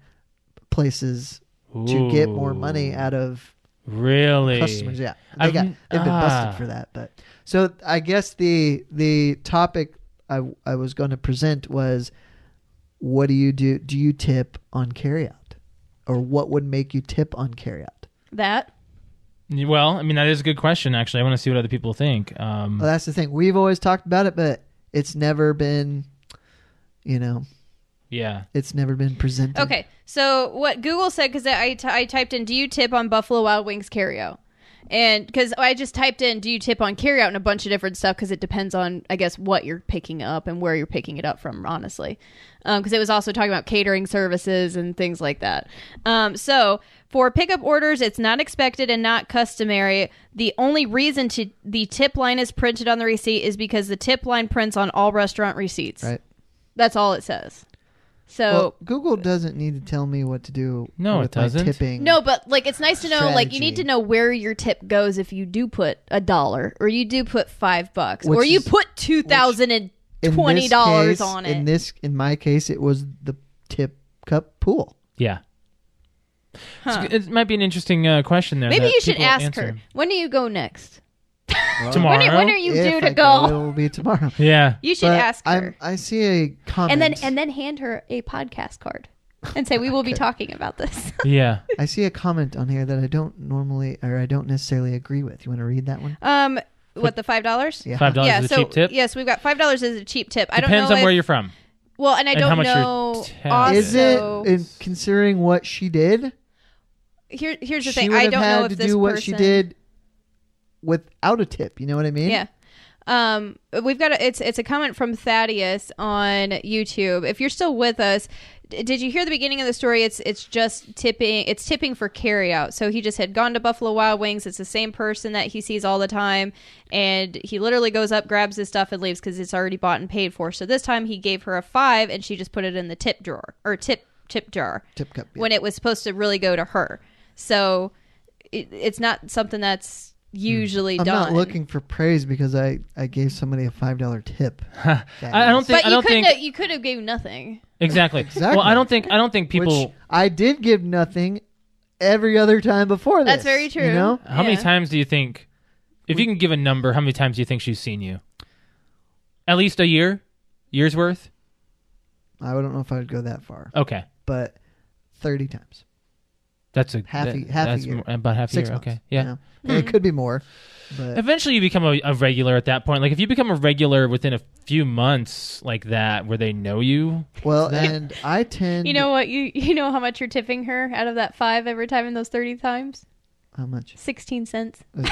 Speaker 1: places to get more money
Speaker 2: Ooh.
Speaker 1: out of
Speaker 2: Really?
Speaker 1: customers. Yeah, they
Speaker 2: I've
Speaker 1: got
Speaker 2: n-
Speaker 1: they've been
Speaker 2: ah.
Speaker 1: busted for that. But so I guess the the topic I I was going to present was, what do you do? Do you tip on carryout, or what would make you tip on carryout?
Speaker 3: that
Speaker 2: Well, I mean, that is a good question. Actually, I want to see what other people think. Um,
Speaker 1: Well, that's the thing. We've always talked about it, but it's never been, you know,
Speaker 2: yeah,
Speaker 1: it's never been presented.
Speaker 3: Okay, so what Google said because I t- I typed in, "Do you tip on Buffalo Wild Wings carryout?" And because I just typed in, "Do you tip on carryout?" and a bunch of different stuff because it depends on I guess what you're picking up and where you're picking it up from, honestly, because it was also talking about catering services and things like that. Um, so for pickup orders, it's not expected and not customary. The only reason to the tip line is printed on the receipt is because the tip line prints on all restaurant receipts.
Speaker 1: Right.
Speaker 3: That's all it says. So.
Speaker 1: Well, Google doesn't need to tell me what to do.
Speaker 2: No, it
Speaker 1: with my
Speaker 2: doesn't.
Speaker 1: tipping.
Speaker 3: No, but like it's nice to know. Like you need
Speaker 1: strategy.
Speaker 3: to know where your tip goes if you do put a dollar, or you do put five bucks, or
Speaker 1: Which
Speaker 3: you
Speaker 1: is-
Speaker 3: put two thousand and
Speaker 1: In this
Speaker 3: twenty dollars
Speaker 1: case-
Speaker 3: on
Speaker 1: In
Speaker 3: it.
Speaker 1: this, in my case, it was the tip cup pool.
Speaker 2: yeah. It's
Speaker 3: Huh.
Speaker 2: g- It might be an interesting uh, question there.
Speaker 3: Maybe
Speaker 2: that
Speaker 3: you should
Speaker 2: people
Speaker 3: ask
Speaker 2: answer.
Speaker 3: her. When do you go next?
Speaker 2: tomorrow.
Speaker 3: When, are- when are you
Speaker 1: If
Speaker 3: due
Speaker 1: I
Speaker 3: to go?
Speaker 1: go, it will be tomorrow.
Speaker 2: yeah,
Speaker 3: You should
Speaker 1: But
Speaker 3: ask her,
Speaker 1: I'm, I see a comment,
Speaker 3: and then and then hand her a podcast card, and say we will be talking about this.
Speaker 2: yeah.
Speaker 1: I see a comment on here that I don't normally or I don't necessarily agree with. You want to read that one?
Speaker 3: um, what the five dollars?
Speaker 1: Yeah.
Speaker 2: Five dollars
Speaker 3: Yeah,
Speaker 2: is a
Speaker 3: so
Speaker 2: cheap tip.
Speaker 3: yes, we've got five dollars as a cheap tip. I don't
Speaker 2: Depends
Speaker 3: know
Speaker 2: on where
Speaker 3: if-
Speaker 2: you're from.
Speaker 3: well, and I
Speaker 2: and
Speaker 3: don't
Speaker 2: how much your
Speaker 3: know.
Speaker 2: tab
Speaker 3: also,
Speaker 2: is.
Speaker 1: Is it in, considering what she did?
Speaker 3: Here, here's the
Speaker 1: she
Speaker 3: thing.
Speaker 1: would
Speaker 3: I
Speaker 1: have
Speaker 3: don't
Speaker 1: had
Speaker 3: know if
Speaker 1: to
Speaker 3: this
Speaker 1: do what
Speaker 3: person,
Speaker 1: she did without a tip. You know what I mean?
Speaker 3: Yeah. Um, we've got a, it's it's a comment from Thaddeus on YouTube. If you're still with us, d- did you hear the beginning of the story? It's it's just tipping. It's tipping for carryout. So he just had gone to Buffalo Wild Wings. It's the same person that he sees all the time, and he literally goes up, grabs his stuff, and leaves because it's already bought and paid for. So this time he gave her a five, and she just put it in the tip drawer or tip tip jar
Speaker 1: Tip cup. yeah.
Speaker 3: when it was supposed to really go to her. So it, it's not something that's usually
Speaker 1: Hmm. I'm
Speaker 3: done.
Speaker 1: not looking for praise because I, I gave somebody a five dollar tip. That
Speaker 2: I, I don't
Speaker 1: is-
Speaker 2: think.
Speaker 3: but
Speaker 2: I
Speaker 3: you
Speaker 2: don't
Speaker 3: couldn't.
Speaker 2: think
Speaker 3: Have, you could have gave nothing.
Speaker 2: exactly.
Speaker 1: Exactly.
Speaker 2: Well, I don't think. I don't think people.
Speaker 1: Which I did give nothing every other time before this.
Speaker 3: That's very true.
Speaker 1: You know,
Speaker 2: how many
Speaker 3: Yeah.
Speaker 2: times do you think? If you can give a number, how many times do you think she's seen you? At least a year, years worth.
Speaker 1: I don't know if I'd go that far,
Speaker 2: Okay,
Speaker 1: but thirty times,
Speaker 2: that's a
Speaker 1: Half a-
Speaker 2: that-
Speaker 1: half a
Speaker 2: that's
Speaker 1: year.
Speaker 2: more- about half a
Speaker 1: six
Speaker 2: year.
Speaker 1: months.
Speaker 2: Okay,
Speaker 1: you
Speaker 2: yeah.
Speaker 1: know?
Speaker 3: Hmm.
Speaker 1: And It could be more, but
Speaker 2: Eventually, you become a, a regular at that point. Like if you become a regular within a few months, like that, where they know you.
Speaker 1: well,
Speaker 2: that-
Speaker 1: and I tend.
Speaker 3: You know what? You you know how much you're tipping her out of that five every time in those thirty times?
Speaker 1: how much? Uh,
Speaker 3: Sixteen cents.
Speaker 1: well,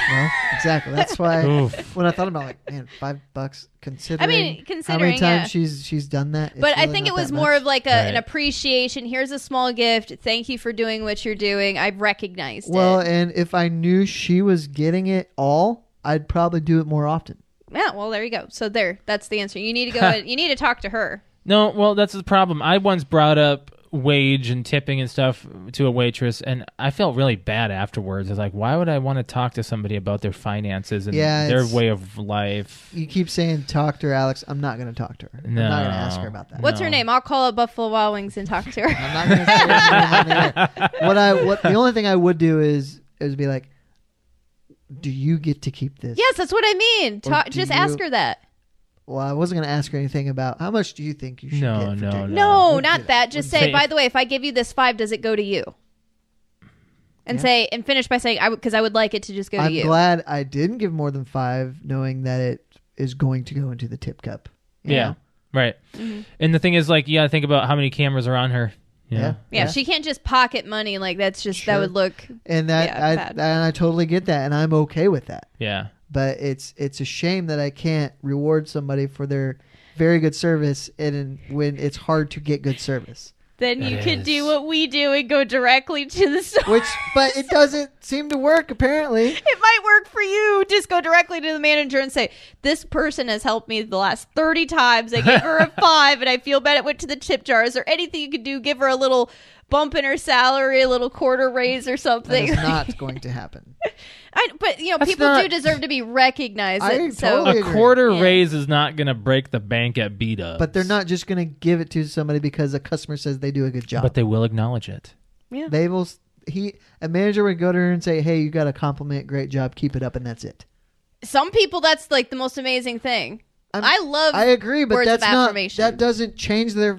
Speaker 1: exactly. That's why
Speaker 2: Oof.
Speaker 1: when I thought about like, man, five bucks considering. how
Speaker 3: considering,
Speaker 1: many times
Speaker 3: yeah.
Speaker 1: she's she's done that. it's
Speaker 3: But I
Speaker 1: really
Speaker 3: think
Speaker 1: not
Speaker 3: it was
Speaker 1: that
Speaker 3: more
Speaker 1: much.
Speaker 3: of like a, an
Speaker 2: Right.
Speaker 3: appreciation. Here's a small gift. Thank you for doing what you're doing. I've recognized
Speaker 1: Well,
Speaker 3: it.
Speaker 1: and if I knew she was getting it all, I'd probably do it more often.
Speaker 3: Yeah. Well, there you go. So there. That's the answer. You need to go. and, you need to talk to her.
Speaker 2: No, well, that's the problem. I once brought up wage and tipping and stuff to a waitress, and I felt really bad afterwards. I was like, why would I want to talk to somebody about their finances and
Speaker 1: Yeah,
Speaker 2: their
Speaker 1: it's-
Speaker 2: way of life?
Speaker 1: You keep saying talk to her, Alex. I'm not going to talk to her. I'm not going to ask her
Speaker 2: No.
Speaker 1: about that.
Speaker 3: What's
Speaker 2: No.
Speaker 3: her name? I'll call up Buffalo Wild Wings and talk to her.
Speaker 1: I'm not going to say her name on the air. What I what the only thing I would do is is be like, do you get to keep this?
Speaker 3: Yes, that's what I mean.
Speaker 1: Or
Speaker 3: Ta-
Speaker 1: do
Speaker 3: just
Speaker 1: you-
Speaker 3: ask her that.
Speaker 1: Well, I wasn't going to ask her anything about how much do you think you should
Speaker 2: No,
Speaker 1: get. for
Speaker 2: no,
Speaker 1: doing
Speaker 2: no.
Speaker 3: No,
Speaker 1: We'll do
Speaker 3: not
Speaker 1: that.
Speaker 3: that. Just
Speaker 2: We'll
Speaker 3: say,
Speaker 2: do that.
Speaker 3: by the way, if I give you this five, does it go to you? And
Speaker 1: Yeah.
Speaker 3: say, and finish by saying, I because I would like it to just go
Speaker 1: I'm
Speaker 3: to you.
Speaker 1: glad I didn't give more than five, knowing that it is going to go into the tip cup. you
Speaker 2: Yeah,
Speaker 1: know?
Speaker 2: right. And the thing is, like, you got to think about how many cameras are on her. you know?
Speaker 3: yeah, she can't just pocket money like that's just that
Speaker 1: Sure.
Speaker 3: would look.
Speaker 1: and that
Speaker 3: Yeah,
Speaker 1: I
Speaker 3: bad.
Speaker 1: and I totally get that, and I'm okay with that.
Speaker 2: yeah.
Speaker 1: But it's it's a shame that I can't reward somebody for their very good service, and, and when it's hard to get good service,
Speaker 3: Then you
Speaker 2: That
Speaker 3: can do
Speaker 2: is-
Speaker 3: what we do and go directly to the store.
Speaker 1: which but it doesn't seem to work apparently.
Speaker 3: it might work for you. Just go directly to the manager and say, This person has helped me the last 30 times. I gave her a five and I feel bad it went to the tip jar. Is there anything you could do? Give her a little bump in her salary, a little quarter raise or
Speaker 1: That
Speaker 3: something.
Speaker 1: is not going to happen.
Speaker 3: I, but, you know,
Speaker 2: That's
Speaker 3: people
Speaker 2: not-
Speaker 3: do deserve to be recognized.
Speaker 1: I
Speaker 3: and so,
Speaker 1: totally-
Speaker 2: A
Speaker 1: agree.
Speaker 2: quarter
Speaker 3: Yeah.
Speaker 2: raise is not going to break the bank at beat up.
Speaker 1: But they're not just going to give it to somebody because a customer says they do a good job.
Speaker 2: But they will acknowledge it.
Speaker 3: yeah.
Speaker 1: they will. s- He a manager would go to her and say, "Hey, you got a compliment. Great job. Keep it up." And that's it.
Speaker 3: Some people, that's like the most amazing thing.
Speaker 1: I'm-
Speaker 3: i love
Speaker 1: I agree, but
Speaker 3: words
Speaker 1: that's
Speaker 3: of
Speaker 1: not
Speaker 3: affirmation.
Speaker 1: that doesn't change their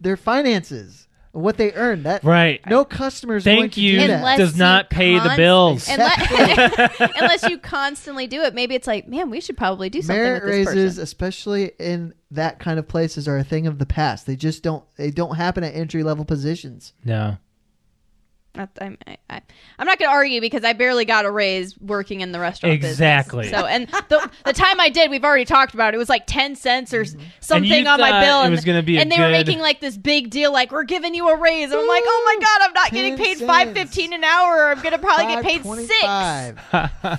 Speaker 1: their finances. what they earned. That
Speaker 2: Right.
Speaker 1: no customers. are going
Speaker 2: Thank
Speaker 1: to
Speaker 2: you
Speaker 1: do that.
Speaker 3: Unless
Speaker 2: does
Speaker 3: you
Speaker 2: not pay the
Speaker 3: constantly-
Speaker 2: bills.
Speaker 3: Unless, unless you constantly do it, maybe it's like, man, we should probably do something
Speaker 1: merit
Speaker 3: with this
Speaker 1: raises,
Speaker 3: person.
Speaker 1: especially in that kind of places, are a thing of the past. They just don't they don't happen at entry level positions.
Speaker 2: No.
Speaker 3: Not- I'm, I, I, I'm not going to argue because I barely got a raise working in the restaurant. business.
Speaker 2: Exactly.
Speaker 3: So, and the, the time I did, we've already talked about it. It was like ten cents or s- something
Speaker 2: Mm-hmm. you
Speaker 3: on my
Speaker 2: thought
Speaker 3: bill,
Speaker 2: it
Speaker 3: and,
Speaker 2: was gonna be a
Speaker 3: and they were
Speaker 2: good-
Speaker 3: making like this big deal, like we're giving you a raise. And I'm like, oh my god, I'm not getting
Speaker 1: 10
Speaker 3: paid
Speaker 1: cents.
Speaker 3: five fifteen an hour. I'm going to probably get paid six.
Speaker 1: 5.25.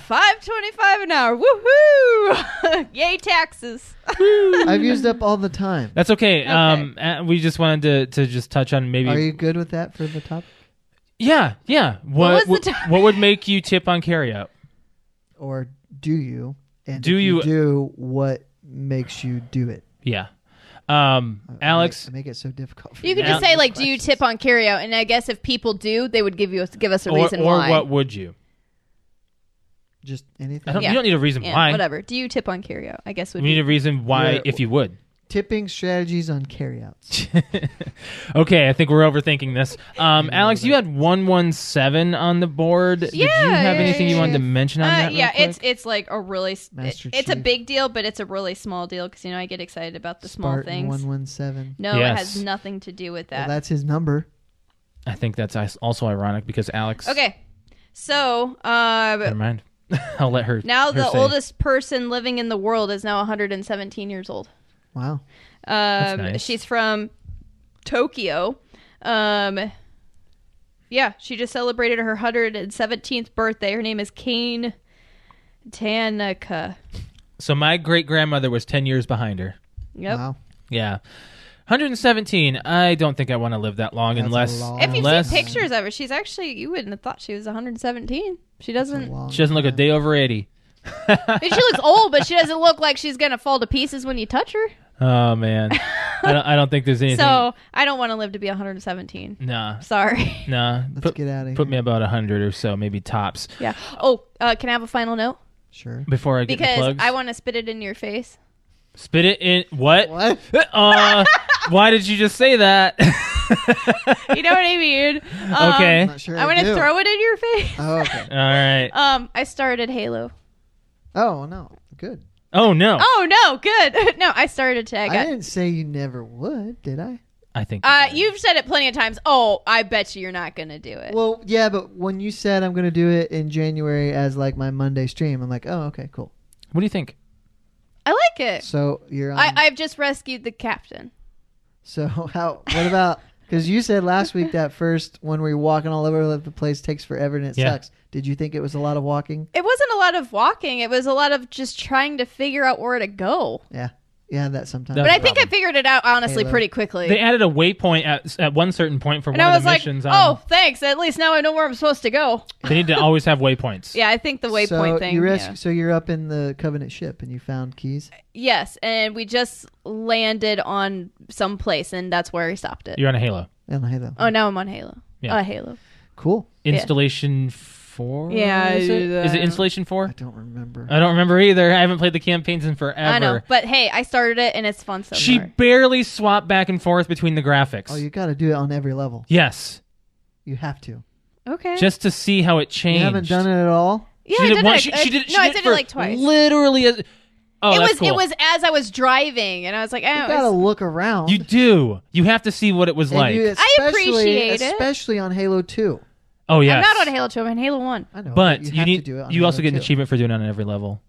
Speaker 3: Five twenty-five an hour. Woohoo! Yay taxes.
Speaker 1: I've used up all the time.
Speaker 2: That's okay. Um, uh, we just wanted to, to just touch on maybe.
Speaker 1: Are you good with that for the top?
Speaker 2: yeah, yeah. What
Speaker 3: was the
Speaker 2: what,
Speaker 3: time-
Speaker 2: what would make you tip on uh, carryout?
Speaker 1: Or do you? And
Speaker 2: Do
Speaker 1: if
Speaker 2: you-
Speaker 1: do what makes you do it?
Speaker 2: Yeah. Um,
Speaker 3: Uh,
Speaker 2: Alex,
Speaker 1: I make, I make it so difficult. For
Speaker 3: You could
Speaker 2: Yeah.
Speaker 3: just say like, "Do you tip on carryout?" And I guess if people do, they would give you give us a
Speaker 2: or,
Speaker 3: reason
Speaker 2: or
Speaker 3: why.
Speaker 2: what would you?
Speaker 1: just
Speaker 2: I
Speaker 1: anything?
Speaker 2: don't,
Speaker 3: Yeah.
Speaker 2: You don't need a reason
Speaker 3: Yeah,
Speaker 2: why.
Speaker 3: Whatever. Do you tip on carryout? I guess would
Speaker 2: We need
Speaker 3: be.
Speaker 2: a reason why
Speaker 1: Yeah.
Speaker 2: if you would.
Speaker 1: Tipping strategies on carryouts.
Speaker 2: Okay, I think we're overthinking this. Um, Alex, you had one one seven on the board. Did you
Speaker 3: Yeah,
Speaker 2: have
Speaker 3: yeah,
Speaker 2: anything
Speaker 3: yeah,
Speaker 2: you wanted to
Speaker 3: yeah.
Speaker 2: mention on
Speaker 3: Uh,
Speaker 2: that? real
Speaker 3: yeah,
Speaker 2: quick?
Speaker 3: it's it's like a really s-
Speaker 1: Master
Speaker 3: it's a
Speaker 1: Chief.
Speaker 3: big deal, but it's a really small deal because you know I get excited about the small
Speaker 1: Spartan
Speaker 3: things.
Speaker 1: one one seven.
Speaker 3: No, it
Speaker 2: Yes.
Speaker 3: has nothing to do with that.
Speaker 1: Well, that's his number.
Speaker 2: I think that's is- also ironic because Alex.
Speaker 3: okay, so uh,
Speaker 2: Never mind. I'll let her. her
Speaker 3: now the
Speaker 2: say.
Speaker 3: oldest person living in the world is now 117 years old.
Speaker 1: Wow.
Speaker 3: Um,
Speaker 2: nice.
Speaker 3: She's from Tokyo. Um, yeah, she just celebrated her 117th birthday. Her name is Kane Tanaka.
Speaker 2: So my great grandmother was ten years behind her.
Speaker 3: Yep.
Speaker 1: Wow.
Speaker 2: Yeah. 117. I don't think I want to live that long
Speaker 1: That's a
Speaker 2: unless
Speaker 1: long
Speaker 3: If you've
Speaker 2: unless
Speaker 3: seen pictures of her, she's actually, you wouldn't have thought she was 117. She doesn't, I
Speaker 1: Long
Speaker 2: she doesn't look a
Speaker 1: time.
Speaker 2: day over 80.
Speaker 3: mean, she looks old, but she doesn't look like she's going to fall to pieces when you touch her.
Speaker 2: Oh man. I don't, I don't think there's anything.
Speaker 3: So I don't want to live to be 117.
Speaker 2: nah,
Speaker 3: Sorry.
Speaker 2: nah.
Speaker 1: Let's
Speaker 2: Put,
Speaker 1: get out of here.
Speaker 2: put me about 100 or so, maybe tops,
Speaker 3: yeah. Oh, uh, can I have a final note?
Speaker 1: Sure.
Speaker 2: before I get the
Speaker 3: Because
Speaker 2: plugs.
Speaker 3: I want to spit it in your face.
Speaker 2: Spit it in. What?
Speaker 1: What?
Speaker 2: Uh, why did you just say that?
Speaker 3: You know what I mean? Um,
Speaker 2: okay.
Speaker 1: I'm not sure.
Speaker 3: I want to
Speaker 1: do.
Speaker 3: throw it in your face.
Speaker 1: Oh, okay.
Speaker 2: All right.
Speaker 3: Um, I started Halo.
Speaker 1: Oh no. Good.
Speaker 2: Oh no.
Speaker 3: Oh no, good. no, I started today. I
Speaker 1: I
Speaker 3: got.
Speaker 1: didn't say you never would, did I?
Speaker 2: I think.
Speaker 3: Uh, you've said it plenty of times. Oh, I bet you you're not gonna do it.
Speaker 1: Well, yeah, but when you said I'm going to do it in January as like my Monday stream, I'm like, oh, okay, cool.
Speaker 2: What do you think?
Speaker 3: I like it.
Speaker 1: So you're on.
Speaker 3: I, I've just rescued the captain.
Speaker 1: so how? What about? Because you said last week that first one where you're walking all over the place takes forever and it
Speaker 2: Yeah.
Speaker 1: sucks. Did you think it was a lot of walking?
Speaker 3: It wasn't a lot of walking. It was a lot of just trying to figure out where to go.
Speaker 1: Yeah, yeah, that sometimes.
Speaker 3: But
Speaker 2: That's
Speaker 3: I think I figured it out honestly
Speaker 1: Halo.
Speaker 3: pretty quickly.
Speaker 2: They added a waypoint at, at one certain point for
Speaker 3: and
Speaker 2: one
Speaker 3: I
Speaker 2: of
Speaker 3: was
Speaker 2: the
Speaker 3: like,
Speaker 2: missions.
Speaker 3: "Oh, thanks. At least now I know where I'm supposed to go."
Speaker 2: on, they need to always have waypoints.
Speaker 3: Yeah, I think the waypoint
Speaker 1: so
Speaker 3: thing.
Speaker 1: You
Speaker 3: yeah.
Speaker 1: So you're up in the Covenant ship and you found keys.
Speaker 3: Yes, and we just landed on some place, and that's where he stopped it.
Speaker 2: You're on a Halo.
Speaker 1: And Halo.
Speaker 3: oh, now I'm on Halo.
Speaker 2: Yeah.
Speaker 3: Uh, Halo.
Speaker 1: cool.
Speaker 2: Installation four.
Speaker 3: Yeah,
Speaker 2: is it?
Speaker 3: uh,
Speaker 2: Is it installation
Speaker 1: I
Speaker 2: four?
Speaker 1: don't remember.
Speaker 2: I don't remember either. I haven't played the campaigns in forever.
Speaker 3: I know, but hey, I started it, and it's fun so
Speaker 2: She
Speaker 3: far.
Speaker 2: barely swapped back and forth between the graphics.
Speaker 1: oh, you got to do it on every level.
Speaker 2: yes,
Speaker 1: You have to.
Speaker 3: Okay.
Speaker 2: just to see how it changed.
Speaker 1: You haven't done it at all.
Speaker 3: yeah,
Speaker 2: she
Speaker 3: I
Speaker 2: did
Speaker 3: did
Speaker 2: one-
Speaker 3: it.
Speaker 2: she-
Speaker 3: I-
Speaker 2: she did-
Speaker 3: no,
Speaker 2: she
Speaker 3: I
Speaker 2: did
Speaker 3: did
Speaker 2: for
Speaker 3: it like twice.
Speaker 2: Literally, a, oh,
Speaker 3: it
Speaker 2: that's
Speaker 3: was
Speaker 2: cool.
Speaker 3: it was as I was driving, and I was like, I
Speaker 1: You
Speaker 3: don't.
Speaker 1: got to
Speaker 3: it's-
Speaker 1: look around.
Speaker 2: You do. You have to see what it was
Speaker 1: And
Speaker 2: like.
Speaker 1: you
Speaker 3: I
Speaker 1: especially-
Speaker 3: appreciate it.
Speaker 1: especially on Halo Two.
Speaker 2: oh yeah.
Speaker 3: I'm not on Halo 2. I'm on Halo 1.
Speaker 1: I know,
Speaker 2: But you,
Speaker 1: have to
Speaker 2: need.
Speaker 1: do it on
Speaker 2: you also
Speaker 1: Halo
Speaker 2: get an
Speaker 1: 2.
Speaker 2: achievement for doing it on every level.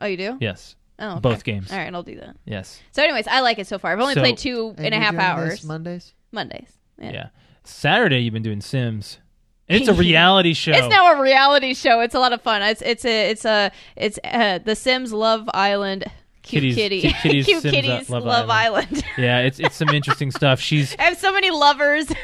Speaker 3: Oh, you do?
Speaker 2: Yes.
Speaker 3: Oh, okay.
Speaker 2: Both games.
Speaker 3: All right, I'll do that.
Speaker 2: Yes.
Speaker 3: So, anyways, I like it so far. I've only
Speaker 2: So-
Speaker 3: played two and a
Speaker 1: you're
Speaker 3: half
Speaker 1: doing
Speaker 3: hours.
Speaker 1: this Mondays.
Speaker 3: Mondays.
Speaker 2: Yeah.
Speaker 3: Yeah.
Speaker 2: Saturday, you've been doing Sims. It's a reality show.
Speaker 3: It's now a reality show. It's a lot of fun. It's it's a it's a it's uh, The Sims Love Island.
Speaker 2: Kitties-
Speaker 3: Cute kitty,
Speaker 2: Cute Kitties,
Speaker 3: cute
Speaker 2: Sims, uh,
Speaker 3: kitties,
Speaker 2: Love
Speaker 3: Love,
Speaker 2: Island.
Speaker 3: Island.
Speaker 2: yeah, it's it's some interesting stuff. She's
Speaker 3: I have so many lovers.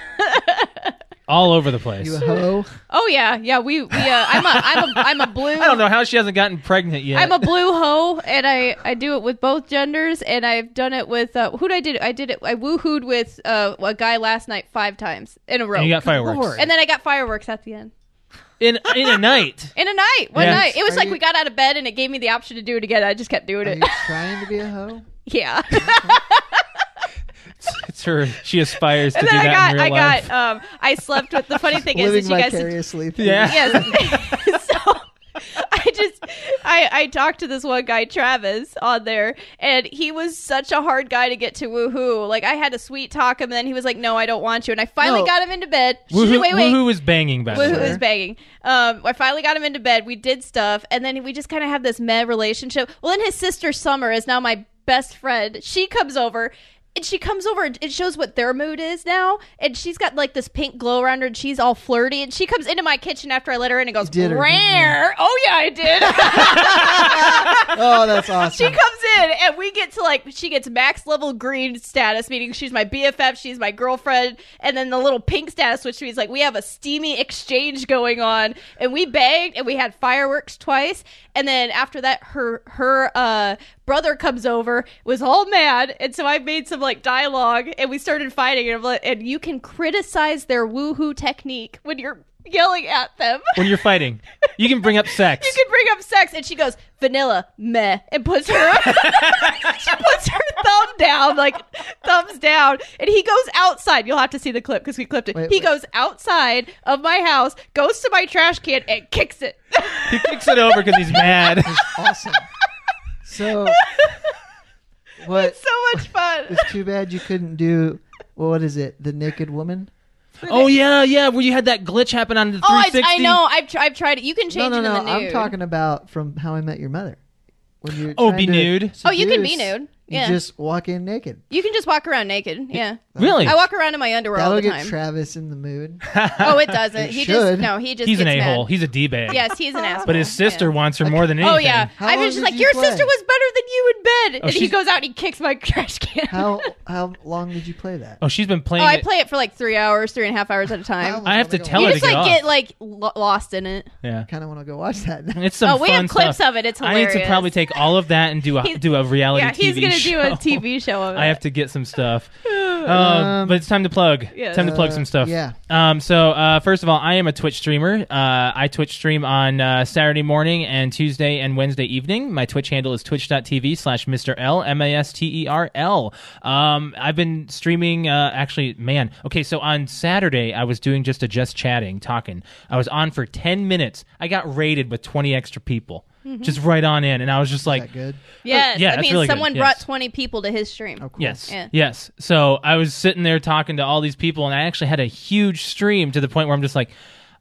Speaker 2: all over the place.
Speaker 1: You a hoe?
Speaker 3: Oh yeah, yeah. We we. Uh, I'm a I'm a I'm a blue.
Speaker 2: I don't know how she hasn't gotten pregnant yet.
Speaker 3: I'm a blue hoe, and I I do it with both genders, and I've done it with uh, who did I did it? I did it. I woohooed with uh, a guy last night five times in a row,
Speaker 2: and you got fireworks
Speaker 1: Lord.
Speaker 3: And then I got fireworks at the end
Speaker 2: in in a night.
Speaker 3: in a night, one
Speaker 2: Yes.
Speaker 3: night. It was
Speaker 1: Are
Speaker 3: like
Speaker 1: you-
Speaker 3: we got out of bed, and it gave me the option to do it again. I just kept doing
Speaker 1: Are
Speaker 3: it.
Speaker 1: you trying to be a hoe?
Speaker 3: yeah.
Speaker 2: It's, That's her. She aspires to
Speaker 3: And
Speaker 2: do
Speaker 3: then I
Speaker 2: that
Speaker 3: got,
Speaker 2: in real
Speaker 3: I
Speaker 2: life.
Speaker 3: got, um, I slept with. The funny thing is,
Speaker 1: Living
Speaker 3: is you guys,
Speaker 1: vicariously. through
Speaker 2: Yeah.
Speaker 3: yes. so I just, I, I talked to this one guy, Travis, on there, and he was such a hard guy to get to. Woohoo! Like I had to sweet talk him, and then he was like, "No, I don't want you." And I finally
Speaker 1: No.
Speaker 3: got him into bed.
Speaker 2: Woohoo,
Speaker 3: wait, wait.
Speaker 2: woohoo is banging by the
Speaker 3: Woohoo
Speaker 2: way.
Speaker 3: is banging. Um, I finally got him into bed. We did stuff, and then we just kind of have this meh relationship. Well, then his sister Summer is now my best friend. She comes over. And she comes over and it shows what their mood is now. And she's got like this pink glow around her and she's all flirty. And she comes into my kitchen after I let her in and goes,
Speaker 1: did her, didn't you?
Speaker 3: Rare. Oh, yeah, I did.
Speaker 1: Oh, that's
Speaker 3: she
Speaker 1: awesome.
Speaker 3: comes in and we get to like she gets max level green status meaning she's my bff she's my girlfriend and then the little pink status which means like we have a steamy exchange going on and we banged and we had fireworks twice and then after that her her uh brother comes over was all mad and so i made some like dialogue and we started fighting and, I'm like- and you can criticize their woohoo technique when you're yelling at them
Speaker 2: When you're fighting, you can bring up sex.
Speaker 3: you can bring up sex and she goes vanilla meh and puts her she puts her thumb down like thumbs down and he goes outside you'll have to see the clip because we clipped it
Speaker 1: Wait,
Speaker 3: he
Speaker 1: wait.
Speaker 3: goes outside of my house goes to my trash can and kicks it
Speaker 2: he kicks it over because he's mad.
Speaker 1: awesome. So, what?
Speaker 3: so much fun
Speaker 1: It's too bad you couldn't do. What is it? The Naked Woman?
Speaker 2: oh yeah, yeah. Where you had that glitch happen on the
Speaker 3: oh I,
Speaker 2: 360.
Speaker 3: I know I've, tr- I've tried it you can
Speaker 1: No,
Speaker 3: change
Speaker 1: no,
Speaker 3: it
Speaker 1: no.
Speaker 3: in the nude
Speaker 1: I'm talking about from How I Met Your Mother. When you're
Speaker 2: Oh,
Speaker 1: trying
Speaker 2: be
Speaker 1: to
Speaker 2: nude?
Speaker 3: Oh, you can be
Speaker 1: seduce,
Speaker 3: nude. Yeah.
Speaker 1: You just walk in naked.
Speaker 3: you can just walk around naked yeah
Speaker 2: Really?
Speaker 3: I walk around in my underwear all
Speaker 1: That'll
Speaker 3: the
Speaker 1: get
Speaker 3: time
Speaker 1: Travis in the mood.
Speaker 3: oh it doesn't
Speaker 1: It
Speaker 3: he
Speaker 1: should.
Speaker 3: just no he just
Speaker 2: he's an
Speaker 3: gets
Speaker 2: a
Speaker 3: mad.
Speaker 2: hole. He's a d bag.
Speaker 3: yes he's an asshole
Speaker 2: But his sister
Speaker 3: Yeah.
Speaker 2: wants her more than anything.
Speaker 3: Oh yeah,
Speaker 1: How
Speaker 3: I
Speaker 1: long
Speaker 3: was
Speaker 1: did
Speaker 3: just like,
Speaker 1: you
Speaker 3: your
Speaker 1: play?
Speaker 3: sister was better than you in bed, and he
Speaker 2: Oh, she's-
Speaker 3: goes out and he kicks my trash can.
Speaker 1: How how long did you play that?
Speaker 2: Oh, she's been playing.
Speaker 3: oh, I
Speaker 2: it-
Speaker 3: play it for like three hours, three and a half hours at a time.
Speaker 2: I have to tell
Speaker 3: you
Speaker 2: her
Speaker 3: just
Speaker 2: to get
Speaker 3: like
Speaker 2: off.
Speaker 3: get like lo- lost in it.
Speaker 2: yeah.
Speaker 1: Kind of want to go watch that. now.
Speaker 2: It's some
Speaker 3: oh, we
Speaker 2: fun
Speaker 3: have clips
Speaker 2: stuff.
Speaker 3: of it. It's
Speaker 2: I need
Speaker 3: hilarious.
Speaker 2: to probably take all of that and do a
Speaker 3: He's-
Speaker 2: do a reality
Speaker 3: yeah, he's
Speaker 2: TV
Speaker 3: gonna
Speaker 2: show.
Speaker 3: do a TV show of it.
Speaker 2: I have to get some stuff. Um, but it's time to plug.
Speaker 3: Yes.
Speaker 2: Time to plug
Speaker 1: Uh,
Speaker 2: some stuff.
Speaker 1: yeah.
Speaker 2: Um, so uh, first of all, I am a Twitch streamer. Uh, I Twitch stream on uh, Saturday morning and Tuesday and Wednesday evening. My Twitch handle is twitch.tv slash Mr. L, M A S T E R L. Um, I've been streaming, uh, actually, man. Okay, so on Saturday, I was doing just a just chatting, talking. I was on for 10 minutes. I got raided with 20 extra people. Just right on in, and I was just like,
Speaker 1: that good.
Speaker 3: yeah,
Speaker 2: uh, yeah,
Speaker 3: I
Speaker 2: that's
Speaker 3: mean,
Speaker 2: really good.
Speaker 3: someone brought
Speaker 2: Yes.
Speaker 3: twenty people to his stream.
Speaker 1: Oh, cool.
Speaker 2: Yes.
Speaker 3: Yeah.
Speaker 2: Yes. So I was sitting there talking to all these people, and I actually had a huge stream to the point where I'm just like,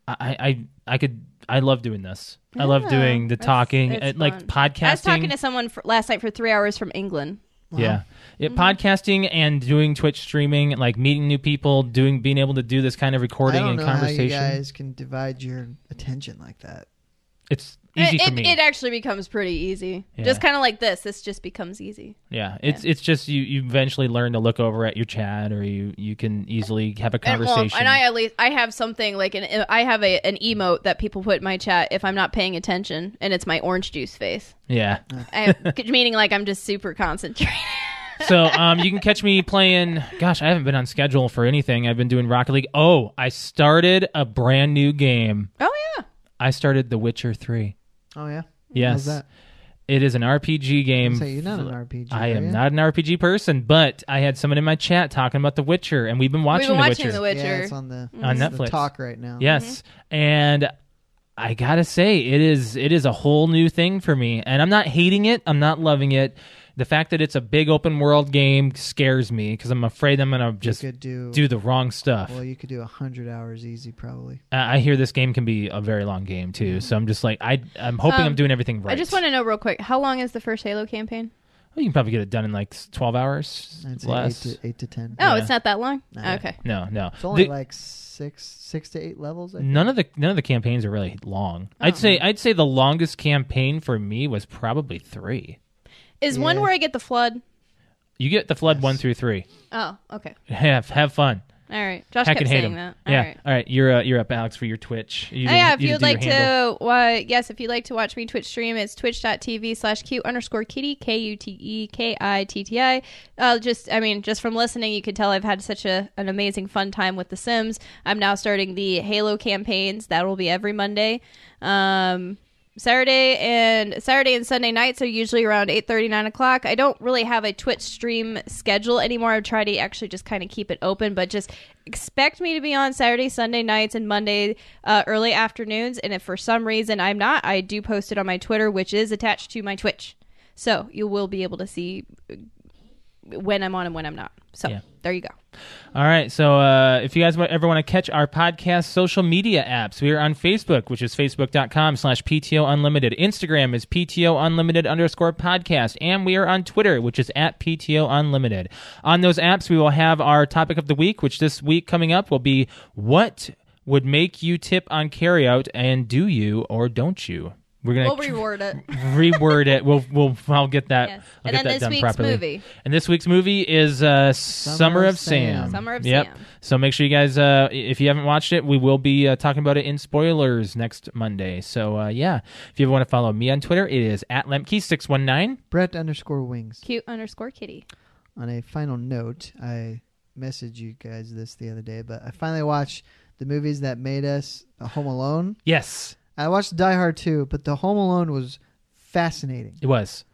Speaker 2: I, I, I could, I love doing this. I love
Speaker 3: Yeah,
Speaker 2: doing the
Speaker 3: that's-
Speaker 2: talking,
Speaker 3: it's
Speaker 2: and, like
Speaker 3: fun.
Speaker 2: podcasting.
Speaker 3: I was talking to someone for, last night for three hours from England.
Speaker 2: Yeah.
Speaker 3: Mm-hmm.
Speaker 2: It, Podcasting and doing Twitch streaming, like meeting new people, doing, being able to do this kind of recording
Speaker 1: I don't
Speaker 2: and
Speaker 1: know how you
Speaker 2: conversation.
Speaker 1: guys can divide your attention like that.
Speaker 2: It's easy
Speaker 3: it,
Speaker 2: for
Speaker 3: it, uh,
Speaker 2: me.
Speaker 3: it actually becomes pretty easy.
Speaker 2: Yeah.
Speaker 3: Just kind of like this. This just becomes easy.
Speaker 2: yeah. It's it's just you, you eventually learn to look over at your chat, or you you can easily have a
Speaker 3: And, well,
Speaker 2: conversation.
Speaker 3: And, I at least I have something like an e, I have a an emote that people put in my chat if I'm not paying attention, and it's my orange juice face.
Speaker 2: yeah.
Speaker 3: I, meaning like I'm just super concentrated.
Speaker 2: so um, you can catch me playing. Gosh, I haven't been on schedule for anything. I've been doing Rocket League. Oh, I started a brand new game.
Speaker 3: Oh yeah,
Speaker 2: I started The Witcher Three.
Speaker 1: Oh yeah.
Speaker 2: Yes,
Speaker 1: How's that?
Speaker 2: it is an RPG game.
Speaker 1: Say you're not an RPG.
Speaker 2: I
Speaker 1: are
Speaker 2: am
Speaker 1: you?
Speaker 2: not an RPG person, but I had someone in my chat talking about The Witcher, and we've been
Speaker 3: we've
Speaker 2: watching
Speaker 3: been
Speaker 2: The
Speaker 3: watching
Speaker 2: Witcher.
Speaker 3: The
Speaker 1: Yeah,
Speaker 3: Witcher.
Speaker 1: it's on the
Speaker 2: On
Speaker 1: it's the
Speaker 2: Netflix.
Speaker 1: talk right now.
Speaker 2: Yes, and I gotta say, it is it is a whole new thing for me, and I'm not hating it. I'm not loving it. The fact that it's a big open world game scares me because I'm afraid I'm gonna
Speaker 1: You
Speaker 2: just
Speaker 1: could do.
Speaker 2: do the wrong stuff.
Speaker 1: well, you could do hundred hours easy, probably.
Speaker 2: I I hear this game can be a very long game
Speaker 1: Mm-hmm.
Speaker 2: too, so I'm just like I I'm hoping I'm
Speaker 3: Um,
Speaker 2: doing everything right.
Speaker 3: I just want to know real quick, how long is the first Halo campaign?
Speaker 2: you can probably get it done in like 12 hours
Speaker 1: I'd say eight
Speaker 2: less.
Speaker 1: to, eight to ten.
Speaker 2: Yeah.
Speaker 3: Oh, it's not that long.
Speaker 1: No.
Speaker 3: Okay.
Speaker 2: No, no.
Speaker 1: It's only
Speaker 2: The-
Speaker 1: like six, six to eight levels. I think.
Speaker 2: none of the none of the campaigns are really long.
Speaker 3: Oh,
Speaker 2: I'd say I'd say the longest campaign for me was probably 3.
Speaker 3: Is one
Speaker 1: Yeah.
Speaker 3: where I get the flood?
Speaker 2: You get the flood
Speaker 1: Yes.
Speaker 2: 1 through 3.
Speaker 3: Oh, okay.
Speaker 2: Have have fun.
Speaker 3: All right. Josh
Speaker 2: Heck
Speaker 3: kept
Speaker 2: and hate
Speaker 3: saying
Speaker 2: 'em.
Speaker 3: that. All
Speaker 2: Yeah.
Speaker 3: right.
Speaker 2: All right, you're uh, you're up Alex for your Twitch. You
Speaker 3: Oh,
Speaker 2: didn't-
Speaker 3: yeah, if
Speaker 2: you
Speaker 3: you'd
Speaker 2: didn't do your
Speaker 3: like
Speaker 2: handle.
Speaker 3: to, uh, yes, if you'd like to watch me Twitch stream, it's twitch.tv slash Q underscore kitty, K U T E K I T T I. Uh, Just, I mean, just from listening, you can tell I've had such a, an amazing fun time with The Sims. I'm now starting the Halo campaigns. That will be every Monday. Um, Saturday and Saturday and Sunday nights are usually around 8 9 o'clock. I don't really have a Twitch stream schedule anymore. I try to actually just kind of keep it open, but just expect me to be on Saturday, Sunday nights, and Monday uh, early afternoons. And if for some reason I'm not, I do post it on my Twitter, which is attached to my Twitch. So you will be able to see when I'm on and when I'm not. So
Speaker 2: Yeah.
Speaker 3: there you go.
Speaker 2: All right. So uh, if you guys wa- ever want to catch our podcast social media apps, we are on Facebook, which is facebook.com slash PTO Unlimited. Instagram is PTO Unlimited underscore podcast. And we are on Twitter, which is at PTO Unlimited. On those apps, we will have our topic of the week, which this week coming up will be what would make you tip on carryout and do you or don't you? We're going to
Speaker 3: We'll reward it.
Speaker 2: reword it. We'll we'll I'll get that.
Speaker 3: Yes.
Speaker 2: I'll
Speaker 3: And
Speaker 2: get
Speaker 3: then
Speaker 2: that
Speaker 3: this
Speaker 2: done
Speaker 3: week's
Speaker 2: properly.
Speaker 3: movie.
Speaker 2: And this week's movie is uh, Summer, of
Speaker 1: of
Speaker 2: Sam.
Speaker 1: Sam.
Speaker 3: Summer of
Speaker 2: Um, yep.
Speaker 3: Sam.
Speaker 2: So make sure you guys, uh, if you haven't watched it, we will be uh, talking about it in spoilers next Monday. So uh, yeah, if you ever want to follow me on Twitter, it is at lemke six one nine.
Speaker 1: Brett underscore wings.
Speaker 3: Cute underscore kitty.
Speaker 1: On a final note, I messaged you guys this the other day, but I finally watched the movies that made us uh, Home Alone.
Speaker 2: Yes,
Speaker 1: I watched Die Hard 2, but the Home Alone was fascinating.
Speaker 2: it was.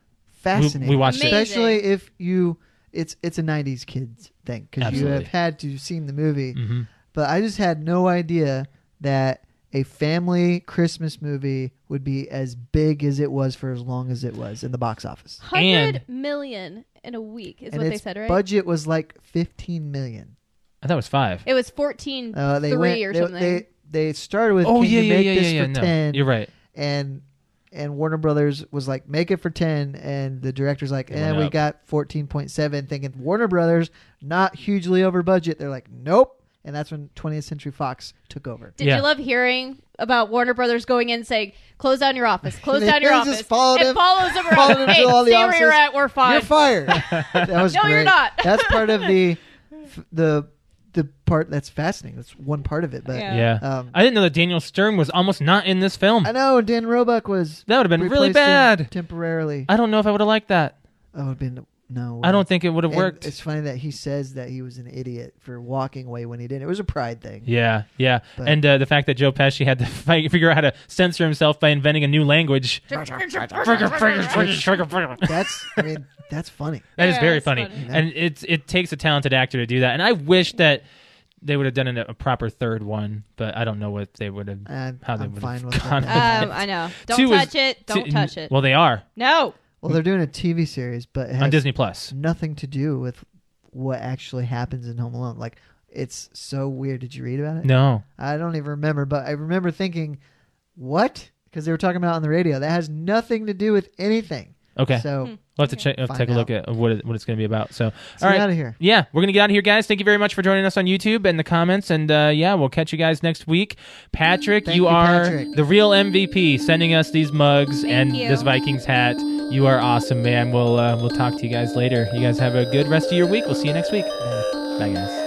Speaker 1: Fascinating.
Speaker 2: we watched
Speaker 3: it. Amazing.
Speaker 1: Especially if you it's it's a 90s kids thing cuz you
Speaker 2: Absolutely.
Speaker 1: have had to seen the movie.
Speaker 2: hmm
Speaker 1: But I just had no idea that a family Christmas movie would be as big as it was for as long as it was in the box office.
Speaker 2: And-
Speaker 3: Hundred million in a week is
Speaker 1: and
Speaker 3: what they
Speaker 1: its
Speaker 3: said, right?
Speaker 1: budget was like 15 million.
Speaker 2: I thought it was five.
Speaker 3: it was fourteen
Speaker 1: Uh, they
Speaker 3: three
Speaker 1: went,
Speaker 3: or
Speaker 1: they,
Speaker 3: something.
Speaker 1: They, they started with
Speaker 2: oh
Speaker 1: can
Speaker 2: yeah,
Speaker 1: you
Speaker 2: yeah,
Speaker 1: make
Speaker 2: yeah,
Speaker 1: this
Speaker 2: yeah, yeah.
Speaker 1: for
Speaker 2: No,
Speaker 1: 10
Speaker 2: you're right.
Speaker 1: and and Warner Brothers was like make it for 10 and the director's like
Speaker 2: It went
Speaker 1: and we
Speaker 2: up.
Speaker 1: got 14.7 thinking Warner Brothers not hugely over budget. They're like nope. And that's when 20th Century Fox took over.
Speaker 3: Did
Speaker 2: Yeah.
Speaker 3: you love hearing about Warner Brothers going in saying, "Close down your office, close
Speaker 1: They-
Speaker 3: down your
Speaker 1: they
Speaker 3: office"?
Speaker 1: just followed
Speaker 3: it
Speaker 1: him-
Speaker 3: follows them
Speaker 1: followed
Speaker 3: around.
Speaker 1: him to
Speaker 3: Hey,
Speaker 1: all the
Speaker 3: stay where
Speaker 1: offices.
Speaker 3: you're at. We're fine.
Speaker 1: You're fired. that was
Speaker 3: No, you're
Speaker 1: great.
Speaker 3: not.
Speaker 1: that's part of the f- the the part that's fascinating. That's one part of it, but
Speaker 3: Yeah.
Speaker 2: Yeah.
Speaker 1: um,
Speaker 2: I didn't know that Daniel Stern was almost not in this film.
Speaker 1: I know Dan Roebuck was
Speaker 2: that would have been really
Speaker 1: replaced him
Speaker 2: bad.
Speaker 1: temporarily.
Speaker 2: I don't know if I would have liked that.
Speaker 1: oh, it'd been no.
Speaker 2: I don't think it would have
Speaker 1: And
Speaker 2: worked.
Speaker 1: It's funny that he says that he was an idiot for walking away when he didn't. It was a pride thing.
Speaker 2: Yeah, yeah,
Speaker 1: But-
Speaker 2: and uh, the fact that Joe Pesci had to fight, figure out how to censor himself by inventing a new language. That
Speaker 1: That's I mean that's funny.
Speaker 2: is
Speaker 3: Yeah,
Speaker 2: very
Speaker 3: it's
Speaker 2: funny,
Speaker 3: funny.
Speaker 2: and it's it takes a talented actor to do that. And I wish that they would have done a, a proper third one, but I don't know what they would have.
Speaker 1: And
Speaker 2: How they
Speaker 1: I'm
Speaker 2: would've
Speaker 1: fine with
Speaker 2: gone
Speaker 1: that.
Speaker 2: with that.
Speaker 3: Um, I know. Don't
Speaker 2: Two is-
Speaker 3: touch it. Don't
Speaker 2: to-
Speaker 3: touch it.
Speaker 2: Well, they are
Speaker 3: no.
Speaker 1: Well, they're doing a TV series, but it
Speaker 2: on
Speaker 1: has
Speaker 2: Disney Plus.
Speaker 1: nothing to do with what actually happens in Home Alone. Like it's so weird. Did you read about it?
Speaker 2: No,
Speaker 1: I don't even remember, but I remember thinking, what? Because they were talking about it on the radio. That has nothing to do with anything.
Speaker 2: okay,
Speaker 1: So
Speaker 3: Hmm.
Speaker 2: we'll have to check. We'll
Speaker 1: Find
Speaker 2: take a look at what it, what it's going to be about. So, all right,
Speaker 1: out of here.
Speaker 2: yeah, we're gonna get out of here, guys. Thank you very much for joining us on YouTube and the comments, and uh, yeah, we'll catch you guys next week. Patrick,
Speaker 1: Thank
Speaker 2: you,
Speaker 1: you,
Speaker 2: are
Speaker 1: Patrick.
Speaker 2: the real MVP, sending us these mugs
Speaker 3: Thank
Speaker 2: and
Speaker 3: you.
Speaker 2: this Vikings hat. You are awesome, man. We'll uh, we'll talk to you guys later. You guys have a good rest of your week. We'll see you next week. Bye, guys.